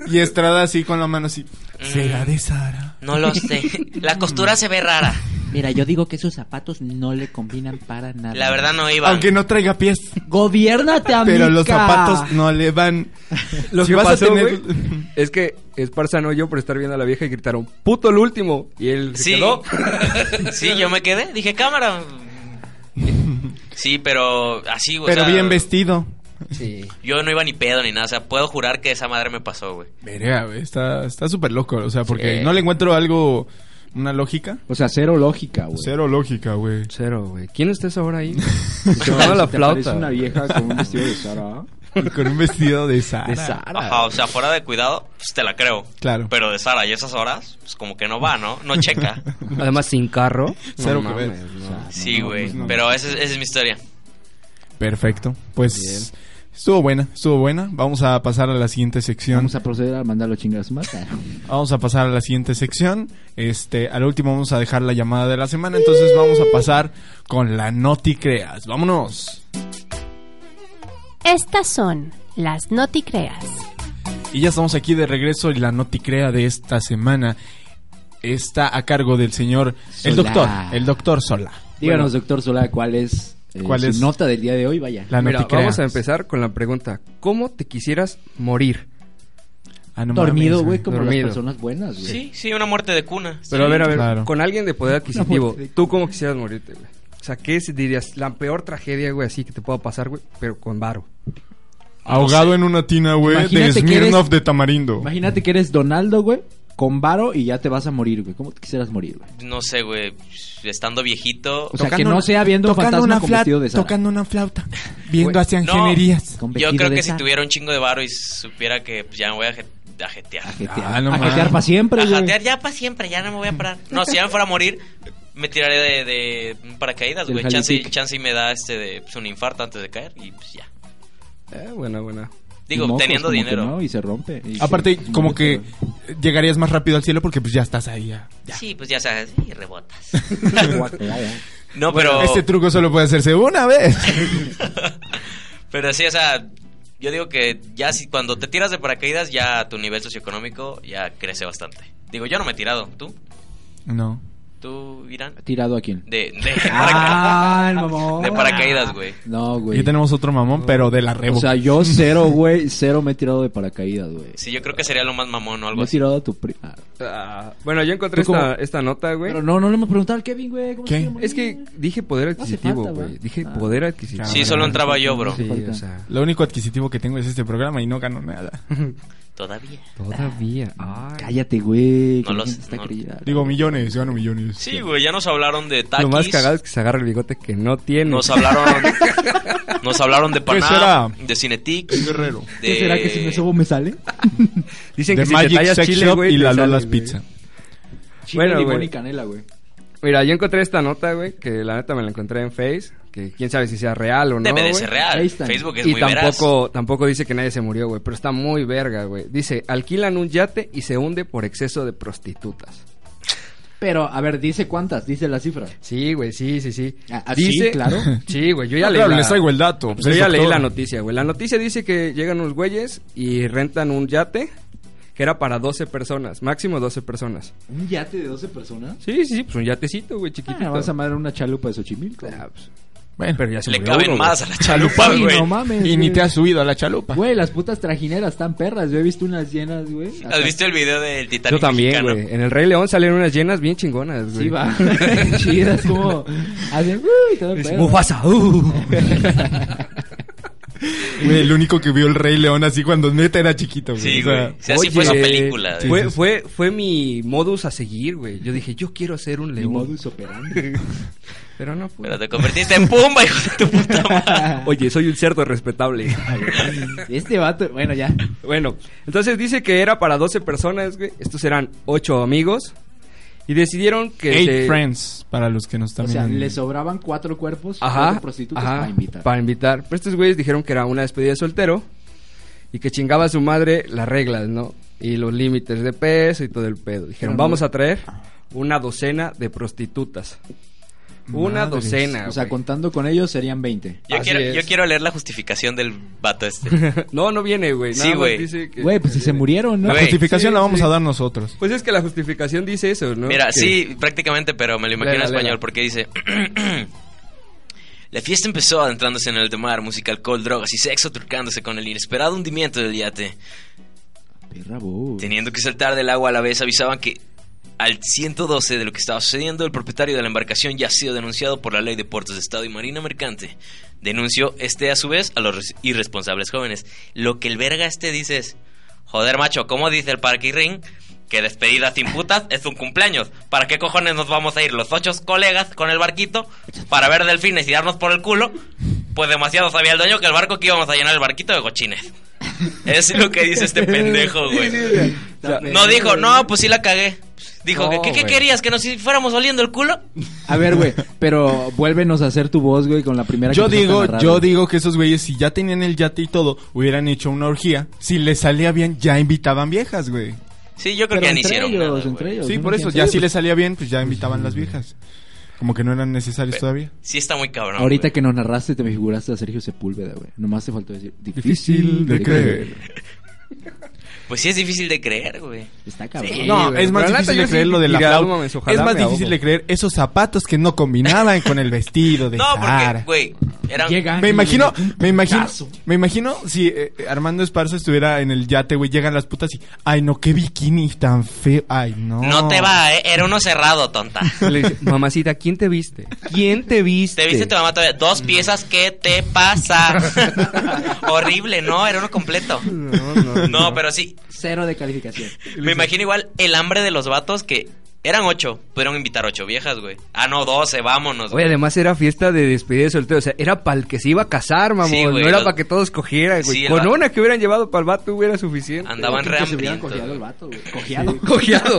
[SPEAKER 2] y Estrada así con la mano así.
[SPEAKER 3] Mm.
[SPEAKER 2] ¿Será de Sara?
[SPEAKER 3] No lo sé. La costura se ve rara.
[SPEAKER 5] Mira, yo digo que esos zapatos no le combinan para nada.
[SPEAKER 3] La verdad no iba.
[SPEAKER 2] Aunque no traiga pies.
[SPEAKER 5] ¡Gobiérnate, amiga!
[SPEAKER 2] Pero los zapatos no le van.
[SPEAKER 4] Lo
[SPEAKER 2] Si
[SPEAKER 4] que
[SPEAKER 2] vas a
[SPEAKER 4] pasó,
[SPEAKER 2] tener-
[SPEAKER 4] güey, es que Esparza no yo por estar viendo a la vieja y gritaron, puto el último. Y él se
[SPEAKER 3] Sí.
[SPEAKER 4] quedó.
[SPEAKER 3] sí, yo me quedé. Dije, cámara. Sí, pero así, güey. o
[SPEAKER 2] Pero
[SPEAKER 3] sea,
[SPEAKER 2] bien vestido.
[SPEAKER 4] Sí.
[SPEAKER 3] Yo no iba ni pedo ni nada. O sea, puedo jurar que esa madre me pasó, güey.
[SPEAKER 2] Verga, güey, está está súper loco. O sea, porque
[SPEAKER 4] Sí.
[SPEAKER 2] no le encuentro algo... Una lógica.
[SPEAKER 5] O sea, cero lógica, güey.
[SPEAKER 7] Cero lógica, güey.
[SPEAKER 4] Cero, güey. ¿Quién está esa hora ahí?
[SPEAKER 5] Si te
[SPEAKER 4] Tocando
[SPEAKER 5] parece- te
[SPEAKER 4] la
[SPEAKER 5] parece
[SPEAKER 4] flauta.
[SPEAKER 5] una vieja con un vestido de Sara.
[SPEAKER 2] Y con un vestido de Sara.
[SPEAKER 4] De Sara.
[SPEAKER 3] Ajá, o sea, fuera de cuidado, pues te la creo.
[SPEAKER 2] Claro.
[SPEAKER 3] Pero de Sara y esas horas, pues como que no va, ¿no? No checa.
[SPEAKER 4] Además, sin carro.
[SPEAKER 2] Cero
[SPEAKER 4] No
[SPEAKER 2] que ver.
[SPEAKER 4] mames, no.
[SPEAKER 3] Sí, güey. Pero esa es, esa es mi historia.
[SPEAKER 2] Perfecto. Pues estuvo buena, estuvo buena. Vamos a pasar a la siguiente sección.
[SPEAKER 5] Vamos a proceder a mandarlo a chingar a su madre.
[SPEAKER 2] Vamos a pasar a la siguiente sección. Este, al último vamos a dejar la llamada de la semana, entonces vamos a pasar con la Noti Creas. Vámonos.
[SPEAKER 8] Estas son las noticreas.
[SPEAKER 2] Y ya estamos aquí de regreso y la Noti Crea de esta semana está a cargo del señor el
[SPEAKER 5] Solá.
[SPEAKER 2] doctor, el doctor Sola.
[SPEAKER 5] Díganos, doctor Solá, ¿cuál es eh,
[SPEAKER 2] ¿Cuál
[SPEAKER 5] su
[SPEAKER 2] es?
[SPEAKER 5] nota del día de hoy? Vaya.
[SPEAKER 2] La
[SPEAKER 4] Mira,
[SPEAKER 2] Noticrea.
[SPEAKER 4] vamos a empezar con la pregunta. ¿Cómo te quisieras morir?
[SPEAKER 2] Ah, no
[SPEAKER 5] dormido,
[SPEAKER 2] mames,
[SPEAKER 5] güey, como
[SPEAKER 4] dormido.
[SPEAKER 5] las personas buenas, güey.
[SPEAKER 3] Sí, sí, una muerte de cuna.
[SPEAKER 4] Pero a
[SPEAKER 3] Sí.
[SPEAKER 4] ver, a ver,
[SPEAKER 2] claro.
[SPEAKER 4] con alguien pues, de poder adquisitivo,
[SPEAKER 5] muerte de-
[SPEAKER 4] ¿tú cómo quisieras morirte, güey? O sea, ¿qué es, dirías? La peor tragedia, güey, así que te pueda pasar, güey, pero con varo.
[SPEAKER 7] Ahogado en una tina, güey, de
[SPEAKER 5] Imagínate que eres-
[SPEAKER 7] Smirnoff de tamarindo.
[SPEAKER 5] Imagínate que eres Donaldo, güey, con varo y ya te vas a morir, güey. ¿Cómo te quisieras morir, güey?
[SPEAKER 3] No sé, güey. Estando viejito.
[SPEAKER 5] O sea, que no sea viendo un fantasma con vestido de Sara.
[SPEAKER 2] una flauta,
[SPEAKER 4] Güey,
[SPEAKER 2] hacia
[SPEAKER 3] no.
[SPEAKER 5] Con
[SPEAKER 3] Yo
[SPEAKER 5] vestido
[SPEAKER 3] creo
[SPEAKER 5] de
[SPEAKER 3] que si
[SPEAKER 5] Sara.
[SPEAKER 3] tuviera un chingo de varo y supiera que pues, ya me voy a aje- a jetear.
[SPEAKER 5] A jetear,
[SPEAKER 2] Ah, no mames.
[SPEAKER 5] para siempre,
[SPEAKER 3] A
[SPEAKER 5] güey.
[SPEAKER 3] jatear ya para siempre, ya no me voy a parar. No, si ya me fuera a morir, me tiraré de, de un paracaídas,
[SPEAKER 5] Del
[SPEAKER 3] güey. Chance, y-
[SPEAKER 5] jalipic.
[SPEAKER 3] chance y me da este de, pues, un infarto antes de caer y pues ya.
[SPEAKER 4] Eh, buena, buena.
[SPEAKER 3] Digo,
[SPEAKER 5] Y mocos,
[SPEAKER 3] teniendo
[SPEAKER 5] pues, como que
[SPEAKER 3] dinero.
[SPEAKER 5] no, y se rompe. y
[SPEAKER 2] Aparte,
[SPEAKER 5] se-
[SPEAKER 2] como
[SPEAKER 5] se-
[SPEAKER 2] que llegarías más rápido al cielo porque pues ya estás ahí. ya.
[SPEAKER 3] Sí, pues ya sabes, y rebotas.
[SPEAKER 5] Guacala.
[SPEAKER 3] no, pero.
[SPEAKER 2] Este truco solo puede hacerse una vez.
[SPEAKER 3] Pero sí, o sea, yo digo que ya si cuando te tiras de paracaídas, ya tu nivel socioeconómico ya crece bastante. Digo, yo no me he tirado. ¿Tú?
[SPEAKER 2] no.
[SPEAKER 3] ¿Tú, Irán?
[SPEAKER 5] ¿Tirado a quién?
[SPEAKER 3] De, de,
[SPEAKER 5] Ah, el mamón.
[SPEAKER 3] de paracaídas, güey.
[SPEAKER 5] No, güey.
[SPEAKER 2] Aquí tenemos otro mamón, pero de la rebo.
[SPEAKER 5] O sea, yo cero, güey, cero me he tirado de paracaídas, güey.
[SPEAKER 3] Sí, yo creo que sería lo más mamón o algo
[SPEAKER 5] Me he
[SPEAKER 3] así.
[SPEAKER 5] tirado a tu prima.
[SPEAKER 4] Ah, bueno, yo encontré
[SPEAKER 5] ¿Tú cómo?
[SPEAKER 4] esta, esta nota, güey.
[SPEAKER 5] Pero no, no le hemos preguntado al Kevin, güey. ¿cómo
[SPEAKER 2] ¿Qué?
[SPEAKER 5] se llama?
[SPEAKER 4] Es que dije poder
[SPEAKER 5] hace
[SPEAKER 4] adquisitivo,
[SPEAKER 5] falta,
[SPEAKER 4] güey.
[SPEAKER 5] güey.
[SPEAKER 4] Dije
[SPEAKER 5] Ah.
[SPEAKER 4] poder adquisitivo.
[SPEAKER 3] Sí, solo entraba yo, bro.
[SPEAKER 4] Sí,
[SPEAKER 5] Falta.
[SPEAKER 4] o sea,
[SPEAKER 2] Lo único adquisitivo que tengo es este programa y no gano nada.
[SPEAKER 3] Todavía.
[SPEAKER 4] todavía.
[SPEAKER 3] Ah.
[SPEAKER 4] Ay.
[SPEAKER 5] Cállate,
[SPEAKER 3] No
[SPEAKER 5] güey. que la
[SPEAKER 3] lo
[SPEAKER 5] gente
[SPEAKER 3] sé,
[SPEAKER 5] está
[SPEAKER 3] no-
[SPEAKER 5] creyendo.
[SPEAKER 7] Digo, millones, gano millones.
[SPEAKER 3] Sí, güey, ya nos hablaron de taquis.
[SPEAKER 4] Lo más cagado es que se agarra el bigote que no tiene.
[SPEAKER 3] Nos hablaron, nos hablaron de Panam,
[SPEAKER 7] será?
[SPEAKER 3] de Cinetics.
[SPEAKER 7] Guerrero.
[SPEAKER 3] De...
[SPEAKER 5] ¿Qué será que si me subo me sale?
[SPEAKER 4] Dicen
[SPEAKER 2] The
[SPEAKER 4] que si te
[SPEAKER 2] Magic
[SPEAKER 4] tallas
[SPEAKER 2] Sex
[SPEAKER 4] chile,
[SPEAKER 2] Shop
[SPEAKER 4] güey,
[SPEAKER 2] y
[SPEAKER 4] te
[SPEAKER 2] la
[SPEAKER 4] sale,
[SPEAKER 2] Lola's
[SPEAKER 4] güey.
[SPEAKER 2] Pizza.
[SPEAKER 5] Chile,
[SPEAKER 4] Bueno,
[SPEAKER 5] limón
[SPEAKER 4] güey.
[SPEAKER 5] y canela, güey.
[SPEAKER 4] Mira, yo encontré esta nota, güey, que la neta me la encontré en Face, que quién sabe si sea real o no.
[SPEAKER 3] Debe de
[SPEAKER 4] güey.
[SPEAKER 3] ser real.
[SPEAKER 5] Ahí está.
[SPEAKER 3] Facebook es
[SPEAKER 4] y
[SPEAKER 3] muy veraz.
[SPEAKER 4] tampoco, tampoco dice que nadie se murió, güey, pero está muy verga, güey. Dice, alquilan un yate y se hunde por exceso de prostitutas.
[SPEAKER 5] Pero, a ver, dice cuántas, dice la cifra.
[SPEAKER 4] Sí, güey, sí, sí, sí.
[SPEAKER 5] Ah, ah, sí, claro.
[SPEAKER 4] Sí, güey, yo ya
[SPEAKER 2] Ah,
[SPEAKER 4] leí
[SPEAKER 2] claro,
[SPEAKER 4] la...
[SPEAKER 2] les traigo el dato. pues,
[SPEAKER 4] Yo
[SPEAKER 2] es
[SPEAKER 4] ya leí
[SPEAKER 2] doctor.
[SPEAKER 4] la noticia, güey. La noticia dice que llegan unos güeyes y rentan un yate que era para 12 personas, máximo 12 personas.
[SPEAKER 5] ¿Un yate de 12 personas?
[SPEAKER 4] Sí, sí, sí, pues un yatecito, güey, chiquitito.
[SPEAKER 5] Ah, vas a madre una chalupa de Xochimilco.
[SPEAKER 4] Ah, pues,
[SPEAKER 2] Bueno,
[SPEAKER 4] pero ya se
[SPEAKER 3] Le
[SPEAKER 4] murió
[SPEAKER 3] caben
[SPEAKER 4] uno, güey.
[SPEAKER 3] más a la chalupa,
[SPEAKER 5] Sí,
[SPEAKER 3] güey.
[SPEAKER 5] no mames.
[SPEAKER 2] Y ni
[SPEAKER 5] güey.
[SPEAKER 2] te has subido a la chalupa.
[SPEAKER 5] Güey, las putas trajineras están perras. Yo he visto unas llenas, güey.
[SPEAKER 3] ¿Has visto el video del Titanic
[SPEAKER 4] Yo también,
[SPEAKER 3] mexicano?
[SPEAKER 4] güey. En el Rey León salen unas llenas bien chingonas, güey.
[SPEAKER 5] Sí, va. Chidas, como. Hacen. Uy, todo el
[SPEAKER 4] Dice,
[SPEAKER 5] pedo.
[SPEAKER 4] Mufasa, uh.
[SPEAKER 7] Güey, el único que vio el Rey León así cuando neta era chiquito, güey.
[SPEAKER 3] Sí,
[SPEAKER 7] O sea,
[SPEAKER 3] güey. Sí, así fue
[SPEAKER 4] Oye,
[SPEAKER 3] esa película. güey.
[SPEAKER 4] Fue, fue, fue mi modus a seguir, güey. Yo dije, yo quiero ser un
[SPEAKER 5] Mi
[SPEAKER 4] león.
[SPEAKER 5] modus operandi.
[SPEAKER 4] Pero no fue.
[SPEAKER 3] Pero te convertiste en Pumba, hijo de tu puta madre.
[SPEAKER 4] Oye, soy un cerdo respetable.
[SPEAKER 5] Este vato, bueno, ya.
[SPEAKER 4] bueno, entonces dice que era para 12 personas, güey. Estos eran 8 amigos. Y decidieron que...
[SPEAKER 2] Eight
[SPEAKER 4] se-
[SPEAKER 2] Friends, para los que nos están
[SPEAKER 5] O sea,
[SPEAKER 2] viendo.
[SPEAKER 5] le sobraban cuatro cuerpos
[SPEAKER 4] Ajá,
[SPEAKER 5] cuatro prostitutas
[SPEAKER 4] ajá,
[SPEAKER 5] para invitar.
[SPEAKER 4] Para invitar. Pero estos güeyes dijeron que era una despedida de soltero y que chingaba a su madre las reglas, ¿no? Y los límites de peso y todo el pedo. Dijeron,
[SPEAKER 5] Pero no-
[SPEAKER 4] vamos a traer una docena de prostitutas. Una
[SPEAKER 2] Madres.
[SPEAKER 4] docena.
[SPEAKER 5] o sea,
[SPEAKER 4] güey.
[SPEAKER 5] contando con ellos serían 20.
[SPEAKER 3] Yo
[SPEAKER 4] Así
[SPEAKER 3] quiero,
[SPEAKER 4] es.
[SPEAKER 3] yo quiero leer la justificación del vato este.
[SPEAKER 4] No, no viene, güey.
[SPEAKER 3] Sí,
[SPEAKER 4] Nada más
[SPEAKER 3] güey.
[SPEAKER 4] dice que-
[SPEAKER 5] Güey, pues si se murieron, ¿no?
[SPEAKER 2] La
[SPEAKER 3] Güey,
[SPEAKER 2] justificación
[SPEAKER 4] sí,
[SPEAKER 2] la vamos
[SPEAKER 4] sí.
[SPEAKER 2] a dar nosotros.
[SPEAKER 4] Pues es que la justificación dice eso, ¿no?
[SPEAKER 3] Mira,
[SPEAKER 4] Que-
[SPEAKER 3] sí, prácticamente, pero me lo imagino en
[SPEAKER 4] Lela,
[SPEAKER 3] español
[SPEAKER 4] lela.
[SPEAKER 3] porque dice... La fiesta empezó adentrándose en el de mar, música, alcohol, drogas y sexo, turcándose con el inesperado hundimiento del yate.
[SPEAKER 5] Perra, bo.
[SPEAKER 3] Teniendo que saltar del agua a la vez, avisaban que al 112 de lo que estaba sucediendo, el propietario de la embarcación ya ha sido denunciado por la Ley de Puertos de Estado y Marina Mercante. Denunció este a su vez a los res- irresponsables jóvenes. Lo que el verga este dice es, joder macho, ¿cómo dice el Parque Ring? Que despedida sin putas es un cumpleaños. ¿Para qué cojones nos vamos a ir los ocho colegas con el barquito para ver delfines y darnos por el culo? Pues demasiado sabía el dueño que el barco que íbamos a llenar el barquito de cochines. Es lo que dice este pendejo, güey. No dijo, no, pues sí la cagué. Dijo,
[SPEAKER 4] No,
[SPEAKER 3] que ¿qué, qué
[SPEAKER 4] güey.
[SPEAKER 3] querías? ¿Que nos fuéramos oliendo el culo?
[SPEAKER 5] A ver, güey, pero vuélvenos a hacer tu voz, güey, con la primera
[SPEAKER 2] Yo
[SPEAKER 5] que empezaste a
[SPEAKER 2] digo,
[SPEAKER 5] narrar,
[SPEAKER 2] yo
[SPEAKER 5] güey.
[SPEAKER 2] digo que esos güeyes, si ya tenían el yate y todo, hubieran hecho una orgía. Si les salía bien, ya invitaban viejas, güey.
[SPEAKER 3] Sí, yo creo
[SPEAKER 5] Pero
[SPEAKER 3] que ya ni
[SPEAKER 5] entre
[SPEAKER 3] hicieron
[SPEAKER 5] ellos,
[SPEAKER 3] nada,
[SPEAKER 5] entre
[SPEAKER 3] güey.
[SPEAKER 5] ellos,
[SPEAKER 2] Sí,
[SPEAKER 5] ¿no?
[SPEAKER 2] por eso,
[SPEAKER 5] Sí,
[SPEAKER 2] ya
[SPEAKER 5] pues,
[SPEAKER 2] si les salía bien, pues ya invitaban las viejas. Como que no eran necesarios
[SPEAKER 3] Pe-
[SPEAKER 2] todavía.
[SPEAKER 3] Sí está muy cabrón.
[SPEAKER 5] Ahorita
[SPEAKER 3] güey.
[SPEAKER 5] que nos narraste te me figuraste a Sergio Sepúlveda, güey. Nomás te faltó decir
[SPEAKER 2] Difícil de creer.
[SPEAKER 3] Pues sí es difícil de creer, güey.
[SPEAKER 5] Está cabrón.
[SPEAKER 3] Sí,
[SPEAKER 2] No,
[SPEAKER 4] güey,
[SPEAKER 2] es más
[SPEAKER 4] pero la neta
[SPEAKER 2] difícil de
[SPEAKER 4] yo sí
[SPEAKER 2] creer lo de la
[SPEAKER 4] diría,
[SPEAKER 2] flauta.
[SPEAKER 4] no mames, ojalá
[SPEAKER 2] es más
[SPEAKER 4] me ahogo.
[SPEAKER 2] difícil de creer esos zapatos que no combinaban con el vestido de
[SPEAKER 3] No, porque,
[SPEAKER 2] Sara.
[SPEAKER 3] güey, eran...
[SPEAKER 5] Llega.
[SPEAKER 2] Me imagino, me imagino,
[SPEAKER 5] putazo.
[SPEAKER 2] me imagino si eh, Armando Esparza estuviera en el yate, güey, llegan las putas y, ay no, qué bikini tan feo, ay no.
[SPEAKER 3] No te va, eh, era uno cerrado, tonta.
[SPEAKER 4] Le dice, mamacita, ¿quién te viste? ¿Quién te viste?
[SPEAKER 3] Te viste tu mamá todavía. Dos piezas, ¿qué te pasa? Horrible, ¿no? Era uno completo.
[SPEAKER 4] No, no, no.
[SPEAKER 3] No, pero sí.
[SPEAKER 5] Cero de calificación.
[SPEAKER 3] Me imagino igual el hambre de los vatos que eran ocho. Pudieron invitar ocho viejas, güey. Ah, no, doce, vámonos.
[SPEAKER 4] Oye,
[SPEAKER 3] güey.
[SPEAKER 4] además era fiesta de despedida de soltero. O sea, era para el que se iba a casar, mamón.
[SPEAKER 3] Sí, güey,
[SPEAKER 4] no era
[SPEAKER 3] los-
[SPEAKER 4] para que todos cogieran, güey.
[SPEAKER 3] Sí, el
[SPEAKER 4] Con
[SPEAKER 3] vato-
[SPEAKER 4] una que hubieran llevado para el vato hubiera suficiente.
[SPEAKER 3] Andaban
[SPEAKER 5] Creo
[SPEAKER 3] re
[SPEAKER 5] que se hubieran
[SPEAKER 3] hambrientos,
[SPEAKER 5] cojeado
[SPEAKER 3] güey.
[SPEAKER 5] el vato, güey. Cojeado.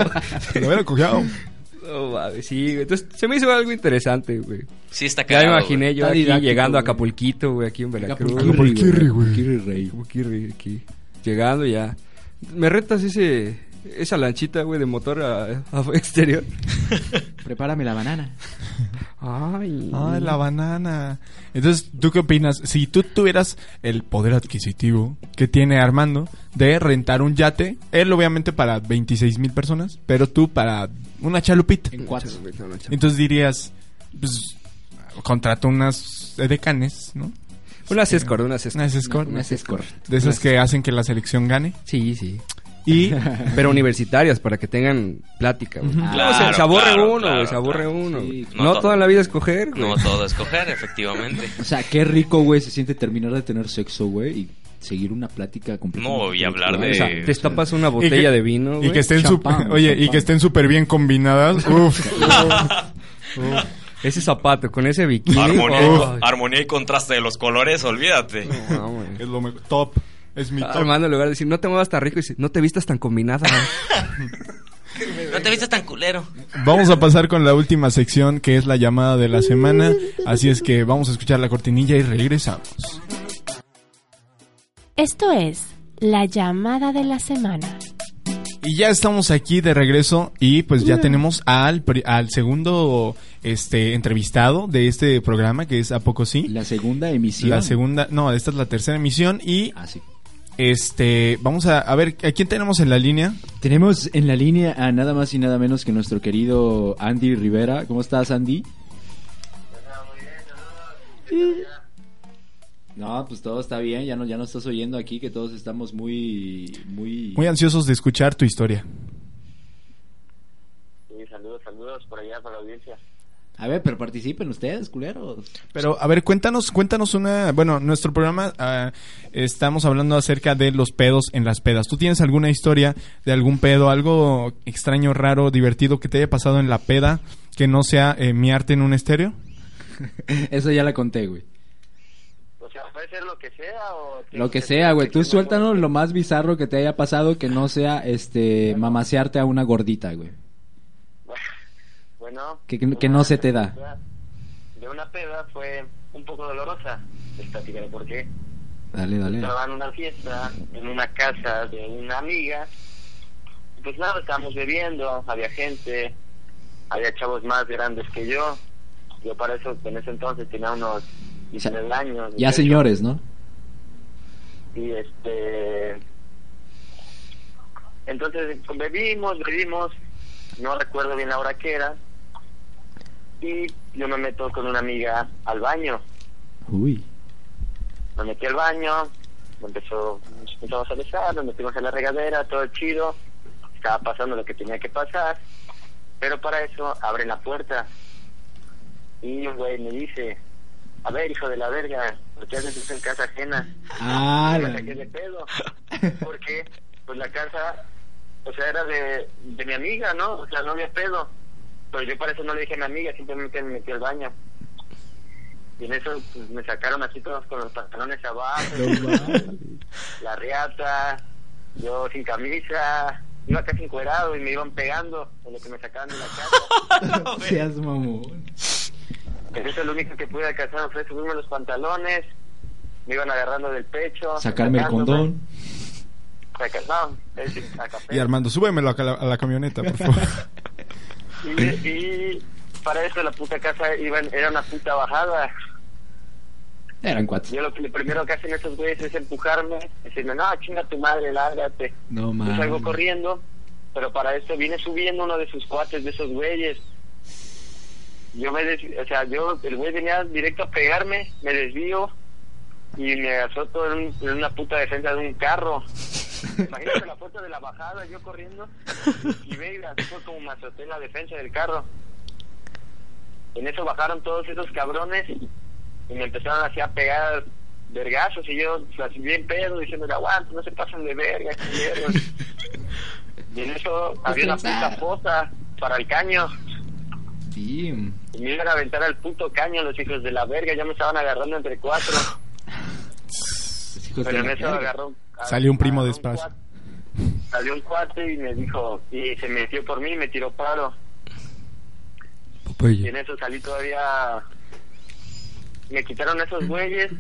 [SPEAKER 4] Cojeado.
[SPEAKER 2] Lo hubiera cojeado.
[SPEAKER 4] No, mames, sí, güey. Entonces se me hizo algo interesante, güey.
[SPEAKER 3] Sí está
[SPEAKER 4] Ya me
[SPEAKER 3] cagado,
[SPEAKER 4] imaginé
[SPEAKER 3] güey.
[SPEAKER 4] yo
[SPEAKER 5] Está
[SPEAKER 4] aquí
[SPEAKER 5] didáctico,
[SPEAKER 4] llegando a
[SPEAKER 5] güey.
[SPEAKER 4] Acapulquito, güey, aquí en
[SPEAKER 5] pues,
[SPEAKER 4] Veracruz.
[SPEAKER 7] Acapulquirri, güey.
[SPEAKER 5] Acapulquirri, rey.
[SPEAKER 4] Acapulquirri, aquí. Llegando ya. ¿Me retas ese, esa lanchita, güey, de motor a, a exterior?
[SPEAKER 5] Prepárame la banana.
[SPEAKER 4] Ay.
[SPEAKER 2] Ay, Ah, la banana. Entonces, ¿tú qué opinas? Si tú tuvieras el poder adquisitivo que tiene Armando de rentar un yate, él obviamente para 26 mil personas, pero tú para una chalupita.
[SPEAKER 5] En cuatro.
[SPEAKER 2] Entonces dirías, pues, contrato unas decanes, ¿no?
[SPEAKER 4] Unas Pues escort, unas escort.
[SPEAKER 2] Unas escort.
[SPEAKER 5] Unas escort.
[SPEAKER 2] De esas que hacen que la selección gane.
[SPEAKER 4] Sí, sí.
[SPEAKER 2] Y
[SPEAKER 4] Pero universitarias, para que tengan plática, güey.
[SPEAKER 5] Ujú.
[SPEAKER 4] Luego se-
[SPEAKER 3] Claro,
[SPEAKER 4] se aburre
[SPEAKER 3] claro,
[SPEAKER 4] uno,
[SPEAKER 3] claro,
[SPEAKER 4] güey. Se aburre
[SPEAKER 3] claro.
[SPEAKER 4] uno.
[SPEAKER 5] Sí,
[SPEAKER 4] güey.
[SPEAKER 3] no
[SPEAKER 4] no
[SPEAKER 3] todo.
[SPEAKER 4] toda la vida escoger, güey.
[SPEAKER 3] No todo es coger, efectivamente.
[SPEAKER 5] O sea, qué rico, güey, se siente terminar de tener sexo, güey, y seguir una plática completamente
[SPEAKER 3] No, y hablar
[SPEAKER 5] intelectual.
[SPEAKER 3] de-
[SPEAKER 4] O sea,
[SPEAKER 3] Eh,
[SPEAKER 4] te tapas una
[SPEAKER 2] y que-
[SPEAKER 4] botella de vino,
[SPEAKER 2] Y
[SPEAKER 4] güey.
[SPEAKER 2] que estén súper,
[SPEAKER 5] Champán,
[SPEAKER 2] oye, y
[SPEAKER 5] champán.
[SPEAKER 2] que estén súper bien combinadas. Uf.
[SPEAKER 4] Ese zapato con ese bikini.
[SPEAKER 3] Armonía,
[SPEAKER 4] ay.
[SPEAKER 3] armonía y contraste de los colores, olvídate.
[SPEAKER 4] No, güey.
[SPEAKER 2] es lo mejor. Top. Es mi
[SPEAKER 4] Ah,
[SPEAKER 2] top.
[SPEAKER 4] Armando, en lugar de decir, no te muevas tan rico, dice, no te vistas tan combinada.
[SPEAKER 3] No te viste tan culero.
[SPEAKER 2] Vamos a pasar con la última sección que es la llamada de la semana. Así es que vamos a escuchar la cortinilla y regresamos.
[SPEAKER 8] Esto es la llamada de la semana.
[SPEAKER 2] Y ya estamos aquí de regreso y pues ya tenemos al, pri- al segundo este entrevistado de este programa que es A Poco Sí.
[SPEAKER 5] La segunda emisión.
[SPEAKER 2] La segunda, no, esta es la tercera emisión y
[SPEAKER 5] Ah, sí.
[SPEAKER 2] este vamos a, a ver a quién tenemos en la línea.
[SPEAKER 5] Tenemos en la línea a nada más y nada menos que nuestro querido Andy Rivera. ¿Cómo estás, Andy? No, pues todo está bien, ya no, ya no estás oyendo aquí que todos estamos muy, muy...
[SPEAKER 2] Muy ansiosos de escuchar tu historia.
[SPEAKER 9] Sí, saludos, saludos por allá para la audiencia.
[SPEAKER 5] A ver, pero participen ustedes, culeros.
[SPEAKER 2] Pero, a ver, cuéntanos, cuéntanos una... Bueno, nuestro programa ah, estamos hablando acerca de los pedos en las pedas. ¿Tú tienes alguna historia de algún pedo, algo extraño, raro, divertido que te haya pasado en la peda que no sea eh, mi arte en un estéreo?
[SPEAKER 5] Eso ya la conté, güey.
[SPEAKER 9] O sea, puede ser lo que sea o...
[SPEAKER 5] Lo que sea, güey. Tú suéltanos lo más bizarro que te haya pasado que no sea, este, mamasearte a una gordita, güey.
[SPEAKER 9] Bueno...
[SPEAKER 5] Que- que- que no se te da.
[SPEAKER 9] De una peda fue un poco dolorosa. Les platicaré por qué.
[SPEAKER 5] Dale, dale.
[SPEAKER 9] Estaba en una fiesta, en una casa de una amiga. Pues nada, estábamos bebiendo, había gente, había chavos más grandes que yo. Yo para eso, en ese entonces tenía unos 19 años.
[SPEAKER 5] Ya
[SPEAKER 9] 18.
[SPEAKER 5] señores, ¿no?
[SPEAKER 9] Y este. Entonces bebimos, bebimos. No recuerdo bien la hora que era. Y yo me meto con una amiga al baño.
[SPEAKER 5] Uy.
[SPEAKER 9] Me metí al baño. me Empezó, nos empezamos a besar. Nos metimos en la regadera. Todo chido. Estaba pasando lo que tenía que pasar. Pero para eso abren la puerta. Y un güey me dice: A ver, hijo de la verga, ¿por qué haces eso en casa ajena?
[SPEAKER 5] Ah,
[SPEAKER 9] me
[SPEAKER 5] la-
[SPEAKER 9] saqué de pedo. Porque, pues la casa, o sea, era de, de mi amiga, ¿no? O sea, no había pedo. Pero yo para eso no le dije a mi amiga, simplemente me metí al baño. Y en eso pues, me sacaron así todos con los pantalones abajo, la riata, yo sin camisa, iba casi encuerado y me iban pegando en lo que me sacaban de la casa.
[SPEAKER 5] Seas mamón.
[SPEAKER 9] Entonces lo único que pude alcanzar fue subirme los pantalones, me iban agarrando del pecho.
[SPEAKER 5] Sacarme el
[SPEAKER 9] sacándome,
[SPEAKER 5] condón.
[SPEAKER 9] saca- no, es decir, eh, a capela.
[SPEAKER 2] Y Armando, súbemelo a la, a la camioneta, por favor.
[SPEAKER 9] Y, y para eso la puta casa iban, era una puta bajada.
[SPEAKER 5] Eran cuatro.
[SPEAKER 9] Yo lo, que- lo primero que hacen esos güeyes es empujarme, decirme, no, chinga tu madre, lárgate.
[SPEAKER 5] No
[SPEAKER 9] Yo salgo
[SPEAKER 5] mames.
[SPEAKER 9] corriendo, pero para esto viene subiendo uno de sus cuates, de esos güeyes. Yo me des... o sea, yo, el güey venía directo a pegarme, me desvío y me azoto en, un- en una puta defensa de un carro. Imagínate la foto de la bajada, yo corriendo y ve y así fue como me azoté en la defensa del carro. En eso bajaron todos esos cabrones y me empezaron así a pegar vergazos y yo así bien pedo diciendo aguanta, no se pasen de verga, qué mierda". Y en eso había una puta fosa para el caño.
[SPEAKER 5] Sí.
[SPEAKER 9] Y me iban a aventar al puto caño los hijos de la verga, ya me estaban agarrando entre cuatro.
[SPEAKER 5] Los hijos
[SPEAKER 9] Pero
[SPEAKER 5] de
[SPEAKER 9] en
[SPEAKER 5] la
[SPEAKER 9] eso
[SPEAKER 5] verga.
[SPEAKER 9] agarró.
[SPEAKER 2] Salió un primo de
[SPEAKER 9] agarró un
[SPEAKER 2] espacio.
[SPEAKER 9] cuate- Salió un cuate y me dijo, y se metió por mí y me tiró paro. Y en eso salí todavía. Me quitaron esos güeyes.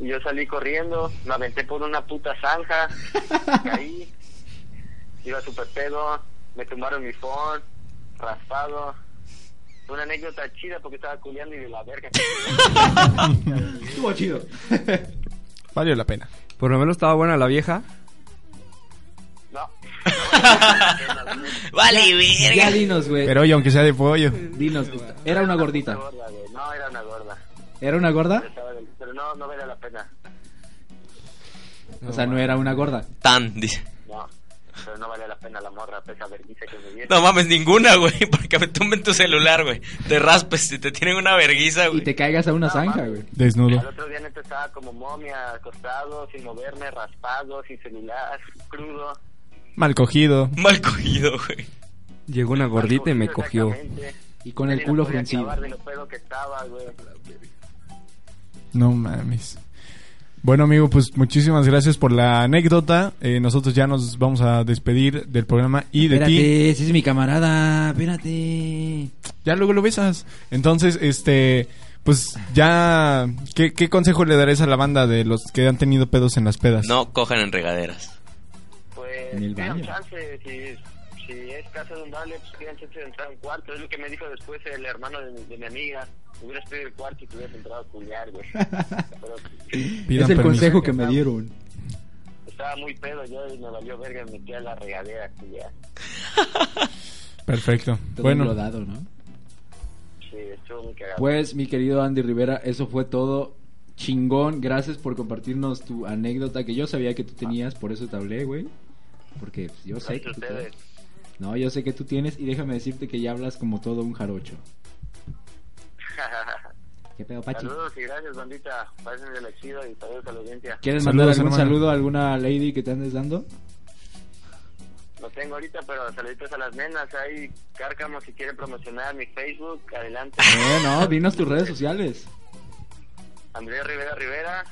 [SPEAKER 9] Y yo salí corriendo. Me aventé por una puta zanja. Caí. Iba súper pedo. Me tumbaron mi phone. Raspado. Fue Una anécdota chida porque estaba culiando y de la verga.
[SPEAKER 5] Estuvo chido.
[SPEAKER 2] Valió la pena.
[SPEAKER 4] Por lo menos estaba buena la vieja.
[SPEAKER 9] No.
[SPEAKER 3] Vale, verga.
[SPEAKER 5] Ya dinos, güey.
[SPEAKER 2] Eh, Pero oye, aunque sea de pollo.
[SPEAKER 5] Dinos. Era una gordita.
[SPEAKER 9] Gorda, güey. No, era una gorda.
[SPEAKER 5] ¿Era una gorda?
[SPEAKER 9] Estaba del- Pero no, no valía la pena.
[SPEAKER 5] O sea, no era una gorda.
[SPEAKER 3] Tan, dice.
[SPEAKER 9] No. Pero no valía la pena la morra, pesa vergüenza que me dieron.
[SPEAKER 3] No mames, ninguna, güey. Para que me tumben tu celular, güey. Te raspes y te tienen una verguiza,
[SPEAKER 5] Y
[SPEAKER 3] güey.
[SPEAKER 5] te caigas a una zanja, güey.
[SPEAKER 2] Desnudo.
[SPEAKER 9] Al otro día neta estaba como momia, acostado, sin moverme, raspado, sin celular, crudo.
[SPEAKER 2] Mal cogido.
[SPEAKER 3] Mal cogido, güey.
[SPEAKER 4] Llegó una gordita y me cogió.
[SPEAKER 9] Exactamente.
[SPEAKER 5] Y con el
[SPEAKER 9] Ni
[SPEAKER 5] culo
[SPEAKER 9] la podía
[SPEAKER 5] fruncido.
[SPEAKER 9] acabar de lo pedo que estaba, güey.
[SPEAKER 2] No mames. Bueno, amigo, pues muchísimas gracias por la anécdota. Eh, nosotros ya nos vamos a despedir del programa y de ti.
[SPEAKER 5] Espérate, ese es mi camarada. Espérate.
[SPEAKER 2] Ya luego lo besas. Entonces, este, pues ya, ¿qué, qué consejo le darías a la banda de los que han tenido pedos en las pedas?
[SPEAKER 3] No cojan en regaderas.
[SPEAKER 9] Pues,
[SPEAKER 5] En el
[SPEAKER 9] tengan
[SPEAKER 5] baño.
[SPEAKER 9] chance, si, si es casa de un vale, pues tengan chance de entrar a un cuarto. Es lo que me dijo después el hermano de, mi- de mi amiga. Hubieras pedido el cuarto y te hubieras entrado a culiar, güey. Pero
[SPEAKER 2] Pidan
[SPEAKER 5] es el
[SPEAKER 2] permiso.
[SPEAKER 5] consejo que me dieron.
[SPEAKER 9] estaba muy pedo yo y me valió verga y me metí a la regadera a culiar.
[SPEAKER 2] Perfecto.
[SPEAKER 5] Todo
[SPEAKER 2] bueno,
[SPEAKER 5] enlodado, ¿no?
[SPEAKER 9] Sí, estuvo muy cagado.
[SPEAKER 5] Pues, mi querido Andy Rivera, eso fue todo. Chingón, gracias por compartirnos tu anécdota que yo sabía que tú tenías, por eso te hablé, güey. Porque pues, yo sé que
[SPEAKER 9] Gracias
[SPEAKER 5] tú
[SPEAKER 9] a ustedes.
[SPEAKER 5] tienes. No, yo sé que tú tienes y déjame decirte que ya hablas como todo un jarocho. ¿Qué pedo, Pachi?
[SPEAKER 9] Saludos y gracias, bandita. Pásenle la chido y saludos a la audiencia.
[SPEAKER 5] ¿Quieres
[SPEAKER 2] Saludos,
[SPEAKER 5] mandar algún
[SPEAKER 2] hermano.
[SPEAKER 5] saludo a alguna lady que te andes dando?
[SPEAKER 9] Lo tengo ahorita, pero saluditos a las nenas. Ahí, Cárcamo, si quieren promocionar mi Facebook, adelante.
[SPEAKER 5] Eh, no, dinos tus redes sociales.
[SPEAKER 9] Andrés Rivera Rivera.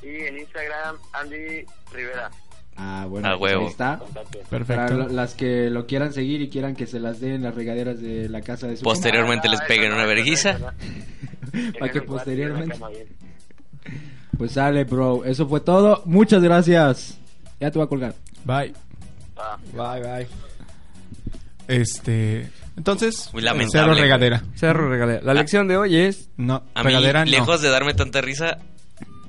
[SPEAKER 9] Y en Instagram, Andy Rivera.
[SPEAKER 5] Ah, bueno,
[SPEAKER 3] A
[SPEAKER 5] pues
[SPEAKER 3] huevo.
[SPEAKER 5] ahí está.
[SPEAKER 9] Contacte.
[SPEAKER 5] Para lo-
[SPEAKER 2] perfecto.
[SPEAKER 5] las que lo quieran seguir y quieran que se las den las regaderas de la casa de su
[SPEAKER 3] Posterior- Posteriormente les peguen
[SPEAKER 9] Ah, eso
[SPEAKER 3] una
[SPEAKER 9] eso
[SPEAKER 3] verguiza.
[SPEAKER 9] eso no.
[SPEAKER 5] Para que
[SPEAKER 9] Tengan un cuarto y una
[SPEAKER 5] posteriormente-
[SPEAKER 9] cama bien.
[SPEAKER 5] mamá. Pues sale, bro. Eso fue todo. Muchas gracias. Ya te voy a colgar.
[SPEAKER 2] Bye.
[SPEAKER 9] Va.
[SPEAKER 2] Bye, bye. Este, entonces,
[SPEAKER 3] Muy lamentable,
[SPEAKER 2] cero
[SPEAKER 3] güey.
[SPEAKER 2] regadera.
[SPEAKER 4] Cerro regalé. La lección de hoy es.
[SPEAKER 2] No,
[SPEAKER 3] A mí,
[SPEAKER 2] regadera no.
[SPEAKER 3] lejos de darme tanta risa,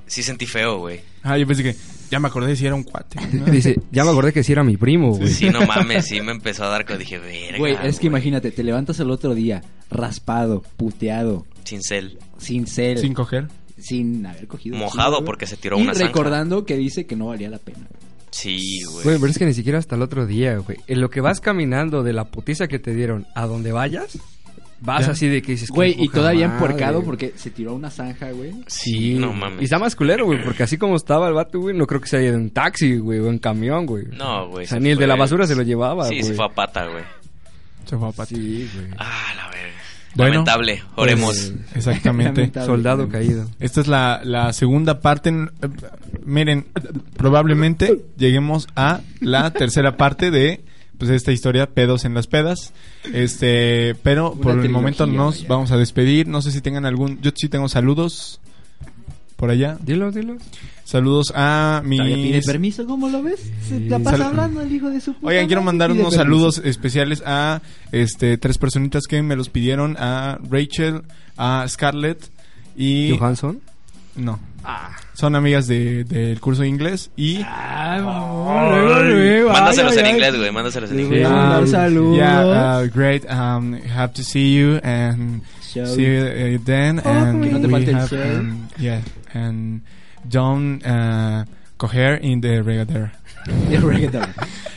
[SPEAKER 3] sí sentí feo, güey.
[SPEAKER 2] Ah, yo pensé que ya me acordé si era un cuate. ¿no?
[SPEAKER 4] Dice, ya me acordé que sí era mi primo, güey.
[SPEAKER 3] Sí, no mames, sí me empezó a dar co dije, verga.
[SPEAKER 5] Güey, es
[SPEAKER 3] güey.
[SPEAKER 5] que imagínate, te levantas el otro día raspado, puteado,
[SPEAKER 3] Cincel.
[SPEAKER 5] sin cel,
[SPEAKER 2] Sin
[SPEAKER 5] sin,
[SPEAKER 2] coger.
[SPEAKER 5] haber cogido.
[SPEAKER 3] Mojado
[SPEAKER 5] sí, güey.
[SPEAKER 3] porque se tiró
[SPEAKER 5] y
[SPEAKER 3] una zanja.
[SPEAKER 5] recordando que dice que no valía la pena.
[SPEAKER 3] Sí,
[SPEAKER 4] Güey,
[SPEAKER 3] güey.
[SPEAKER 4] pero es que ni siquiera hasta el otro día, güey. En lo que vas caminando de la putiza que te dieron a donde vayas, vas
[SPEAKER 2] Ya.
[SPEAKER 4] así de que dices.
[SPEAKER 5] Güey,
[SPEAKER 4] "Qué
[SPEAKER 5] y
[SPEAKER 4] poca
[SPEAKER 5] todavía
[SPEAKER 4] madre".
[SPEAKER 5] empuercado porque se tiró una zanja, güey.
[SPEAKER 3] Sí, no mames.
[SPEAKER 4] Y está más culero, güey, porque así como estaba el vato, güey, no creo que se haya ido en taxi, güey, o en camión, güey.
[SPEAKER 3] No, güey.
[SPEAKER 4] O sea,
[SPEAKER 3] se
[SPEAKER 4] ni el de
[SPEAKER 3] fue.
[SPEAKER 4] la basura se lo llevaba,
[SPEAKER 3] Sí,
[SPEAKER 4] güey.
[SPEAKER 3] se fue a pata, güey.
[SPEAKER 4] Pues,
[SPEAKER 2] Se fue a pata.
[SPEAKER 4] Sí, güey.
[SPEAKER 3] Ah, la verga.
[SPEAKER 2] Bueno,
[SPEAKER 3] Lamentable, oremos.
[SPEAKER 2] Pues, exactamente.
[SPEAKER 5] Lamentable.
[SPEAKER 4] eh, Soldado caído.
[SPEAKER 2] Esta es la, la segunda parte. en- eh, Miren, probablemente lleguemos a la tercera parte de pues esta historia, pedos en las pedas. Este, pero
[SPEAKER 5] Una
[SPEAKER 2] por el
[SPEAKER 5] trilogía,
[SPEAKER 2] momento nos
[SPEAKER 5] vaya.
[SPEAKER 2] vamos a despedir. No sé si tengan algún, yo sí tengo saludos por allá.
[SPEAKER 4] Dilo, dilo.
[SPEAKER 2] Saludos a mi
[SPEAKER 5] Todavía pide permiso, ¿cómo lo ves? Se la
[SPEAKER 2] Sal-
[SPEAKER 5] pasa hablando el hijo de su puta
[SPEAKER 2] Oigan, quiero
[SPEAKER 5] madre,
[SPEAKER 2] mandar
[SPEAKER 5] pide
[SPEAKER 2] unos
[SPEAKER 5] permiso.
[SPEAKER 2] saludos especiales a este tres personitas que me los pidieron, a Rachel, a Scarlett y
[SPEAKER 4] Johansson.
[SPEAKER 2] no.
[SPEAKER 5] Ah.
[SPEAKER 2] Son amigas de- del curso de inglés y
[SPEAKER 5] Ay, mamón, luego, luego,
[SPEAKER 3] Mándaselos
[SPEAKER 5] Ah, ay,
[SPEAKER 3] en
[SPEAKER 5] ay,
[SPEAKER 3] inglés,
[SPEAKER 5] ay.
[SPEAKER 3] güey, mándaselos en
[SPEAKER 5] Sí.
[SPEAKER 3] inglés.
[SPEAKER 5] mandar
[SPEAKER 2] um,
[SPEAKER 5] saludos.
[SPEAKER 2] Yeah, uh, great. Um, have to see you and
[SPEAKER 5] Show. Oh,
[SPEAKER 2] see you uh, then and
[SPEAKER 5] Que no te
[SPEAKER 2] we
[SPEAKER 5] falte el
[SPEAKER 2] have,
[SPEAKER 5] show.
[SPEAKER 2] um, yeah and don't uh, coger in the regadera.
[SPEAKER 5] Y el reggaetón.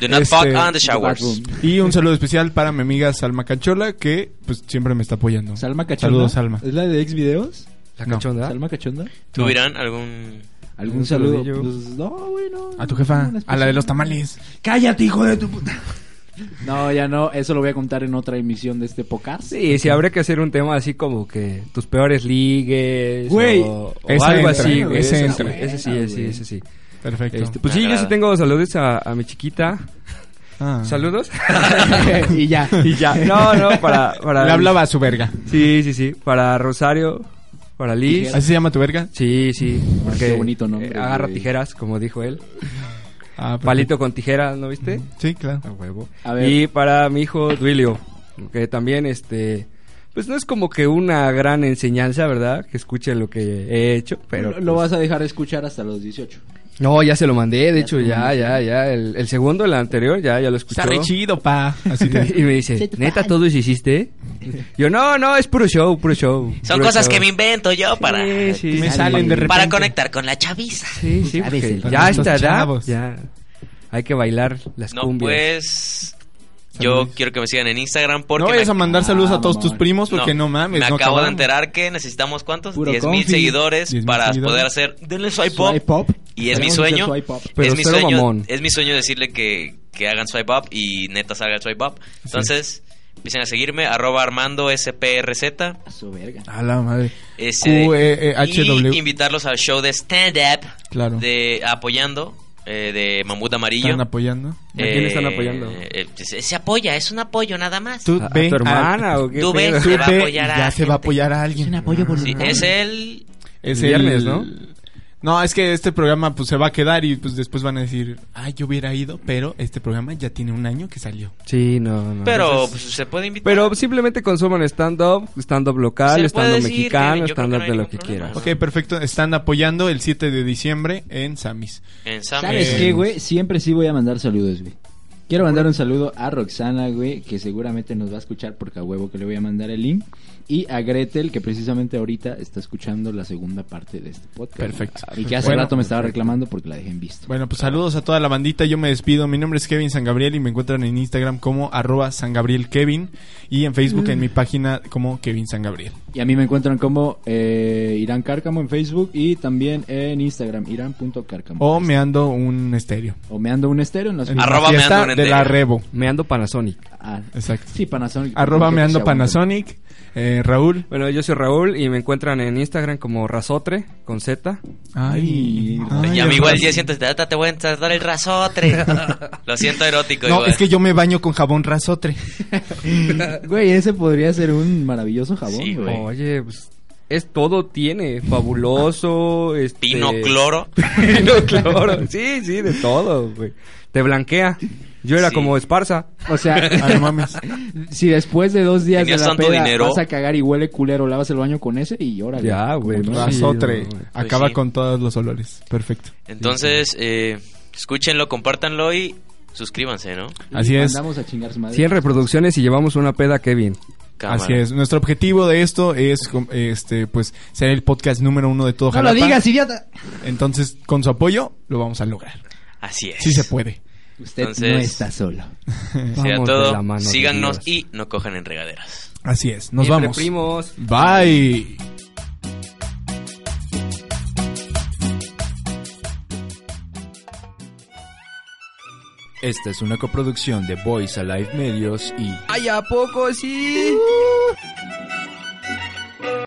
[SPEAKER 3] Do not
[SPEAKER 2] Este,
[SPEAKER 3] fuck on the showers.
[SPEAKER 5] Bathroom.
[SPEAKER 2] Y un saludo especial para mi amiga Salma Cachola que pues siempre me está apoyando.
[SPEAKER 5] Salma Cachonda.
[SPEAKER 2] Saludos Salma. ¿Ah?
[SPEAKER 5] ¿Es la de ex videos?
[SPEAKER 4] La
[SPEAKER 2] No.
[SPEAKER 4] cachonda.
[SPEAKER 5] Salma Cachonda.
[SPEAKER 3] ¿Tuvieran algún...?
[SPEAKER 5] ¿Algún
[SPEAKER 4] Un
[SPEAKER 5] saludo?
[SPEAKER 4] saludillo.
[SPEAKER 5] Pues, no, güey, no.
[SPEAKER 2] A tu jefa,
[SPEAKER 5] Una especie-
[SPEAKER 2] a la de los tamales.
[SPEAKER 5] ¡Cállate, hijo de tu puta! No, ya no. Eso lo voy a contar en otra emisión de este podcast.
[SPEAKER 4] Sí, sí, habría que hacer un tema así como que tus peores ligues.
[SPEAKER 5] Güey,
[SPEAKER 4] o, o
[SPEAKER 2] ese
[SPEAKER 4] algo
[SPEAKER 2] entra,
[SPEAKER 4] así, güey.
[SPEAKER 2] ese
[SPEAKER 4] Ese,
[SPEAKER 2] entra.
[SPEAKER 4] sí, ese sí, ese sí, ese sí.
[SPEAKER 2] Perfecto.
[SPEAKER 4] Este, pues
[SPEAKER 3] Me
[SPEAKER 4] sí, yo sí
[SPEAKER 3] agrada.
[SPEAKER 4] tengo saludos a, a mi chiquita.
[SPEAKER 2] Ah.
[SPEAKER 4] ¿Saludos?
[SPEAKER 5] y ya.
[SPEAKER 4] y ya. No, no, para. para
[SPEAKER 2] Le hablaba a su verga.
[SPEAKER 4] Sí, sí, sí. Para Rosario, para Liz.
[SPEAKER 2] ¿Así se llama tu verga?
[SPEAKER 4] Sí, sí. Porque
[SPEAKER 5] qué bonito nombre,
[SPEAKER 4] eh, agarra
[SPEAKER 5] güey.
[SPEAKER 4] tijeras, como dijo él.
[SPEAKER 2] Ah, perfecto.
[SPEAKER 4] Palito con tijeras, ¿no viste?
[SPEAKER 2] Sí, claro.
[SPEAKER 4] A huevo.
[SPEAKER 5] A ver.
[SPEAKER 4] Y para mi hijo Duilio, que también este pues no es como que una gran enseñanza, ¿verdad? Que escuche lo que he hecho, pero
[SPEAKER 5] lo, lo
[SPEAKER 4] pues,
[SPEAKER 5] vas a dejar escuchar hasta los 18.
[SPEAKER 4] No, ya se lo mandé, de hecho ya ya ya el, el segundo el anterior ya ya lo escuchó.
[SPEAKER 2] Está re chido, pa. Así te-
[SPEAKER 4] y me dice, "¿Neta todo eso hiciste?" Yo, "No, no, es puro show, puro show."
[SPEAKER 3] Son
[SPEAKER 4] puro
[SPEAKER 3] cosas
[SPEAKER 4] show".
[SPEAKER 3] que me invento yo para...
[SPEAKER 4] Sí, sí,
[SPEAKER 2] me
[SPEAKER 4] sí.
[SPEAKER 2] salen de repente.
[SPEAKER 3] Para conectar con la chaviza.
[SPEAKER 4] Sí, sí,
[SPEAKER 5] Sabes,
[SPEAKER 4] porque
[SPEAKER 5] el-
[SPEAKER 4] ya a esta
[SPEAKER 2] estos
[SPEAKER 4] edad
[SPEAKER 2] chavos.
[SPEAKER 4] ya hay que bailar las
[SPEAKER 3] No,
[SPEAKER 4] cumbias.
[SPEAKER 3] pues... Yo quiero que me sigan en Instagram porque...
[SPEAKER 2] no
[SPEAKER 3] me-
[SPEAKER 2] vayas a mandar saludos a todos
[SPEAKER 5] Ah,
[SPEAKER 2] tus
[SPEAKER 5] mamón.
[SPEAKER 2] primos porque no, mames.
[SPEAKER 3] Me
[SPEAKER 2] no
[SPEAKER 3] acabo de
[SPEAKER 2] acabamos.
[SPEAKER 3] enterar que necesitamos cuántos?
[SPEAKER 5] Puro
[SPEAKER 3] 10 mil
[SPEAKER 2] confi.
[SPEAKER 3] seguidores
[SPEAKER 2] 10,000
[SPEAKER 3] para
[SPEAKER 2] seguidores.
[SPEAKER 3] poder hacer denle swipe up.
[SPEAKER 5] Swipe up.
[SPEAKER 3] Y es mi
[SPEAKER 5] Queremos hacer
[SPEAKER 3] sueño.
[SPEAKER 5] swipe up.
[SPEAKER 4] Pero
[SPEAKER 3] es mi
[SPEAKER 4] cero
[SPEAKER 3] sueño, Eh,
[SPEAKER 4] mamón.
[SPEAKER 3] es mi sueño decirle que, que hagan swipe up y neta salga el swipe up. Entonces, empiecen a seguirme arroba armando sprz.
[SPEAKER 5] A su verga.
[SPEAKER 2] A la madre.
[SPEAKER 3] Este,
[SPEAKER 2] Q, E, E, H, W.
[SPEAKER 3] y invitarlos al show de stand up
[SPEAKER 2] Claro.
[SPEAKER 3] de apoyando eh, de Mamut Amarillo.
[SPEAKER 2] Están apoyando.
[SPEAKER 4] ¿A quién están apoyando?
[SPEAKER 3] eh, se, se apoya, es un apoyo nada más.
[SPEAKER 2] Tú
[SPEAKER 4] ¿A, a
[SPEAKER 2] ve
[SPEAKER 4] tu hermana o qué?
[SPEAKER 3] Tú ve,
[SPEAKER 4] pedo?
[SPEAKER 2] Tú
[SPEAKER 3] Se va a
[SPEAKER 2] ve y
[SPEAKER 3] apoyar
[SPEAKER 2] ya
[SPEAKER 3] a
[SPEAKER 2] se va a
[SPEAKER 3] gente.
[SPEAKER 2] apoyar a alguien. Ah,
[SPEAKER 5] apoyo
[SPEAKER 3] Sí, es el
[SPEAKER 2] Es
[SPEAKER 4] El viernes, ¿no?
[SPEAKER 2] No, es que este programa pues se va a quedar y pues después van a decir, ay, yo hubiera ido, pero este programa ya tiene un año que salió.
[SPEAKER 4] Sí, no, no.
[SPEAKER 3] pero pues, se puede invitar.
[SPEAKER 4] Pero simplemente consuman stand-up, stand-up local,
[SPEAKER 3] Se puede
[SPEAKER 4] stand-up
[SPEAKER 3] decir que
[SPEAKER 4] mexicano,
[SPEAKER 3] yo creo que no
[SPEAKER 4] stand-up
[SPEAKER 3] hay
[SPEAKER 4] de lo
[SPEAKER 3] ningún
[SPEAKER 4] que
[SPEAKER 3] problema.
[SPEAKER 4] quieras.
[SPEAKER 2] Ok, perfecto. Están apoyando el 7 de diciembre en Samis.
[SPEAKER 3] En Sam-
[SPEAKER 5] ¿Sabes
[SPEAKER 2] Eh,
[SPEAKER 5] qué, güey? Siempre sí voy a mandar saludos, güey. Quiero mandar un saludo a Roxana, güey, que seguramente nos va a escuchar porque a huevo que le voy a mandar el link. Y a Gretel, que precisamente ahorita está escuchando la segunda parte de este podcast.
[SPEAKER 2] Perfecto.
[SPEAKER 5] Y que hace
[SPEAKER 2] Bueno,
[SPEAKER 5] rato me estaba reclamando porque la dejé en visto.
[SPEAKER 2] Bueno, pues saludos a toda la bandita. Yo me despido. Mi nombre es Kevin San Gabriel y me encuentran en Instagram como arroba San Gabriel Kevin y en Facebook en mi página como Kevin San Gabriel.
[SPEAKER 5] Y a mí me encuentran como eh, Irán Cárcamo en Facebook y también en Instagram, irán.cárcamo.
[SPEAKER 2] O me ando un estéreo.
[SPEAKER 5] O me ando un estero en las...
[SPEAKER 2] Oh, En la
[SPEAKER 3] Arroba me
[SPEAKER 2] fiesta
[SPEAKER 3] ando un
[SPEAKER 2] de la
[SPEAKER 3] estéreo.
[SPEAKER 2] Rebo.
[SPEAKER 4] Me ando Panasonic.
[SPEAKER 5] Ah,
[SPEAKER 2] Exacto.
[SPEAKER 5] sí, Panasonic.
[SPEAKER 2] Arroba me ando
[SPEAKER 5] Porque se aguanta.
[SPEAKER 2] Panasonic. Eh, Raúl.
[SPEAKER 4] Bueno, yo soy Raúl y me encuentran en Instagram como Razotre con Z.
[SPEAKER 2] Ay, ay,
[SPEAKER 3] y a mí igual
[SPEAKER 2] Raúl.
[SPEAKER 3] ya siento, "Ahorita te voy a dar el rasotre. Lo siento erótico.
[SPEAKER 2] No,
[SPEAKER 3] igual.
[SPEAKER 2] es que yo me baño con jabón rasotre.
[SPEAKER 5] Güey, ese podría ser un maravilloso jabón,
[SPEAKER 3] Ah, Sí,
[SPEAKER 5] güey.
[SPEAKER 3] güey.
[SPEAKER 4] Oye, pues es todo tiene, fabuloso, este
[SPEAKER 3] Pino cloro.
[SPEAKER 4] Pino cloro. Sí, sí, de todo, güey. Te blanquea. Yo era
[SPEAKER 3] Sí.
[SPEAKER 4] como Esparza.
[SPEAKER 5] O sea,
[SPEAKER 2] Ah, no mames.
[SPEAKER 5] si después de dos días de
[SPEAKER 3] Tenías
[SPEAKER 5] la
[SPEAKER 3] tanto
[SPEAKER 5] peda
[SPEAKER 3] dinero.
[SPEAKER 5] vas a cagar y huele culero, lavas el baño con ese y llora.
[SPEAKER 4] Ya, güey. no, sí,
[SPEAKER 2] Rasotre.
[SPEAKER 4] no, güey.
[SPEAKER 2] Acaba
[SPEAKER 3] sí.
[SPEAKER 2] con todos los olores. Perfecto.
[SPEAKER 3] Entonces, eh, escúchenlo, compártanlo y suscríbanse, ¿no?
[SPEAKER 2] Así es.
[SPEAKER 5] Vamos a chingar su madre.
[SPEAKER 4] 100 reproducciones y llevamos una peda, Kevin.
[SPEAKER 3] Cámara.
[SPEAKER 2] Así es. Nuestro objetivo de esto es, com- este, pues, ser el podcast número uno de todo
[SPEAKER 5] No lo
[SPEAKER 2] Jalapa.
[SPEAKER 5] digas, idiota.
[SPEAKER 2] Entonces, con su apoyo, lo vamos a lograr.
[SPEAKER 3] Así es.
[SPEAKER 2] Sí se puede.
[SPEAKER 5] Usted
[SPEAKER 3] Entonces-
[SPEAKER 5] no está solo.
[SPEAKER 3] Sea
[SPEAKER 4] Vamos de
[SPEAKER 3] todo,
[SPEAKER 4] la mano de
[SPEAKER 3] síganos
[SPEAKER 4] Dios.
[SPEAKER 3] y no cojan en regaderas.
[SPEAKER 2] Así es. Nos
[SPEAKER 4] Siempre,
[SPEAKER 2] vamos.
[SPEAKER 4] primos.
[SPEAKER 2] Bye.
[SPEAKER 1] Esta es una coproducción de Voice Alive Medios y
[SPEAKER 4] ¡Ay, a poco sí!